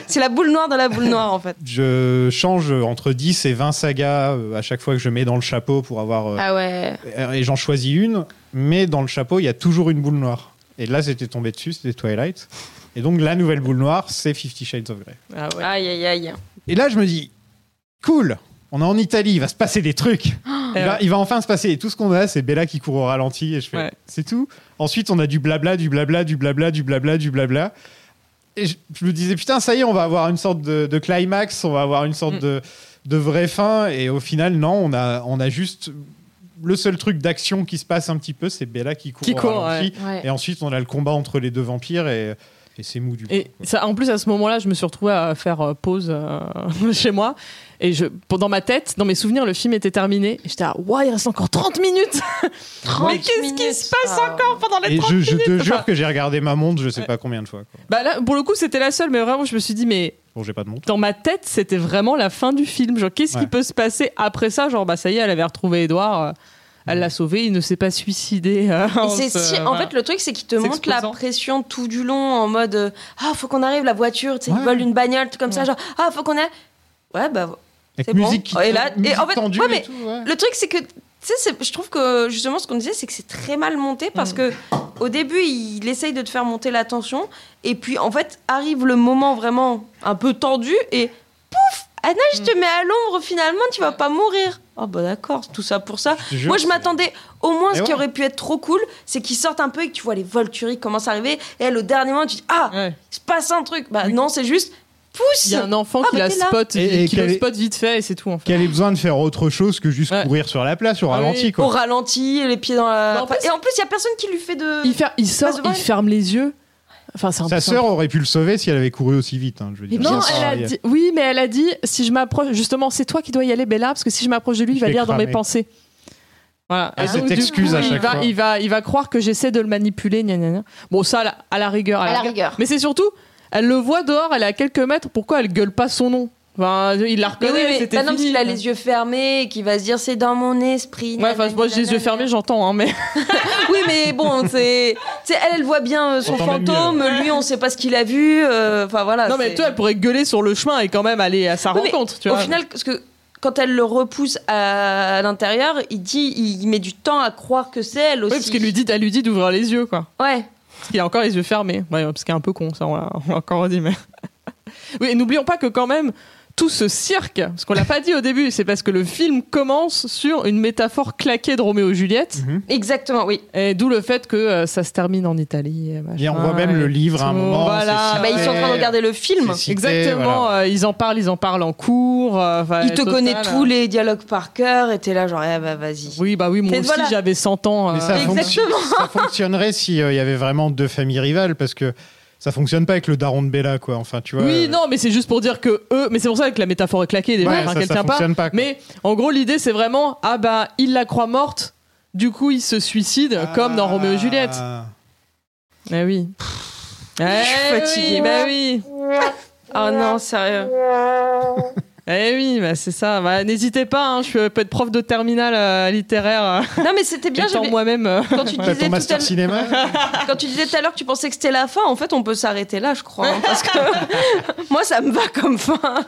J: C'est la boule noire dans la boule noire en fait.
I: Je change entre 10 et 20 sagas euh, à chaque fois que je mets dans le chapeau pour avoir. euh,
J: Ah ouais.
I: Et j'en choisis une, mais dans le chapeau, il y a toujours une boule noire. Et là, c'était tombé dessus, c'était Twilight. Et donc, la nouvelle boule noire, c'est Fifty Shades of Grey.
K: Ah ouais.
J: Aïe aïe aïe.
I: Et là, je me dis, cool, on est en Italie, il va se passer des trucs.
J: Euh,
I: Il va, il va enfin se passer. Et tout ce qu'on a, c'est Bella qui court au ralenti. Et je fais,
K: Ouais.
I: c'est tout. Ensuite, on a du blabla, du blabla, du blabla, du blabla, du blabla. Et je, je me disais, putain, ça y est, on va avoir une sorte de, de climax, on va avoir une sorte
K: Mm.
I: de, de vraie fin. Et au final, non, on a, on a juste. Le seul truc d'action qui se passe un petit peu, c'est Bella qui court
K: Qui
I: au
K: court,
I: ralenti.
J: ouais.
I: Et ensuite, on a le combat entre les deux vampires et, et c'est mou du coup.
K: Et ça, en plus, à ce moment-là, je me suis retrouvée à faire euh, pause euh, chez moi. Et je, dans ma tête, dans mes souvenirs, le film était terminé. Et j'étais à, waouh, il reste encore 30 minutes Mais qu'est-ce qui se passe
J: Ah.
K: encore pendant les
I: Et
K: 30
I: je, je te
K: minutes
I: jure que j'ai regardé ma montre, je sais pas combien de fois. quoi.
K: Bah là, pour le coup, c'était la seule, mais vraiment, je me suis dit, mais
I: Bon, j'ai pas de montre.
K: dans ma tête, c'était vraiment la fin du film. Genre, qu'est-ce
I: Ouais.
K: qui peut se passer après ça Genre, bah ça y est, elle avait retrouvé Edouard, euh, elle
I: Mm.
K: l'a sauvé, il ne s'est pas suicidé. euh,
J: Et
K: en
J: c'est
K: se-
J: si- en
K: voilà.
J: fait, le truc, c'est qu'ils te montrent la
K: S'exposant.
J: pression tout du long en mode euh, Ah, faut qu'on arrive, la voiture, tu sais,
I: Ouais.
J: ils volent une bagnole, tout comme ça,
K: Ouais.
J: genre Ah, faut qu'on aille. Ouais, bah.
I: Avec
J: C'est bon.
I: musique qui-
J: Et là- et en fait,
I: tendue
J: ouais, mais-
I: tout, ouais.
J: Le truc, c'est que, tu sais, c'est- je trouve que justement, ce qu'on disait, c'est que c'est très mal monté
I: Mm.
J: parce que au début, il essaye de te faire monter la tension et puis en fait, arrive le moment vraiment un peu tendu et pouf Anna,
I: Mm.
J: je te mets à l'ombre finalement, tu vas pas mourir. Oh bah d'accord, tout ça pour ça.
I: te jure,
J: Moi je
I: c'est-
J: m'attendais au moins
I: Mais
J: ce qui
I: ouais.
J: aurait pu être trop cool, c'est qu'ils sortent un peu et que tu vois les Volturi commencent à arriver et elle au dernier moment tu dis ah,
K: Ouais.
J: il se passe un truc. Bah non, c'est juste pousse.
K: Il y a un enfant
J: Ah,
K: qui
J: bah,
K: la
J: t'es là.
K: spot,
I: Et- et
K: qui le
I: qu'elle est-
K: spot vite fait, et c'est tout. En fait.
I: Qu'elle ait besoin de faire autre chose que juste
K: Ouais.
I: courir sur la place, au
K: Ah oui.
I: ralenti,
J: Au
I: quoi.
J: ralenti, les pieds dans la.
K: Mais Bah, en plus-
J: et en plus, il y a personne qui lui fait de.
K: Il, fer- il sort,
J: devant
K: il
J: elle.
K: ferme les yeux. Enfin, c'est un
I: Sa
K: peu
I: sœur aurait pu le sauver si elle avait couru aussi vite. hein, je veux dire.
K: hein. Non,
I: Ça,
K: elle a
I: il y a-
K: dit- oui, mais elle a dit si je m'approche, justement, c'est toi qui dois y aller, Bella, parce que si je m'approche de lui, il
I: Je
K: va
I: l'ai
K: lire dans mes
I: cramé.
K: pensées. Voilà.
I: Ah,
K: Et
I: cette
K: donc, du
I: excuse
K: coup,
I: à
K: il
I: chaque
K: va,
I: fois.
K: Il va, il va croire que j'essaie de le manipuler, gna gna gna. Bon, ça, à la, à la rigueur.
A: À la rigueur.
K: Mais c'est surtout, elle le voit dehors, elle est à quelques mètres, pourquoi elle gueule pas son nom Enfin, il la
J: Mais oui,
K: reconnaît,
J: mais
K: c'était
J: bah non, parce
K: fini.
J: qu'il a les yeux fermés et qu'il va se dire c'est dans mon esprit.
K: Ouais, enfin,
J: nanana,
K: moi, j'ai les yeux fermés, j'entends, hein, mais.
J: nanana. Oui, mais bon, c'est. tu sais, elle, elle voit bien euh, son
I: Entend même
J: fantôme, lui, on sait pas ce qu'il a vu. euh, Enfin, voilà.
K: non, mais
J: c'est-
K: toi, elle pourrait gueuler sur le chemin et quand même aller à sa
J: Oui, mais
K: rencontre, tu
J: Au
K: vois.
J: final, parce que quand elle le repousse à, à l'intérieur, il dit, il met du temps à croire que c'est elle aussi.
K: Oui, parce qu'elle lui dit, elle lui dit d'ouvrir les yeux, quoi.
J: Ouais.
L: Parce
K: Il a encore les yeux fermés. Ouais, parce qu'il est un peu con, ça, on l'a on l'a encore dit. Mais... Oui, et n'oublions pas que quand même, tout ce cirque, ce qu'on l'a pas dit au début, c'est parce que le film commence sur une métaphore claquée de Roméo et Juliette,
J: Exactement, oui.
K: et d'où le fait que euh, ça se termine en Italie. machin,
I: Et on voit même le livre à un
K: tout,
I: moment.
K: voilà.
I: c'est
J: Bah, ils sont en train de
I: cité,
J: regarder le film.
I: c'est cité,
K: Exactement,
I: voilà.
K: euh, ils en parlent, ils en parlent en cours. euh, enfin,
J: Il te
K: total,
I: hein.
J: connaît tous
K: euh,
J: les dialogues par cœur et t'es là genre, eh bah vas-y.
K: Oui, bah oui, moi
J: Et
K: aussi
J: voilà.
K: j'avais 100 ans.
I: Mais
K: euh,
I: ça,
J: Exactement.
I: fonctionne- ça fonctionnerait s'il y avait vraiment deux familles rivales parce que ça fonctionne pas avec le daron de Bella, quoi. Enfin, tu vois.
K: Oui,
I: euh,
K: non, mais c'est juste pour dire que eux. Mais c'est pour ça que la métaphore est claquée, des
I: Ouais,
K: fois, enfin,
I: ça,
K: qu'elle
I: ça
K: tient pas.
I: fonctionne pas, quoi.
K: mais en gros, l'idée, c'est vraiment ah bah, il la croit morte, du coup, il se suicide, euh, comme dans
I: Ah.
K: Roméo et Juliette. Ah oui.
J: Je suis
K: Oui,
J: fatiguée.
K: bah oui.
J: Oh non, sérieux.
K: Eh oui, bah c'est ça. Bah, N'hésitez pas, hein, je peux être prof de terminale euh, littéraire,
J: Non mais c'était bien,
K: j'étant
J: j'avais-
K: moi-même. euh,
J: quand tu
I: T'as
J: disais
I: ton
J: tout à
I: master
J: l'heure-
I: cinéma
J: quand tu disais tout à l'heure que tu pensais que c'était la fin, en fait, on peut s'arrêter là, je crois, hein, parce que moi ça me va comme fin. Bah,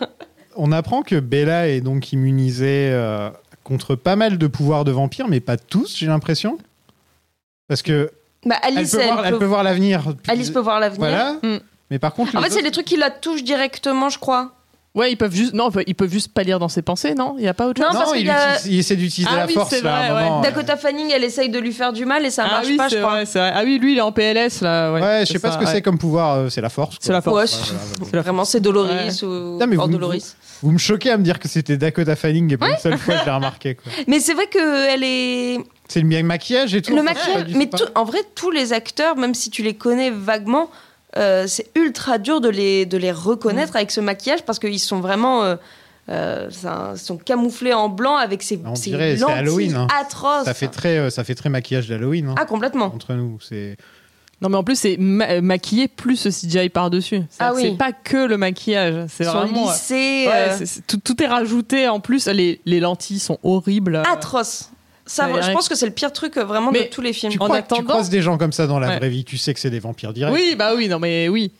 I: On apprend que Bella est donc immunisée euh, contre pas mal de pouvoirs de vampires, mais pas tous, j'ai l'impression. Parce que
J: Bah
I: elle
J: Alice,
I: peut, voir, elle peut voir l'avenir.
J: Alice peut voir l'avenir.
I: Voilà.
K: Mm.
I: Mais par contre,
J: En
I: les
J: fait, c'est
I: autres-
J: les trucs qui la touchent directement, je crois.
K: Ouais, ils peuvent juste. Non, ils peuvent juste pas lire dans ses pensées, non Il y a pas autre
J: Non,
K: chose.
I: non,
J: parce
I: il,
J: qu'il a-
I: utilise- il essaie d'utiliser
K: Ah
I: la
K: oui,
I: force
K: c'est
I: là. à un
K: vrai, ouais.
I: moment, euh.
J: Dakota Fanning, elle essaye de lui faire du mal et ça
K: ah
J: marche
K: oui,
J: pas, je
K: c'est
J: crois.
K: vrai, c'est vrai. Ah oui, lui, il est en PLS là. Ouais,
I: Ouais, je sais pas
K: ça,
I: ce que
K: ouais.
I: c'est comme pouvoir. euh, c'est la force. quoi.
K: C'est la force.
J: Ouais,
I: Ouais, voilà, voilà.
K: C'est la
J: Vraiment, c'est Doloris ou
I: Non, mais
J: hors
I: vous-
J: Doloris.
I: Vous me choquez à me dire que c'était Dakota Fanning et pas une seule fois que je l'ai remarqué. quoi.
J: Mais c'est vrai que elle est
I: C'est le mi- maquillage et tout.
J: le
I: enfin, c'est pas
J: maquillage.
I: du-
J: Mais
I: c'est pas-
J: tout- en vrai, tous les acteurs, même si tu les connais vaguement, euh, c'est ultra dur de les de les
I: Mm.
J: reconnaître avec ce maquillage parce qu'ils sont vraiment euh, euh, ça- ils sont camouflés en blanc avec ces,
I: On
J: ces
I: dirait, c'est
J: lentilles
I: Halloween, hein.
J: atroces.
I: Ça fait très, euh, ça fait très maquillage d'Halloween. hein,
J: ah complètement.
I: Entre nous, c'est.
K: Non, mais en plus, c'est ma- euh, maquillé plus le CGI par-dessus. C'est-
J: Ah oui.
K: C'est pas que le maquillage. C'est
J: Ils sont
K: vraiment. euh,
J: lissés,
K: ouais,
J: euh,
K: c'est- c'est- tout, tout est rajouté en plus. Les, les lentilles sont horribles.
J: Ah,
K: Euh,
J: atroces. Ça,
K: Ouais,
J: je
K: ouais.
J: pense que c'est le pire truc euh, vraiment
K: Mais
J: de tous les films.
I: Tu
K: En
I: crois que tu
K: attendant-
I: croises des gens comme ça dans la
K: Ouais.
I: vraie vie, tu sais que c'est des vampires directs.
K: Oui, bah oui, non, mais oui.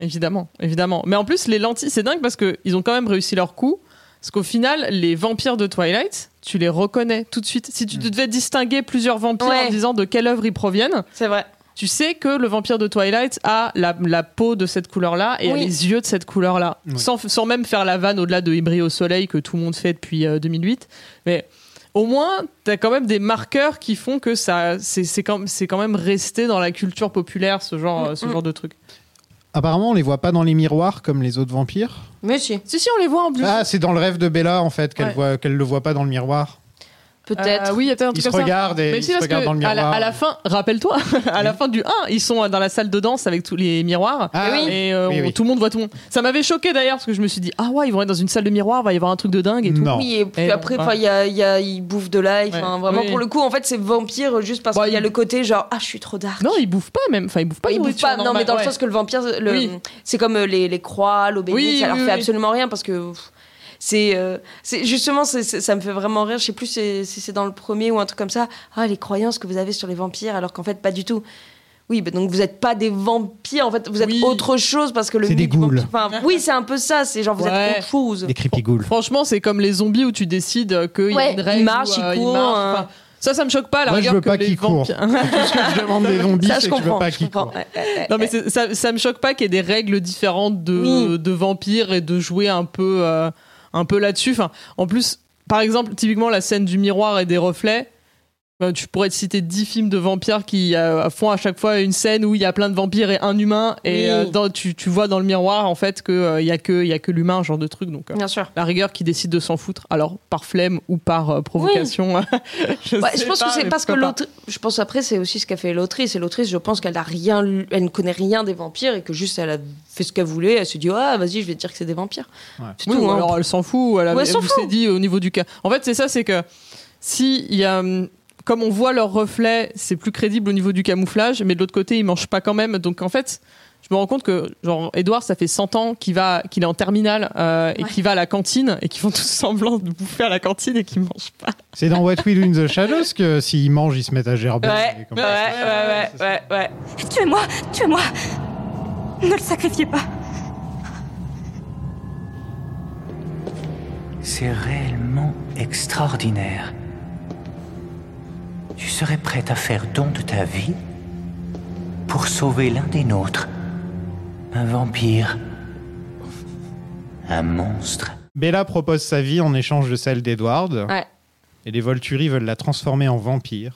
K: Évidemment, évidemment. Mais en plus, les lentilles, c'est dingue parce qu'ils ont quand même réussi leur coup. Parce qu'au final, les vampires de Twilight, tu les reconnais tout de suite. Si tu te devais distinguer plusieurs vampires
J: Mm. Ouais.
K: en disant de quelle œuvre ils proviennent,
J: C'est vrai.
K: tu sais que le vampire de Twilight a la, la peau de cette couleur-là et a
J: Oui.
K: les yeux de cette couleur-là.
I: Oui.
K: Sans, sans même faire la vanne au-delà de Hybrid au soleil que tout le monde fait depuis euh, 2008. Mais au moins, t'as quand même des marqueurs qui font que ça, c'est, c'est, quand, c'est quand même resté dans la culture populaire, ce genre, euh, ce genre de truc.
I: Apparemment, on les voit pas dans les miroirs comme les autres vampires.
J: Mais si.
K: Si, si, on les voit en plus.
I: Ah, c'est dans le rêve de Bella en fait qu'elle
K: Ouais.
I: voit, qu'elle le voit pas dans le miroir.
J: Peut-être.
K: Euh, oui, il y a peut-être un
I: Ils
K: truc
I: se
K: comme ça.
I: regardent et
K: Mais
I: ils
K: si,
I: se
K: parce que
I: regardent dans le
K: à, la,
I: miroir.
K: à la fin, rappelle-toi, à la fin du 1, ils sont euh, dans la salle de danse avec tous les miroirs.
I: Ah oui.
K: Et euh,
I: Oui,
K: on-
I: oui.
K: tout le monde voit tout le monde. Ça m'avait choqué d'ailleurs, parce que je me suis dit, ah ouais, ils vont être dans une salle de miroir, va y avoir un truc de dingue et tout.
I: Non.
J: Oui, et puis
K: Et
J: après,
K: non,
J: enfin, il y a, il y a- il bouffe de l'ail. enfin,
K: Ouais.
J: Vraiment,
K: Oui.
J: pour le coup, en fait, c'est vampire juste parce
K: Bah,
J: qu'il y a
K: il-
J: le côté genre, ah, je suis trop dark.
K: Non, ils bouffent pas même. Enfin, ils bouffent pas.
J: ils
K: de
J: bouffent
K: nourriture
J: pas. Non, mais
K: normale.
J: dans le
K: Ouais.
J: sens que le vampire, le-
K: Oui.
J: c'est comme euh, les, les croix, l'obédience,
K: Oui,
J: ça leur
K: oui,
J: fait
K: oui.
J: absolument rien parce que. pff, C'est euh, c'est- justement, c'est- c'est- ça me fait vraiment rire. Je sais plus si si c'est dans le premier ou un truc comme ça. Ah, les croyances que vous avez sur les vampires, alors qu'en fait, pas du tout. Oui, bah, donc vous n'êtes pas des vampires, en fait, vous êtes
K: Oui.
J: autre chose parce que le.
I: C'est
J: mythe
I: des
J: du
I: ghouls.
J: vampire- enfin, oui, c'est un peu ça, c'est genre vous
K: Ouais.
J: êtes autre chose.
I: Les creepy ghouls.
K: Franchement, c'est comme les zombies où tu décides euh, qu'il y a
J: Ouais,
K: une règle.
J: ils marchent,
K: ou, euh,
J: ils courent,
K: marchent.
J: hein.
K: Enfin, ça, ça me choque pas. À la
I: Moi, je
K: rigueur
I: veux
K: que
I: pas
K: les
I: qu'ils courent.
K: vampires-
I: Tout ce que je demande des zombies,
J: Ça,
I: c'est
J: je
I: que je veux
J: comprends.
I: pas
J: je
I: qu'ils
J: comprends.
I: courent.
J: Ouais, ouais, ouais.
K: Non, mais c'est- ça, ça me choque pas qu'il y ait des règles différentes de,
J: Oui.
K: de vampires et de jouer un peu, euh, un peu là-dessus. Enfin, en plus, par exemple, typiquement la scène du miroir et des reflets. Enfin, tu pourrais te citer 10 films de vampires qui euh, font à chaque fois une scène où il y a plein de vampires et un humain et
J: Oui.
K: euh, dans- tu, tu vois dans le miroir en fait que euh, il y a que il y a que l'humain genre de truc donc euh,
J: Bien sûr.
K: la rigueur qui décide de s'en foutre alors par flemme ou par euh, provocation je,
J: Ouais,
K: sais
J: je pense
K: pas,
J: que c'est
K: mais
J: parce que
K: pourquoi pas.
J: l'autre. Je pense après, c'est aussi ce qu'a fait l'autrice. Et l'autrice, je pense qu'elle a rien, lu- elle ne connaît rien des vampires et que juste elle a fait ce qu'elle voulait. Elle s'est dit, ah, vas-y, je vais dire que c'est des vampires.
I: Ouais.
J: C'est
K: Oui,
J: tout.
K: ou
J: hein.
K: alors elle s'en fout, ou elle, a-
J: Ouais, elle s'en
K: vous s'est dit au niveau du cas. En fait, c'est ça, c'est que si il y a, hum, comme on voit leur reflet, c'est plus crédible au niveau du camouflage, mais de l'autre côté, ils mangent pas quand même. Donc en fait, je me rends compte que genre Edouard, ça fait 100 ans qu'il va, qu'il est en terminale euh, et qu'il va à la cantine et qu'ils font tous semblant de bouffer à la cantine et qu'ils mangent pas.
I: C'est dans What We Do in the Shadows que s'ils mangent, ils se mettent à gerber.
J: Ouais,
I: Et
J: ouais,
I: comme
J: ouais,
I: ça.
J: ouais,
I: c'est
J: ouais, ouais.
A: Tuez-moi, tuez-moi. Ne le sacrifiez pas.
B: C'est réellement extraordinaire. Tu serais prête à faire don de ta vie pour sauver l'un des nôtres. Un vampire. Un monstre.
I: Bella propose sa vie en échange de celle d'Edward.
J: Ouais.
I: Et les Volturi veulent la transformer en vampire.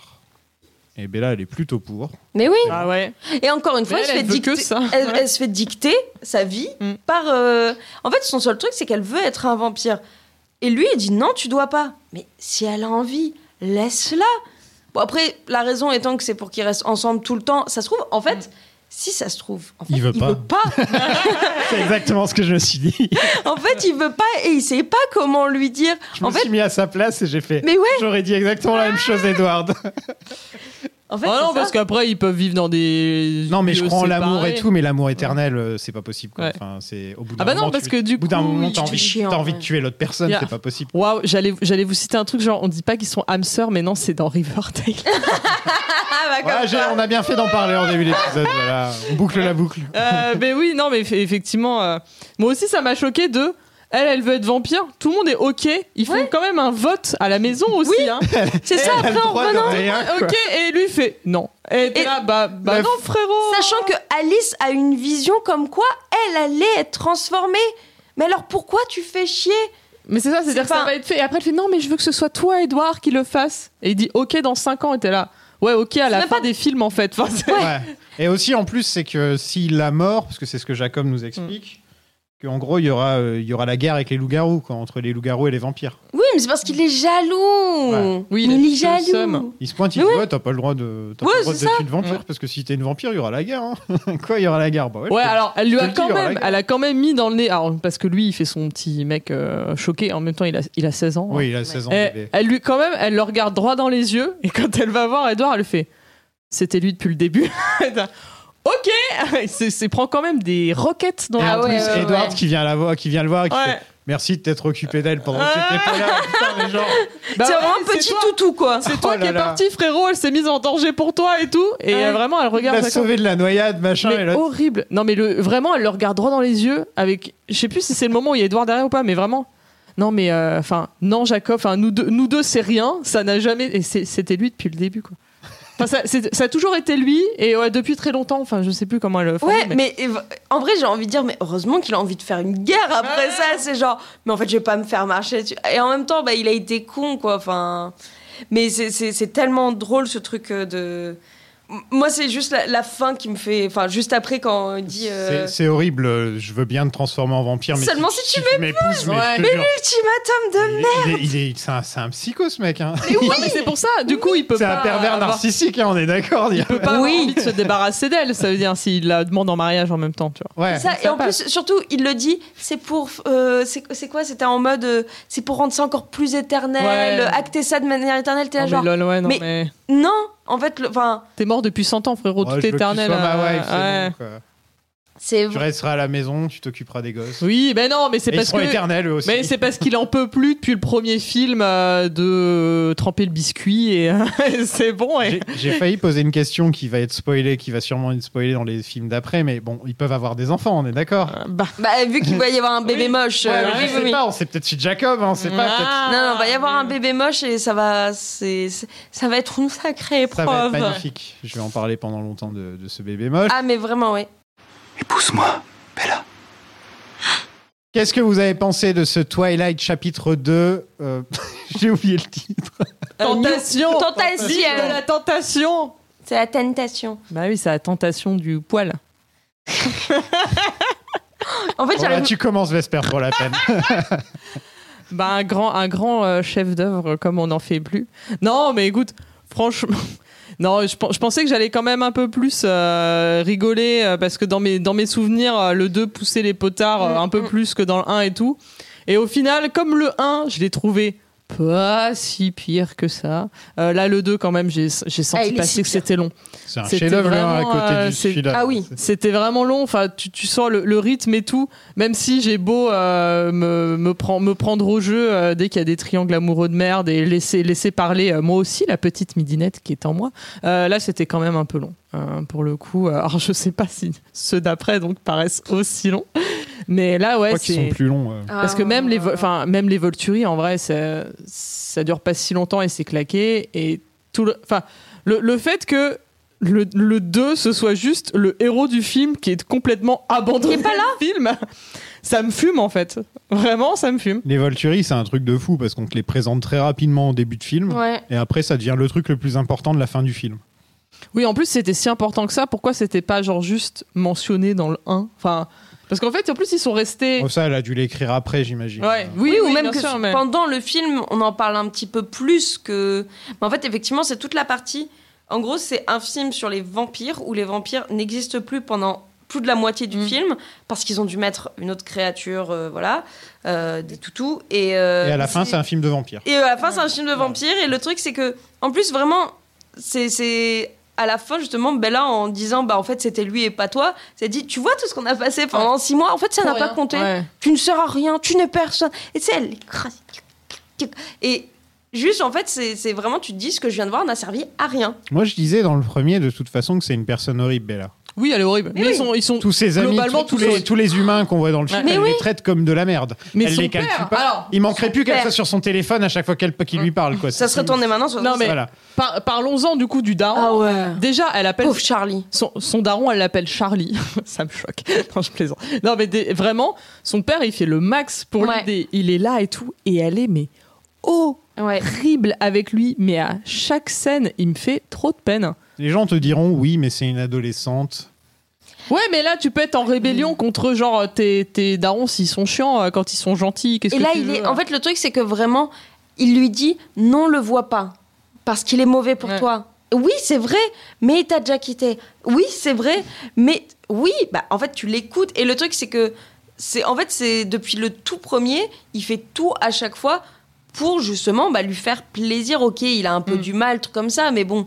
I: Et Bella, elle est plutôt pour.
J: Mais oui.
K: Ah ouais.
J: Et encore une fois,
K: Mais elle,
J: elle, se fait
K: elle veut
J: dicter,
K: que ça.
J: Elle,
K: Ouais.
J: elle se fait dicter sa vie
K: Mm.
J: par. euh, En fait, son seul truc, c'est qu'elle veut être un vampire. Et lui, il dit non, tu dois pas. Mais si elle a envie, laisse-la. Bon, après, la raison étant que c'est pour qu'ils restent ensemble tout le temps. Ça se trouve, en
K: Mm.
J: fait, si ça se trouve, en fait,
I: Il veut pas. C'est exactement ce que je me suis dit.
J: En fait, il veut pas et il sait pas comment lui dire.
I: Je
J: en
I: me
J: fait,
I: suis mis à sa place et j'ai fait.
J: mais ouais.
I: J'aurais dit exactement la même chose, Edward.
J: En fait,
K: ah
J: c'est
K: non,
J: ça.
K: parce qu'après, ils peuvent vivre dans des.
I: Non, mais je
K: lieux
I: crois en l'amour et
K: séparés.
I: tout, mais l'amour éternel, euh, c'est pas possible. quoi.
K: Ouais.
I: Enfin, c'est au bout
K: Ah
I: d'un
K: bah
I: moment,
K: non, parce
I: tu-
K: que du
I: au bout d'un
K: coup,
I: moment,
K: ils
I: t'as
J: te font
I: envie,
J: chier,
I: t'as
J: en
I: envie
J: vrai.
I: de tuer l'autre personne,
K: Yeah.
I: c'est pas possible.
K: Waouh, j'allais, j'allais vous citer un truc genre, on dit pas qu'ils sont âmes sœurs, mais non, c'est dans Riverdale.
J: Ah, bah, comme
I: Ouais, j'ai-
J: ça.
I: on a bien fait d'en parler en début d'épisode. voilà. On boucle la boucle.
K: Euh, mais oui, non, mais eff- effectivement, euh, moi aussi, ça m'a choqué de. Elle, elle veut être vampire. Tout le monde est OK. Ils font quand même un vote à la maison aussi. hein.
J: C'est ça.
I: Elle a le
J: Après, en
I: droit de
J: revenant.
I: rien, quoi.
K: OK, et lui fait non. Et, t'es
J: Et-
K: là, bah, bah
I: La-
K: non, frérot.
J: Sachant que Alice a une vision comme quoi elle allait être transformée. Mais alors pourquoi tu fais chier
K: Mais c'est ça, c'est-à-dire que
J: pas-
K: ça va être fait. Et après, elle fait non, mais je veux que ce soit toi, Edouard, qui le fasse. Et il dit OK dans 5 ans. Et t'es là. Ouais, OK, à la
J: même
K: fin des films, en fait. Enfin, c'est-
I: Ouais. Et aussi, en plus, c'est que s'il la mort, parce que c'est ce que Jacob nous explique,
K: Mm.
I: qu'en gros, il y, aura, euh, il y aura la guerre avec les loups-garous, quoi, entre les loups-garous et les vampires.
J: Oui, mais c'est parce qu'il est jaloux.
I: Ouais.
K: Oui, il
J: Mais
K: a
J: il est
K: plutôt le
J: jaloux.
K: seum.
I: Ils se pointent, ils
J: Mais
I: disent
J: ouais.
I: Ouais, t'as pas le droit de t'as
J: Ouais,
I: pas le droit
J: c'est
I: d'être
J: ça.
I: une vampire, parce que si t'es une vampire, il y aura la guerre. hein. quoi, il y aura la guerre bah, je
K: Mm. Ouais,
I: te-
K: alors elle lui
I: je
K: a
I: te le
K: quand
I: dis, il y aura la
K: même,
I: guerre.
K: elle a quand même mis dans le nez, alors, parce que lui il fait son petit mec euh, choqué, en même temps il a, il a 16 ans.
I: Oui, il a 16 ans.
K: Elle,
I: bébé.
K: Eh, elle lui quand même, elle le regarde droit dans les yeux et quand elle va voir Edouard, elle fait c'était lui depuis le début. ok, c'est, c'est- prend quand même des roquettes dans
I: Et
K: la
I: en plus,
J: Ah ouais, ouais,
I: Edward
J: ouais.
I: qui vient la voir, qui vient le voir, et qui
K: euh, Ouais.
I: fait merci de t'être occupé d'elle pendant que
K: Ah.
I: j'étais pas là. Putain, mais genre,
K: Bah
J: c'est
K: ouais,
J: vraiment un
K: c'est
J: petit
K: toi,
J: toutou, quoi.
K: C'est toi
I: Oh
K: qui
I: là
K: es
I: oh là.
K: parti frérot, elle s'est mise en danger pour toi et tout et
J: Ah Ouais.
K: euh, vraiment elle
I: il
K: regarde.
I: l'a
K: Jacob.
I: sauvé de la noyade, machin.
K: mais
I: et l'autre-
K: horrible. Non mais le, vraiment elle le regarde droit dans les yeux avec je sais plus si c'est le moment où il y a Edouard derrière ou pas mais vraiment non mais euh, enfin non Jacob enfin nous deux nous deux c'est rien ça n'a jamais et c'est- c'était lui depuis le début quoi. Enfin ça, c'est- ça a toujours été lui et ouais, depuis très longtemps enfin je sais plus comment elle le
J: Ouais, mais ev- en vrai, j'ai envie de dire, mais heureusement qu'il a envie de faire une guerre après ça. C'est genre, mais en fait, je vais pas me faire marcher. dessus. Et en même temps, bah, il a été con, quoi. Enfin, mais c'est- c'est c'est tellement drôle ce truc euh, de. M- Moi, c'est juste la, la fin qui me fait. Enfin, juste après, quand il dit.
I: C'est-
J: euh,
I: C'est horrible, euh, je veux bien te transformer en vampire, mais
J: Seulement si tu
I: m'épouses. mais je te
J: Mais
I: jure,
J: l'ultimatum de
I: il est- il est- il est- C'est un, c'est un psycho ce mec. hein.
K: Non, mais c'est pour ça du coup il peut
I: C'est
K: pas
I: un pervers
K: avoir-
I: narcissique, hein, on est d'accord. il y a-
K: il peut pas
J: Oui.
K: avoir envie de se débarrasser d'elle ça veut dire s'il la demande en mariage en même temps tu vois.
I: Ouais.
J: Ça, et en plus, surtout, il le dit, c'est pour. euh, c'est c'est quoi C'était en mode. euh, c'est pour rendre ça encore plus éternel,
K: Ouais.
J: euh, acter ça de manière éternelle. T'es là,
K: Non,
J: genre.
K: mais lol, ouais, non,
J: mais-
K: mais...
J: Non En fait, le- enfin,
K: t'es mort depuis 100 ans frérot
I: Ouais, je veux
K: tout
I: que tu
K: éternel.
I: sois ma
K: euh,
I: wife, c'est
K: ouais.
I: bon, quoi.
J: c'est.
I: Tu resteras à la maison, tu t'occuperas des gosses.
K: Oui mais non mais c'est
I: Et ils
K: parce
I: seront
K: que
I: éternels eux aussi.
K: Mais c'est parce qu'il en peut plus depuis le premier film euh, de euh, tremper le biscuit et euh, c'est bon. Et...
I: J'ai- J'ai failli poser une question qui va être spoilée, qui va sûrement être spoilée dans les films d'après, mais bon, ils peuvent avoir des enfants, on est d'accord.
K: Bah,
J: Bah, vu qu'il va y avoir un bébé
K: Oui.
J: moche.
I: Ouais,
J: euh,
I: mais
J: oui,
I: je
J: oui,
I: sais
J: oui.
I: pas, on sait peut-être si Jacob, hein, on sait pas. peut-être-
J: Non, non, va y avoir un bébé moche et ça va. c'est c'est- ça va être une sacrée
I: Ça va être
J: épreuve.
I: magnifique. Je vais en parler pendant longtemps de, de ce bébé moche.
J: Ah, mais vraiment, oui.
H: Épouse-moi, Bella.
I: Qu'est-ce que vous avez pensé de ce Twilight chapitre 2 Euh, J'ai oublié le titre.
K: Tentation
J: Tentation.
K: Vive la tentation
J: C'est la tentation.
K: Bah oui, c'est la tentation du poil.
J: En
I: Bon, là,
J: fait, j'arrive.
I: Oh, bah, tu commences Vesper pour la peine.
K: Bah un grand, un grand euh, chef d'œuvre comme on n'en fait plus. Non, mais écoute, franchement. Non, je, pen- je pensais que j'allais quand même un peu plus euh, rigoler euh, parce que dans mes, dans mes souvenirs, euh, le 2 poussait les potards euh, un peu
J: Mm,
K: plus que dans le 1 et tout. Et au final, comme le 1, je l'ai trouvé pas si pire que ça. Euh, là, le 2, quand même, j'ai j'ai
J: Ah,
K: senti
J: il est si
K: passer que
J: pire.
K: c'était long.
I: C'est un
K: C'était
I: chef-d'œuvre hein, à
K: vraiment,
I: côté
K: euh,
I: du
K: c'est-
I: celui-là.
J: Ah oui.
K: C'était vraiment long. Enfin, tu, tu sens le, le rythme et tout. Même si j'ai beau euh, me, me, prend- me prendre au jeu euh, dès qu'il y a des triangles amoureux de merde et laisser, laisser parler euh, moi aussi la petite midinette qui est en moi. euh, là, c'était quand même un peu long euh, pour le coup. Alors, je sais pas si ceux d'après donc paraissent aussi longs, mais là,
I: Je
K: ouais,
I: crois qu'ils sont
K: c'est.
I: plus longs. euh.
J: Ah.
K: Parce que même les, vo- enfin même les Volturi en vrai, ça, ça dure pas si longtemps et c'est claqué et tout. Le, enfin le, le fait que le, le 2 ce soit juste le héros du film qui est complètement abandonné
J: Il est pas
K: du film, ça me fume en fait. Vraiment, ça me fume.
I: Les Volturi, c'est un truc de fou parce qu'on te les présente très rapidement au début de film.
J: Ouais.
I: Et après, ça devient le truc le plus important de la fin du film.
K: Oui, en plus c'était si important que ça. Pourquoi c'était pas genre juste mentionné dans le 1 Enfin parce qu'en fait en plus ils sont restés.
I: Oh, ça, elle a dû l'écrire après, j'imagine.
K: Ouais, oui,
J: Oui, ou même
K: bien
J: que
K: sûr, mais-
J: pendant le film, on en parle un petit peu plus que. Mais en fait, effectivement, c'est toute la partie. En gros, c'est un film sur les vampires où les vampires n'existent plus pendant plus de la moitié du
K: Mm.
J: film parce qu'ils ont dû mettre une autre créature, euh, voilà, euh, des toutous. Et, euh,
I: Et à la fin, c'est un film de vampire.
J: Et euh, à la fin, c'est un film de vampire. Et le truc, c'est que, en plus, vraiment, c'est- c'est. À la fin, justement, Bella, en disant, bah, en fait, c'était lui et pas toi, s'est dit, tu vois tout ce qu'on a passé pendant six mois, en fait, ça n'a pas compté.
K: Ouais.
J: Tu ne sers à rien, tu n'es personne. Et c'est elle. l'écrase. Et juste, en fait, c'est c'est vraiment, tu te dis, ce que je viens de voir n'a servi à rien.
I: Moi, je disais dans le premier, de toute façon, que c'est une personne horrible, Bella.
K: Oui, elle est horrible. Mais,
J: oui.
K: ils sont, ils sont
I: Tous ses amis,
K: Globalement,
I: tous, tous
K: tous
I: les,
K: sont-
I: tous les humains qu'on voit dans le film,
J: Mais
I: elle
J: oui.
I: les traite comme de la merde.
K: Mais
I: elle
K: son
I: les calcule
K: père,
I: pas.
K: alors,
I: Il manquerait plus qu'elle
J: père.
I: soit sur son téléphone à chaque fois qu'elle- qu'il lui parle. Quoi.
J: Ça se retournait maintenant sur
K: Ah, Non, mais-
I: Voilà.
K: par- parlons-en du coup du daron.
J: Ah ouais.
K: Déjà, elle appelle
J: Pauvre Charlie.
K: Son, son daron, elle l'appelle Charlie. ça me choque. Non, je plaisante. Non, mais des- vraiment, son père, il fait le max pour
J: Ouais.
K: l'aider. Il est là et tout. Et elle est, mais horrible avec lui. Mais à chaque scène, il me fait trop de peine.
I: Les gens te diront, oui, mais c'est une adolescente.
K: Ouais, mais là, tu peux être en rébellion contre, genre, tes, tes darons s'ils sont chiants, euh, quand ils sont gentils. Qu'est-ce
J: Et
K: que
J: là,
K: tu
J: il
K: veux,
J: est.
K: hein
J: En fait, le truc, c'est que vraiment, il lui dit, non, le vois pas. Parce qu'il est mauvais pour
K: Ouais.
J: toi. Oui, c'est vrai, mais t'as déjà quitté. Oui, c'est vrai, mais oui, bah en fait, tu l'écoutes. Et le truc, c'est que. c'est En fait, c'est depuis le tout premier, il fait tout à chaque fois pour justement bah, lui faire plaisir. Ok, il a un peu
K: Mm.
J: du mal, truc comme ça, mais bon.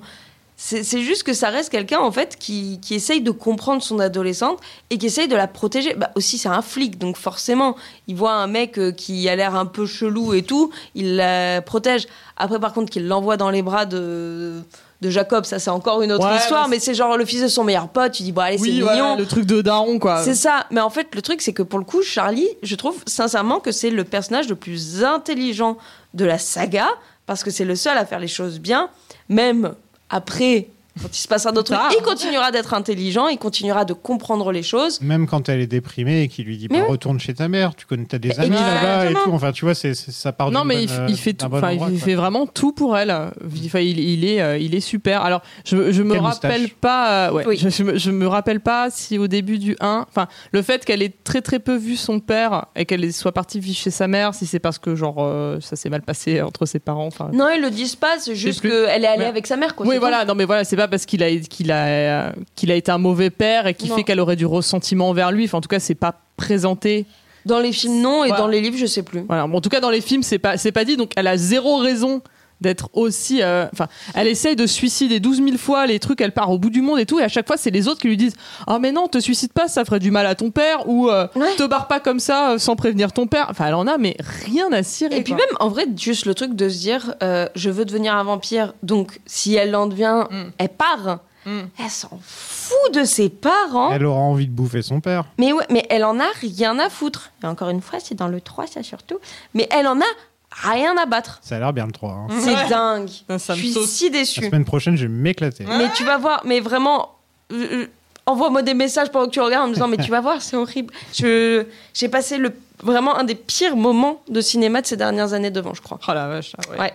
J: C'est c'est juste que ça reste quelqu'un en fait qui, qui essaye de comprendre son adolescente et qui essaye de la protéger. Bah aussi c'est un flic donc forcément il voit un mec euh, qui a l'air un peu chelou et tout, il la protège. Après par contre qu'il l'envoie dans les bras de de Jacob, ça c'est encore une autre
K: Ouais,
J: histoire,
K: bah,
J: mais c'est genre le fils de son meilleur pote. Tu dis bon allez c'est
K: Oui,
J: mignon.
K: voilà, le truc de daron, quoi.
J: C'est ça. Mais en fait, le truc, c'est que pour le coup, Charlie, je trouve sincèrement que c'est le personnage le plus intelligent de la saga, parce que c'est le seul à faire les choses bien, même après. Quand il se passera d'autres
K: Tard.
J: trucs, il continuera d'être intelligent, il continuera de comprendre les choses.
I: Même quand elle est déprimée et qu'il lui dit,
J: Mais
I: bah,
J: oui.
I: retourne chez ta mère, tu connais, t'as des amis
J: Exactement.
I: là-bas et tout. Enfin, tu vois, c'est c'est- ça part
K: Non,
I: d'une
K: mais il,
I: bonne,
K: f-
I: euh,
K: il fait
I: d'un
K: tout.
I: bon
K: enfin,
I: endroit,
K: il
I: quoi.
K: fait vraiment tout pour elle. Enfin, il, il est, euh, il est super. Alors, je, je me
I: Quelle
K: rappelle
I: moustache.
K: pas. euh, ouais,
J: Oui.
K: je, je me, je me rappelle pas si au début du 1, enfin, le fait qu'elle ait très très peu vu son père et qu'elle soit partie vivre chez sa mère, si c'est parce que genre euh, ça s'est mal passé entre ses parents. Enfin,
J: Non, ils le disent pas, c'est juste
K: plus-
J: qu'elle est allée
K: Ouais.
J: avec sa mère. Quoi,
K: oui,
J: c'est
K: voilà. Non, mais voilà, c'est pas parce qu'il a, qu'il a, euh, qu'il a été un mauvais père et qui
J: Non.
K: fait qu'elle aurait du ressentiment envers lui. Enfin, en tout cas, c'est pas présenté.
J: tout. Dans les films, non, et
K: Voilà.
J: dans les livres, je sais plus.
K: Voilà. Bon, en tout cas, dans les films, c'est pas, c'est pas dit. Donc, elle a zéro raison d'être aussi. euh, Enfin, elle essaye de se suicider 12 000 fois les trucs. Elle part au bout du monde et tout. Et à chaque fois, c'est les autres qui lui disent Ah, mais non, te suicide pas, ça ferait du mal à ton père. Ou euh,
J: Ouais.
K: te barre pas comme ça euh, sans prévenir ton père. Enfin, elle en a, mais rien à cirer.
J: Et puis
K: quoi.
J: même, en vrai, juste le truc de se dire, euh, je veux devenir un vampire, donc si elle en devient,
K: Mm.
J: elle part.
K: Mm.
J: Elle s'en fout de ses parents.
I: Elle aura envie de bouffer son père.
J: Mais ouais, mais elle en a rien à foutre. Et encore une fois, c'est dans le 3, ça surtout. Mais elle en a rien à battre.
I: Ça a l'air bien le 3. hein.
J: C'est dingue.
K: ça
J: je
K: me
J: suis
K: saute.
J: si
I: La
J: déçue.
I: semaine prochaine, je vais m'éclater.
J: Mais tu vas voir, mais vraiment, euh, euh, envoie-moi des messages pendant que tu regardes en me disant, mais tu vas voir, c'est horrible. Je, j'ai passé le, vraiment un des pires moments de cinéma de ces dernières années devant, je crois.
K: Oh la vache. Ah
J: ouais. ouais.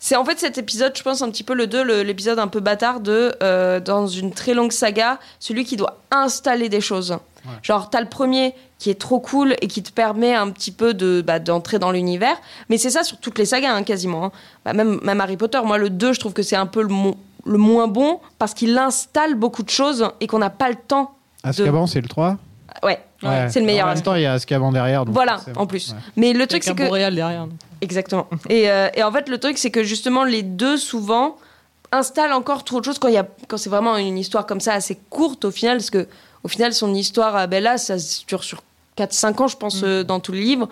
J: C'est en fait cet épisode, je pense, un petit peu le 2, l'épisode un peu bâtard de, euh, dans une très longue saga, celui qui doit installer des choses. Ouais. Genre, t'as le premier qui est trop cool et qui te permet un petit peu de bah, d'entrer dans l'univers. Mais c'est ça sur toutes les sagas, hein, quasiment. Hein. Bah, même, même Harry Potter, moi, le 2, je trouve que c'est un peu le, mo le moins bon parce qu'il installe beaucoup de choses et qu'on n'a pas le temps.
I: Azkaban, de... c'est le 3
J: Ouais, ouais. Ah c'est le meilleur.
I: En même temps, il y a Azkaban derrière. Donc
J: voilà, en plus. Ouais. Mais le truc, c'est que.
K: Boréal derrière.
J: Exactement. et, euh, et, en fait, le truc, c'est que justement, les deux, souvent, installent encore trop de choses quand, y a... quand c'est vraiment une histoire comme ça, assez courte au final, parce que au final, son histoire à Bella, ça dure sur 4-5 ans, je pense, mmh. euh, dans tout le livre.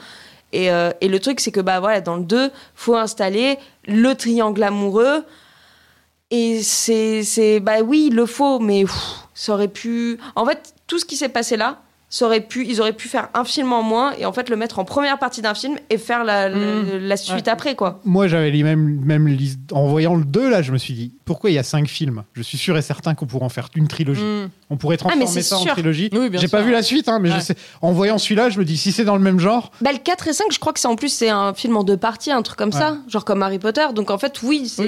J: Et, euh, et le truc, c'est que bah, voilà, dans le 2, faut installer le triangle amoureux. Et c'est. Bah oui, il le faut, mais pff, ça aurait pu. En fait, tout ce qui s'est passé là, ça aurait pu, ils auraient pu faire un film en moins et en fait le mettre en première partie d'un film et faire la, la, mmh. la suite ouais. après quoi.
I: Moi j'avais même, même en voyant le 2 là je me suis dit pourquoi il y a 5 films Je suis sûr et certain qu'on pourrait en faire une trilogie.
J: Mm.
I: Mmh. On pourrait transformer ah, ça sûr. en trilogie. Oui, J'ai pas vu la suite hein, mais ouais. je sais, en voyant celui-là je me dis si c'est dans le même genre.
J: Bah, le 4 et 5 je crois que c'est en plus c'est un film en deux parties un truc comme ouais. ça genre comme Harry Potter donc en fait oui c'est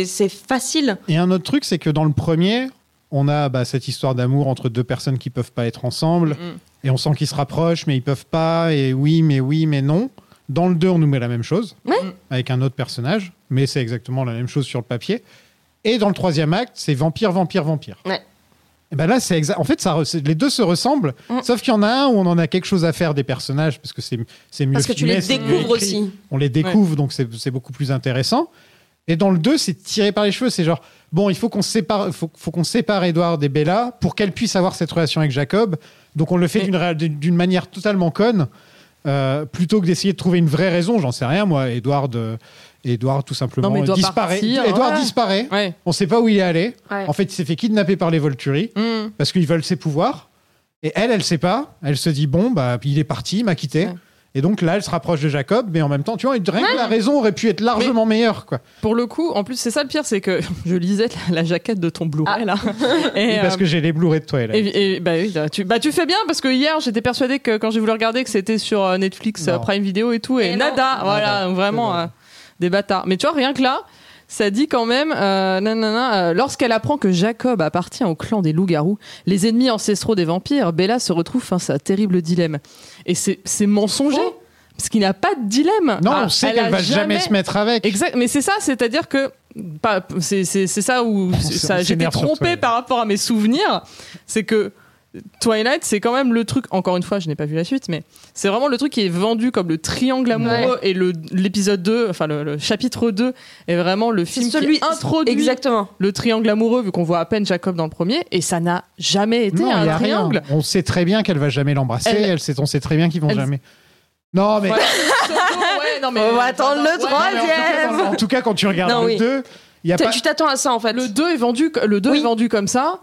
J: oui, oui. facile.
I: Et un autre truc c'est que dans le premier on a bah, cette histoire d'amour entre deux personnes qui peuvent pas être ensemble mmh. et on sent qu'ils se rapprochent mais ils peuvent pas et oui mais oui mais non. Dans le 2 on nous met la même chose
J: mmh.
I: avec un autre personnage mais c'est exactement la même chose sur le papier. Et dans le troisième acte c'est vampire vampire vampire.
J: Ouais.
I: Et ben bah là, c'est en fait, ça, les deux se ressemblent, mmh. sauf qu'il y en a un où on en a quelque chose à faire des personnages, parce que c'est mieux
J: Parce que
I: filmé,
J: tu les découvres aussi.
I: On les découvre, ouais. donc c'est beaucoup plus intéressant. Et dans le 2, c'est tiré par les cheveux. C'est genre, bon, il faut qu'on sépare, faut, faut qu'on sépare Edward et Bella pour qu'elle puisse avoir cette relation avec Jacob. Donc on le fait d'une manière totalement conne, euh, plutôt que d'essayer de trouver une vraie raison. J'en sais rien, moi. Edward, euh, Edward tout simplement
K: non,
I: disparaît.
K: Partir,
I: Edward ouais. disparaît.
K: Ouais.
I: On ne sait pas où il est allé.
J: Ouais.
I: En fait, il s'est fait kidnapper par les Volturi
J: mmh.
I: parce qu'ils veulent ses pouvoirs. Et elle, elle ne sait pas. Elle se dit, bon, bah, il est parti, il m'a quitté. Et donc là, elle se rapproche de Jacob, mais en même temps, tu vois, rien ouais. que la raison aurait pu être largement mais meilleure, quoi.
K: Pour le coup, en plus, c'est ça le pire, c'est que je lisais la, la jaquette de ton Blu-ray, ah. là.
I: Et, euh, oui, parce que j'ai les Blu-ray de toi, là.
K: Et, et bah, oui, tu, bah, tu fais bien, parce que hier, j'étais persuadée que quand j'ai voulu regarder, que c'était sur euh, Netflix, non. Prime Video et tout, et, et nada, non. voilà, nada. vraiment euh, des bâtards. Mais tu vois, rien que là, ça dit quand même, euh, euh, lorsqu'elle apprend que Jacob appartient au clan des loups-garous, les ennemis ancestraux des vampires, Bella se retrouve face à un terrible dilemme. Et c'est mensonger. Oh. Parce qu'il n'a pas de dilemme.
I: Non, ah, on sait qu'elle qu va jamais... jamais... se mettre avec.
K: Exact. Mais c'est ça, c'est-à-dire que c'est ça où j'étais trompée par rapport à mes souvenirs. C'est que Twilight, c'est quand même le truc. Encore une fois, je n'ai pas vu la suite, mais c'est vraiment le truc qui est vendu comme le triangle amoureux ouais. et l'épisode 2, enfin le, le, chapitre 2 est vraiment le film
J: celui,
K: qui introduit
J: exactement.
K: le triangle amoureux vu qu'on voit à peine Jacob dans le premier et ça n'a jamais été
I: non,
K: un y a triangle.
I: Rien. On sait très bien qu'elle va jamais l'embrasser. Elle, elle sait, on sait très bien qu'ils vont elle, jamais. Non mais.
J: Voilà. ouais, non, mais on va attendre le troisième.
I: Ouais, en, en, tout cas, quand tu regardes non, le 2,
J: oui. pas... tu t'attends à ça en fait.
K: Le 2 est vendu, le 2 oui. est vendu comme ça.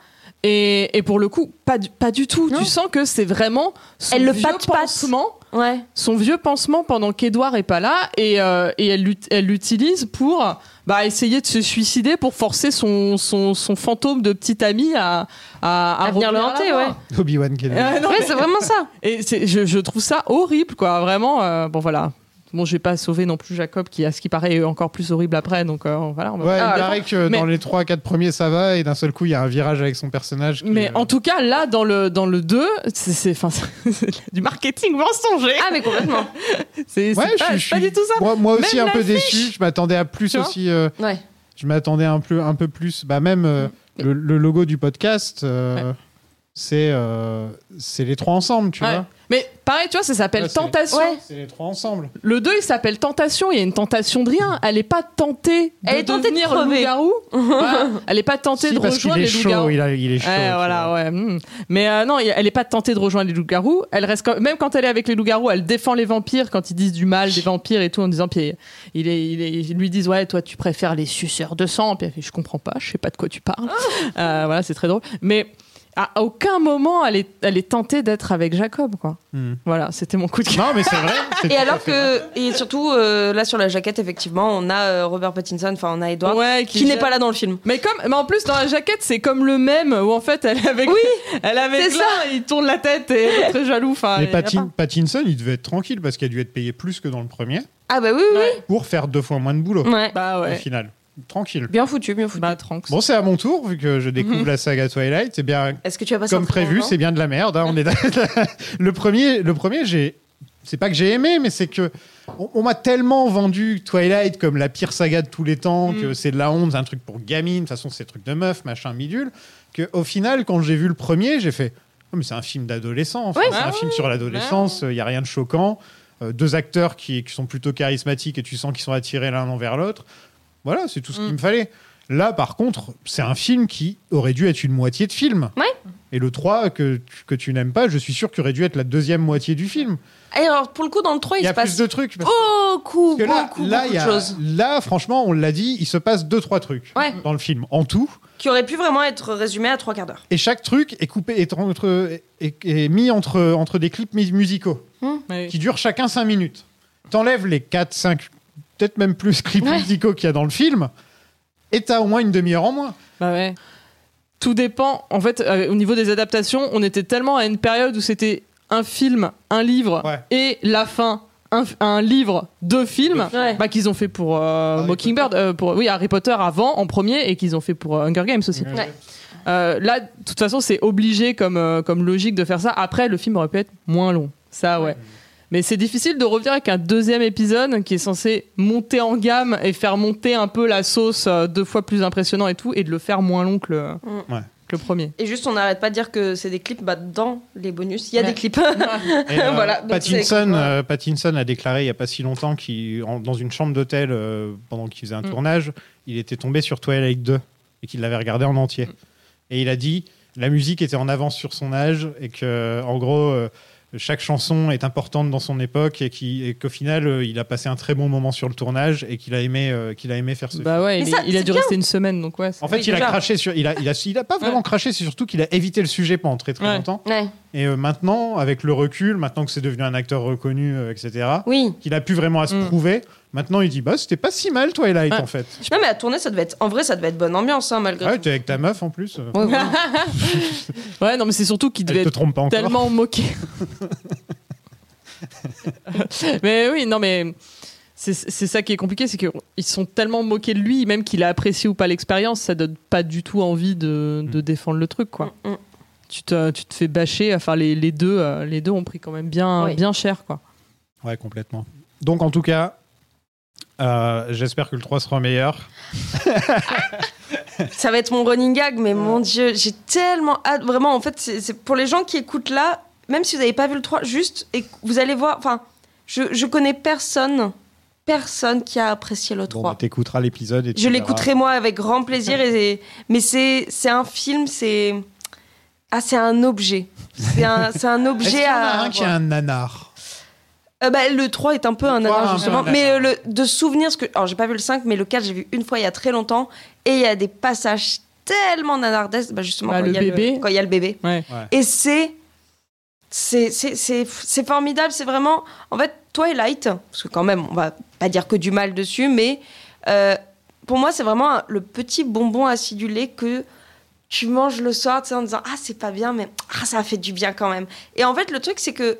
K: Et, et, pour le coup, pas du, pas du tout. Non. Tu sens que c'est vraiment son
J: elle
K: le
J: vieux patte -patte.
K: pansement.
J: Ouais.
K: Son vieux pansement pendant qu'Edouard est pas là. Et, euh, et elle l'utilise pour bah, essayer de se suicider pour forcer son, son, son fantôme de petit ami à, Ah, à, Ah,
J: à, à venir le hanter. Ouais.
I: Obi-Wan Kenobi. Euh,
J: ouais, c'est vraiment ça.
K: Et je, je, trouve ça horrible, quoi. Vraiment, euh, bon voilà. Bon, je vais pas sauver non plus Jacob, qui, à ce qui paraît, est encore plus horrible après. Donc euh, voilà. On
I: va ouais, il paraît que ah, mais... dans les 3-4 premiers, ça va, et d'un seul coup, il y a un virage avec son personnage. Qui,
K: mais
I: euh...
K: en tout cas, là, dans le, dans le 2, c'est du marketing mensonger.
J: Ah, mais complètement.
K: c'est ouais, pas, je, je pas suis... du tout ça.
I: Moi, moi aussi, même un peu déçu. Je m'attendais à plus aussi. Euh,
J: ouais.
I: Je m'attendais un peu, un peu plus. Bah, même
K: Mm.
I: mais... le, le, logo du podcast euh, c'est euh, les trois ensemble, tu
K: ouais.
I: vois.
K: Mais pareil, tu vois, ça s'appelle ouais, Tentation.
I: Les... Ouais. C'est les trois ensemble.
K: Le 2, il s'appelle Tentation. Il y a une tentation de rien. Elle n'est pas tentée de
J: elle est tentée
K: devenir
J: de
K: loup-garou. voilà. Elle n'est pas tentée
I: si,
K: de
I: parce
K: rejoindre
I: il est
K: les loups-garous.
I: Il, il, est chaud.
K: voilà, ouais. Mmh. Mais euh, non, elle n'est pas tentée de rejoindre les loups-garous. Elle reste quand... Même quand elle est avec les loups-garous, elle défend les vampires quand ils disent du mal des vampires et tout en disant. Puis il est, il est... ils lui disent Ouais, toi, tu
J: Ah.
K: préfères les suceurs de sang. Puis elle fait, Je comprends pas, je sais pas de quoi tu parles. euh, voilà, c'est très drôle. Mais à aucun moment elle est, elle est tentée d'être avec Jacob quoi.
I: Hmm.
K: Voilà, c'était mon coup de cœur.
I: Non, mais c'est vrai. c'est
J: Et
I: tout à
J: alors
I: fait
J: que, et surtout euh, là sur la jaquette, effectivement, on a euh, Robert Pattinson, enfin on a Edward,
K: Ouais,
J: qui n'est pas là dans le film.
K: Mais comme, mais en plus dans la jaquette c'est comme le même où en fait elle est avec,
J: Oui,
K: elle est avec
J: c'est
K: l'un, il tourne la tête et elle est très jaloux. Enfin,
I: Mais
K: il y a
I: Pattin-
K: pas-
I: Pattinson, il devait être tranquille parce qu'il a dû être payé plus que dans le premier
J: Ah bah oui, oui,
I: pour faire deux fois moins de boulot
J: oui. Ouais.
K: Bah
I: au
K: ouais.
I: final. Tranquille.
J: Bien foutu, bien foutu.
K: Bah Trunks.
I: Bon, c'est à mon tour vu que je découvre
K: Mm-hmm.
I: la saga Twilight. Eh bien,
J: Est-ce que tu as passé
I: comme prévu, c'est bien de la merde. hein, on est d'accord. le premier, le premier, j'ai. C'est pas que j'ai aimé, mais c'est que on, on m'a tellement vendu Twilight comme la pire saga de tous les temps,
J: Mm.
I: que c'est de la honte, c'est un truc pour gamine, de toute façon c'est des trucs de meuf, machin midule, que au final quand j'ai vu le premier, j'ai fait oh, mais c'est un film d'adolescent, enfin,
J: Ouais. bah
I: c'est un
K: Ah
I: film sur l'adolescence, il y a rien de choquant, Euh, deux acteurs qui, qui sont plutôt charismatiques et tu sens qu'ils sont attirés l'un envers l'autre. Voilà, c'est tout
J: Mm.
I: ce qu'il me fallait. Là, par contre, c'est un film qui aurait dû être une moitié de film.
J: Ouais.
I: Et le 3, que, tu- que tu n'aimes pas, je suis sûr qu'il aurait dû être la deuxième moitié du film.
J: Et alors pour le coup, dans le 3,
I: Il
J: il,
I: y
J: se
I: a plus
J: passe
I: de trucs. parce
J: beaucoup,
I: que là,
J: beaucoup,
I: là, il
J: beaucoup
I: y
J: de
I: a-
J: choses
I: là, franchement, on l'a dit, il se passe deux, trois trucs
J: Ouais.
I: dans le film, en tout.
J: qui auraient pu vraiment être résumées à trois quarts d'heure.
I: Et chaque truc est coupé, est, entre, est- est mis entre, entre des clips mu- musicaux.
K: Ouais.
I: qui durent chacun 5 minutes. T'enlèves les 4, 5, peut-être même plus clips
J: Ouais.
I: musicaux qu'il y a dans le film, et t'as au moins une demi-heure en moins.
K: Bah ouais. Tout dépend. En fait, euh, au niveau des adaptations, on était tellement à une période où c'était un film, un livre
I: Ouais.
K: et la fin, un, un livre, deux films,
J: Ouais.
K: bah, qu'ils ont fait pour euh,
I: Harry
K: Mockingbird, euh, pour oui Harry Potter avant en premier et qu'ils ont fait pour euh, Hunger Games aussi.
J: Ouais.
K: Euh, là, de toute façon, c'est obligé comme, euh, comme logique de faire ça. Après, le film aurait pu être moins long. Ça, ouais. Mais c'est difficile de revenir avec un deuxième épisode qui est censé monter en gamme et faire monter un peu la sauce euh, deux fois plus impressionnant et tout, et de le faire moins long que le,
J: Mm.
I: Ouais.
K: que le premier.
J: Et juste, on n'arrête pas de dire que c'est des clips bah, dans les bonus. Il y a
K: Ouais.
J: des clips.
I: Et, euh,
J: Voilà, donc
I: Pattinson,
J: c'est-
I: euh, Pattinson a déclaré il n'y a pas si longtemps qu'il, en- dans une chambre d'hôtel, euh, pendant qu'il faisait un
K: Mm.
I: tournage, il était tombé sur Twilight 2 et qu'il l'avait regardé en
K: Mm.
I: entier. Et il a dit la musique était en avance sur son âge et que, en gros, euh, chaque chanson est importante dans son époque et, qui, et qu'au final, euh, il a passé un très bon moment sur le tournage et qu'il a aimé, euh, qu'il a aimé faire ce
K: Bah ouais,
J: Mais
K: il,
J: ça,
K: est- il a
J: c'est
K: dû
J: bien.
K: rester une semaine, donc ouais. c'est-
I: En fait,
J: Oui,
I: il a
J: déjà.
I: craché sur. Il a, il a, il a pas vraiment
K: Ouais.
I: craché, c'est surtout qu'il a évité le sujet pendant très très
K: Ouais.
I: longtemps.
J: Ouais.
I: Et euh, maintenant, avec le recul, maintenant que c'est devenu un acteur reconnu, euh, etc.,
J: Oui.
I: qu'il a pu vraiment à se
K: Mm.
I: prouver, maintenant il dit Bah, c'était pas si mal, Twilight,
K: Ouais.
I: en fait.
J: Non, mais à tourner, ça devait être. En vrai, ça devait être bonne ambiance, hein, malgré
I: Ouais,
J: tout.
I: t'es avec ta meuf en plus, euh,
J: Ouais, ouais.
K: Ouais, non, mais c'est surtout qu'il devait
I: elle te
K: être
I: trompe pas encore.
K: tellement moqué. mais oui, non, mais c'est c'est ça qui est compliqué, c'est qu'ils sont tellement moqués de lui, même qu'il a apprécié ou pas l'expérience, ça donne pas du tout envie
I: Mm.
K: de, de défendre le truc, quoi.
J: Mm, mm.
K: Tu te, tu te fais bâcher, enfin les, les deux, euh, les deux ont pris quand même bien,
J: Oui.
K: bien cher, quoi.
I: Ouais, complètement. Donc, en tout cas, euh, j'espère que le 3 sera meilleur.
J: Ça va être mon running gag, mais mon dieu, j'ai tellement hâte. Vraiment, en fait, c'est c'est pour les gens qui écoutent là, même si vous n'avez pas vu le 3, juste, et vous allez voir. Enfin, je, je connais personne, personne qui a apprécié le 3.
I: Bon, bah, t'écouteras l'épisode et tu
J: je
I: verras.
J: l'écouterai moi avec grand plaisir. Et, mais c'est c'est un film, c'est. Ah, c'est un objet. C'est un, c'est un
I: Est-ce qu'il
J: objet
I: y en
J: à.
I: a un qui a un nanar
J: Euh, bah, le 3 est un peu
I: trois,
J: un nanar,
I: un
J: justement.
I: peu un
J: mais
I: nanar.
J: euh, le, de souvenir, ce que. Alors, j'ai pas vu le 5, mais le 4, j'ai vu une fois il y a très longtemps. Et il y a des passages tellement nanardesques, bah, justement,
K: Bah,
J: quand
K: le
J: il y a
K: bébé.
J: quand il y a le bébé.
K: Ouais.
J: Et c'est. C'est c'est- c'est- c'est formidable, c'est vraiment. En fait, Twilight, parce que quand même, on va pas dire que du mal dessus, mais euh, pour moi, c'est vraiment un- le petit bonbon acidulé que tu manges le soir tu sais, en disant Ah, c'est pas bien, mais ah, ça a fait du bien quand même. Et en fait, le truc, c'est que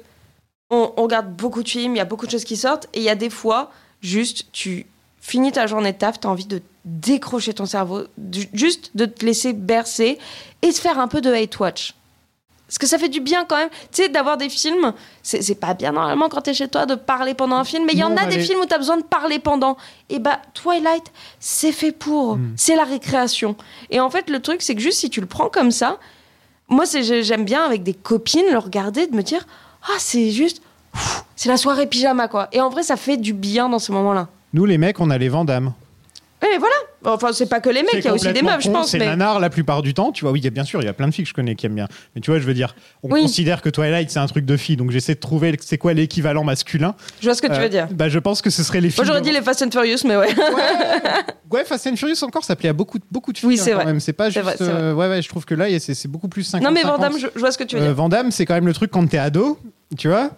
J: on, on regarde beaucoup de films, il y a beaucoup de choses qui sortent, et il y a des fois, juste, tu finis ta journée de taf, t'as envie de décrocher ton cerveau, du- juste de te laisser bercer et de faire un peu de hate watch. Parce que ça fait du bien quand même, tu sais, d'avoir des films. C'est c'est pas bien normalement quand t'es chez toi de parler pendant un film, mais il y
I: Non,
J: en a
I: bah,
J: des
I: les-
J: films où t'as besoin de parler pendant. Et bah, Twilight, c'est fait pour.
I: Mm.
J: C'est la récréation. Et en fait, le truc, c'est que juste si tu le prends comme ça, moi, c'est- j'ai- j'aime bien avec des copines le regarder, de me dire Ah, c'est juste. pff, C'est la soirée pyjama, quoi. Et en vrai, ça fait du bien dans ce moment-là.
I: Nous, les mecs, on a les Vandamme.
J: Et voilà. Enfin, c'est pas que les mecs, il y a aussi des meufs, je pense.
I: C'est
J: mais-
I: nanar la plupart du temps, tu vois. Oui, il y a- bien sûr, il y a plein de filles que je connais qui aiment bien. Mais tu vois, je veux dire, on
J: Oui.
I: considère que Twilight, c'est un truc de filles. Donc j'essaie de trouver le- c'est quoi l'équivalent masculin.
J: Je vois ce que tu
I: Euh,
J: veux dire.
I: Bah, je pense que ce serait les filles.
J: Moi, j'aurais dit les Fast and Furious, mais ouais.
I: Ouais, Fast and Furious encore, ça plaît à beaucoup, beaucoup de filles.
J: Oui,
I: hein,
J: c'est
I: quand
J: vrai.
I: même. C'est pas
J: C'est
I: juste.
J: vrai, c'est vrai.
I: euh, ouais, ouais, je trouve que là, il y a- c'est c'est beaucoup plus 50.
J: non, mais Vandame, je, je vois ce que tu veux
I: Euh,
J: dire.
I: Van Damme, c'est quand même le truc quand t'es ado, tu vois.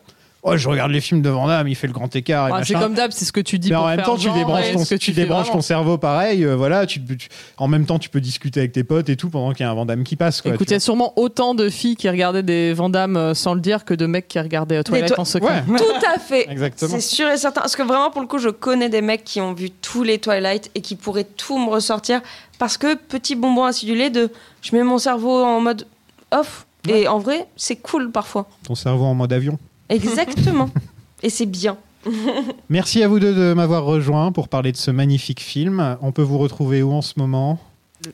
I: Oh, je regarde les films de Van Damme, il fait le grand écart et
K: Ah, c'est
I: machin.
K: comme d'hab, c'est ce que tu dis.
I: Mais en
K: pour
I: même
K: faire
I: temps, tu
K: genre,
I: débranches,
K: et
I: ton,
K: ce que
I: tu
K: fais
I: débranches ton
K: vraiment.
I: cerveau pareil. euh, voilà, tu, tu- en même temps, tu peux discuter avec tes potes et tout pendant qu'il y a un Vandame qui passe. Quoi,
K: Écoute, il
I: tu
K: y a sûrement autant de filles qui regardaient des Vandamme euh, sans le dire que de mecs qui regardaient euh, Twilight
J: toi-
K: en
I: vois.
K: secret.
I: Ouais,
J: Tout à fait.
I: exactement.
J: C'est sûr et certain. Parce que vraiment, pour le coup, je connais des mecs qui ont vu tous les Twilight et qui pourraient tout me ressortir. Parce que petit bonbon acidulé de je mets mon cerveau en mode off. Et en vrai, c'est cool parfois.
I: Ton cerveau en mode avion.
J: Exactement. et c'est bien.
I: Merci à vous deux de m'avoir rejoint pour parler de ce magnifique film. On peut vous retrouver où en ce moment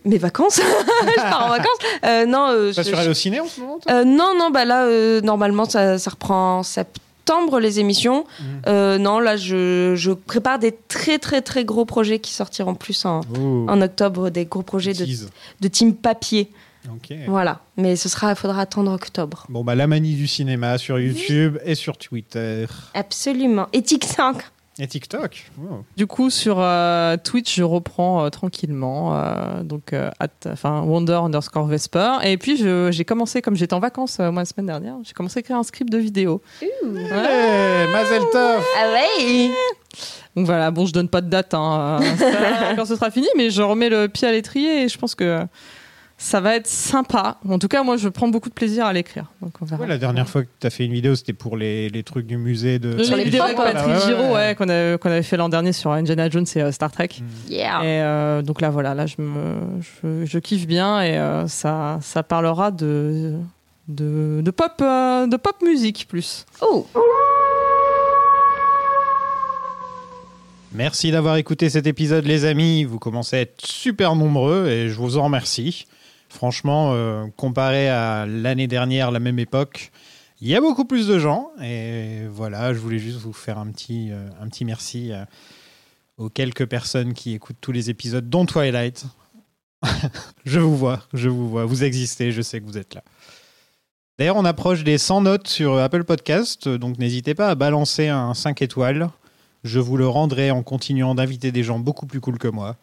J: Mes vacances Je pars en vacances. Euh, non, euh,
I: Pas
J: je-
I: sur
J: je-
I: Allociné en ce moment toi
J: Euh, non, non, bah là, euh, normalement, ça, ça reprend en septembre les émissions. Euh, non, là, je, je prépare des très, très, très gros projets qui sortiront plus en,
I: Oh,
J: en octobre, des gros projets de,
I: tease.
J: de team papier.
I: Ok.
J: Voilà. Mais ce sera, faudra attendre octobre.
I: Bon, bah, la manie du cinéma sur YouTube et sur Twitter.
J: Absolument. Et TikTok.
I: Et TikTok. Wow.
K: Du coup, sur euh, Twitch, je reprends euh, tranquillement. euh, donc, euh, at- enfin, Wonder underscore Vesper. Et puis, je- j'ai commencé, comme j'étais en vacances euh, moi la semaine dernière, j'ai commencé à écrire un script de vidéo. Ouais.
I: Hey, Mazel Tov
J: Ah ouais
K: Donc voilà, bon, je donne pas de date hein, euh, ça, quand ce sera fini, mais je remets le pied à l'étrier et je pense que ça va être sympa. En tout cas, moi, je prends beaucoup de plaisir à l'écrire. Donc on verra.
I: Ouais, La dernière fois que tu as fait une vidéo, c'était pour les, les trucs du musée de.
K: Les
J: Sur les
K: vidéos avec
J: propres.
K: Patrick
I: Ah, ouais,
K: Giraud,
I: ouais.
K: ouais, qu'on avait, qu'on avait fait l'an dernier sur Indiana Jones et euh, Star Trek.
J: Yeah
K: Et euh, donc là, voilà, là, je, me, je, je kiffe bien et euh, ça, ça parlera de, de, de pop, euh, de pop musique plus.
J: Oh
I: Merci d'avoir écouté cet épisode, les amis. Vous commencez à être super nombreux et je vous en remercie. Franchement, euh, comparé à l'année dernière, la même époque, il y a beaucoup plus de gens. Et voilà, je voulais juste vous faire un petit, euh, un petit merci euh, aux quelques personnes qui écoutent tous les épisodes, dont Twilight. je vous vois, je vous vois. Vous existez, je sais que vous êtes là. D'ailleurs, on approche des 100 notes sur Apple Podcast, donc n'hésitez pas à balancer un 5 étoiles. Je vous le rendrai en continuant d'inviter des gens beaucoup plus cool que moi.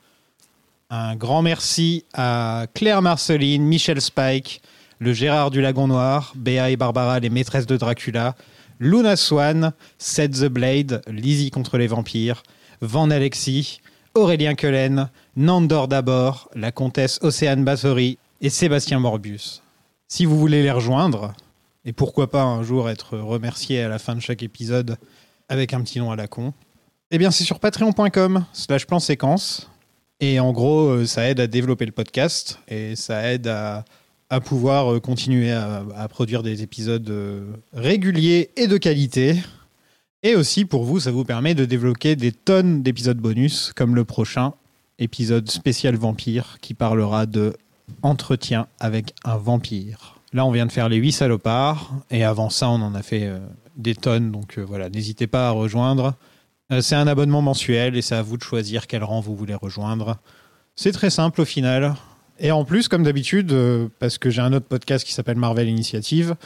I: Un grand merci à Claire Marceline, Michel Spike, le Gérard du Lagon Noir, Béa et Barbara, les maîtresses de Dracula, Luna Swan, Set the Blade, Lizzie contre les vampires, Van Alexis, Aurélien Kellen, Nandor d'abord, la comtesse Océane Bathory et Sébastien Morbius. Si vous voulez les rejoindre, et pourquoi pas un jour être remercié à la fin de chaque épisode avec un petit nom à la con, eh bien, c'est sur patreon.com slash plan séquence. Et en gros, euh, ça aide à développer le podcast et ça aide à, à pouvoir euh, continuer à, à produire des épisodes euh, réguliers et de qualité. Et aussi, pour vous, ça vous permet de développer des tonnes d'épisodes bonus, comme le prochain épisode spécial vampire qui parlera de entretien avec un vampire. Là, on vient de faire les 8 salopards et avant ça, on en a fait euh, des tonnes. Donc euh, voilà, n'hésitez pas à rejoindre. Euh, C'est un abonnement mensuel et c'est à vous de choisir quel rang vous voulez rejoindre. C'est très simple au final. Et en plus, comme d'habitude, euh, parce que j'ai un autre podcast qui s'appelle Marvel Initiative,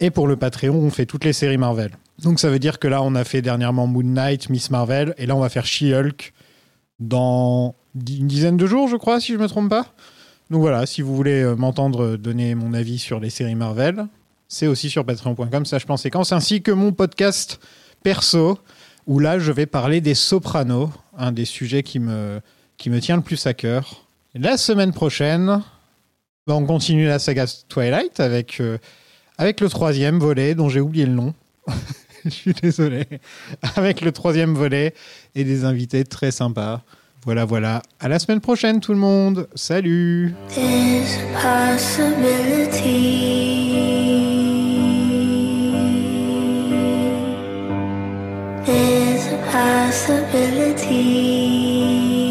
I: et pour le Patreon, on fait toutes les séries Marvel. Donc ça veut dire que là, on a fait dernièrement Moon Knight, Miss Marvel, et là, on va faire She-Hulk dans dix- une dizaine de jours, je crois, si je me trompe pas. Donc voilà, si vous voulez euh, m'entendre euh, donner mon avis sur les séries Marvel, c'est aussi sur patreon.com slash plan séquence, ainsi que mon podcast perso, où là, je vais parler des sopranos, un des sujets qui me, qui me tient le plus à cœur. La semaine prochaine, bah, on continue la saga Twilight avec, euh, avec le troisième volet, dont j'ai oublié le nom. je suis désolé. Avec le troisième volet et des invités très sympas. Voilà, voilà. À la semaine prochaine, tout le monde. Salut!
M: This possibility is a possibility.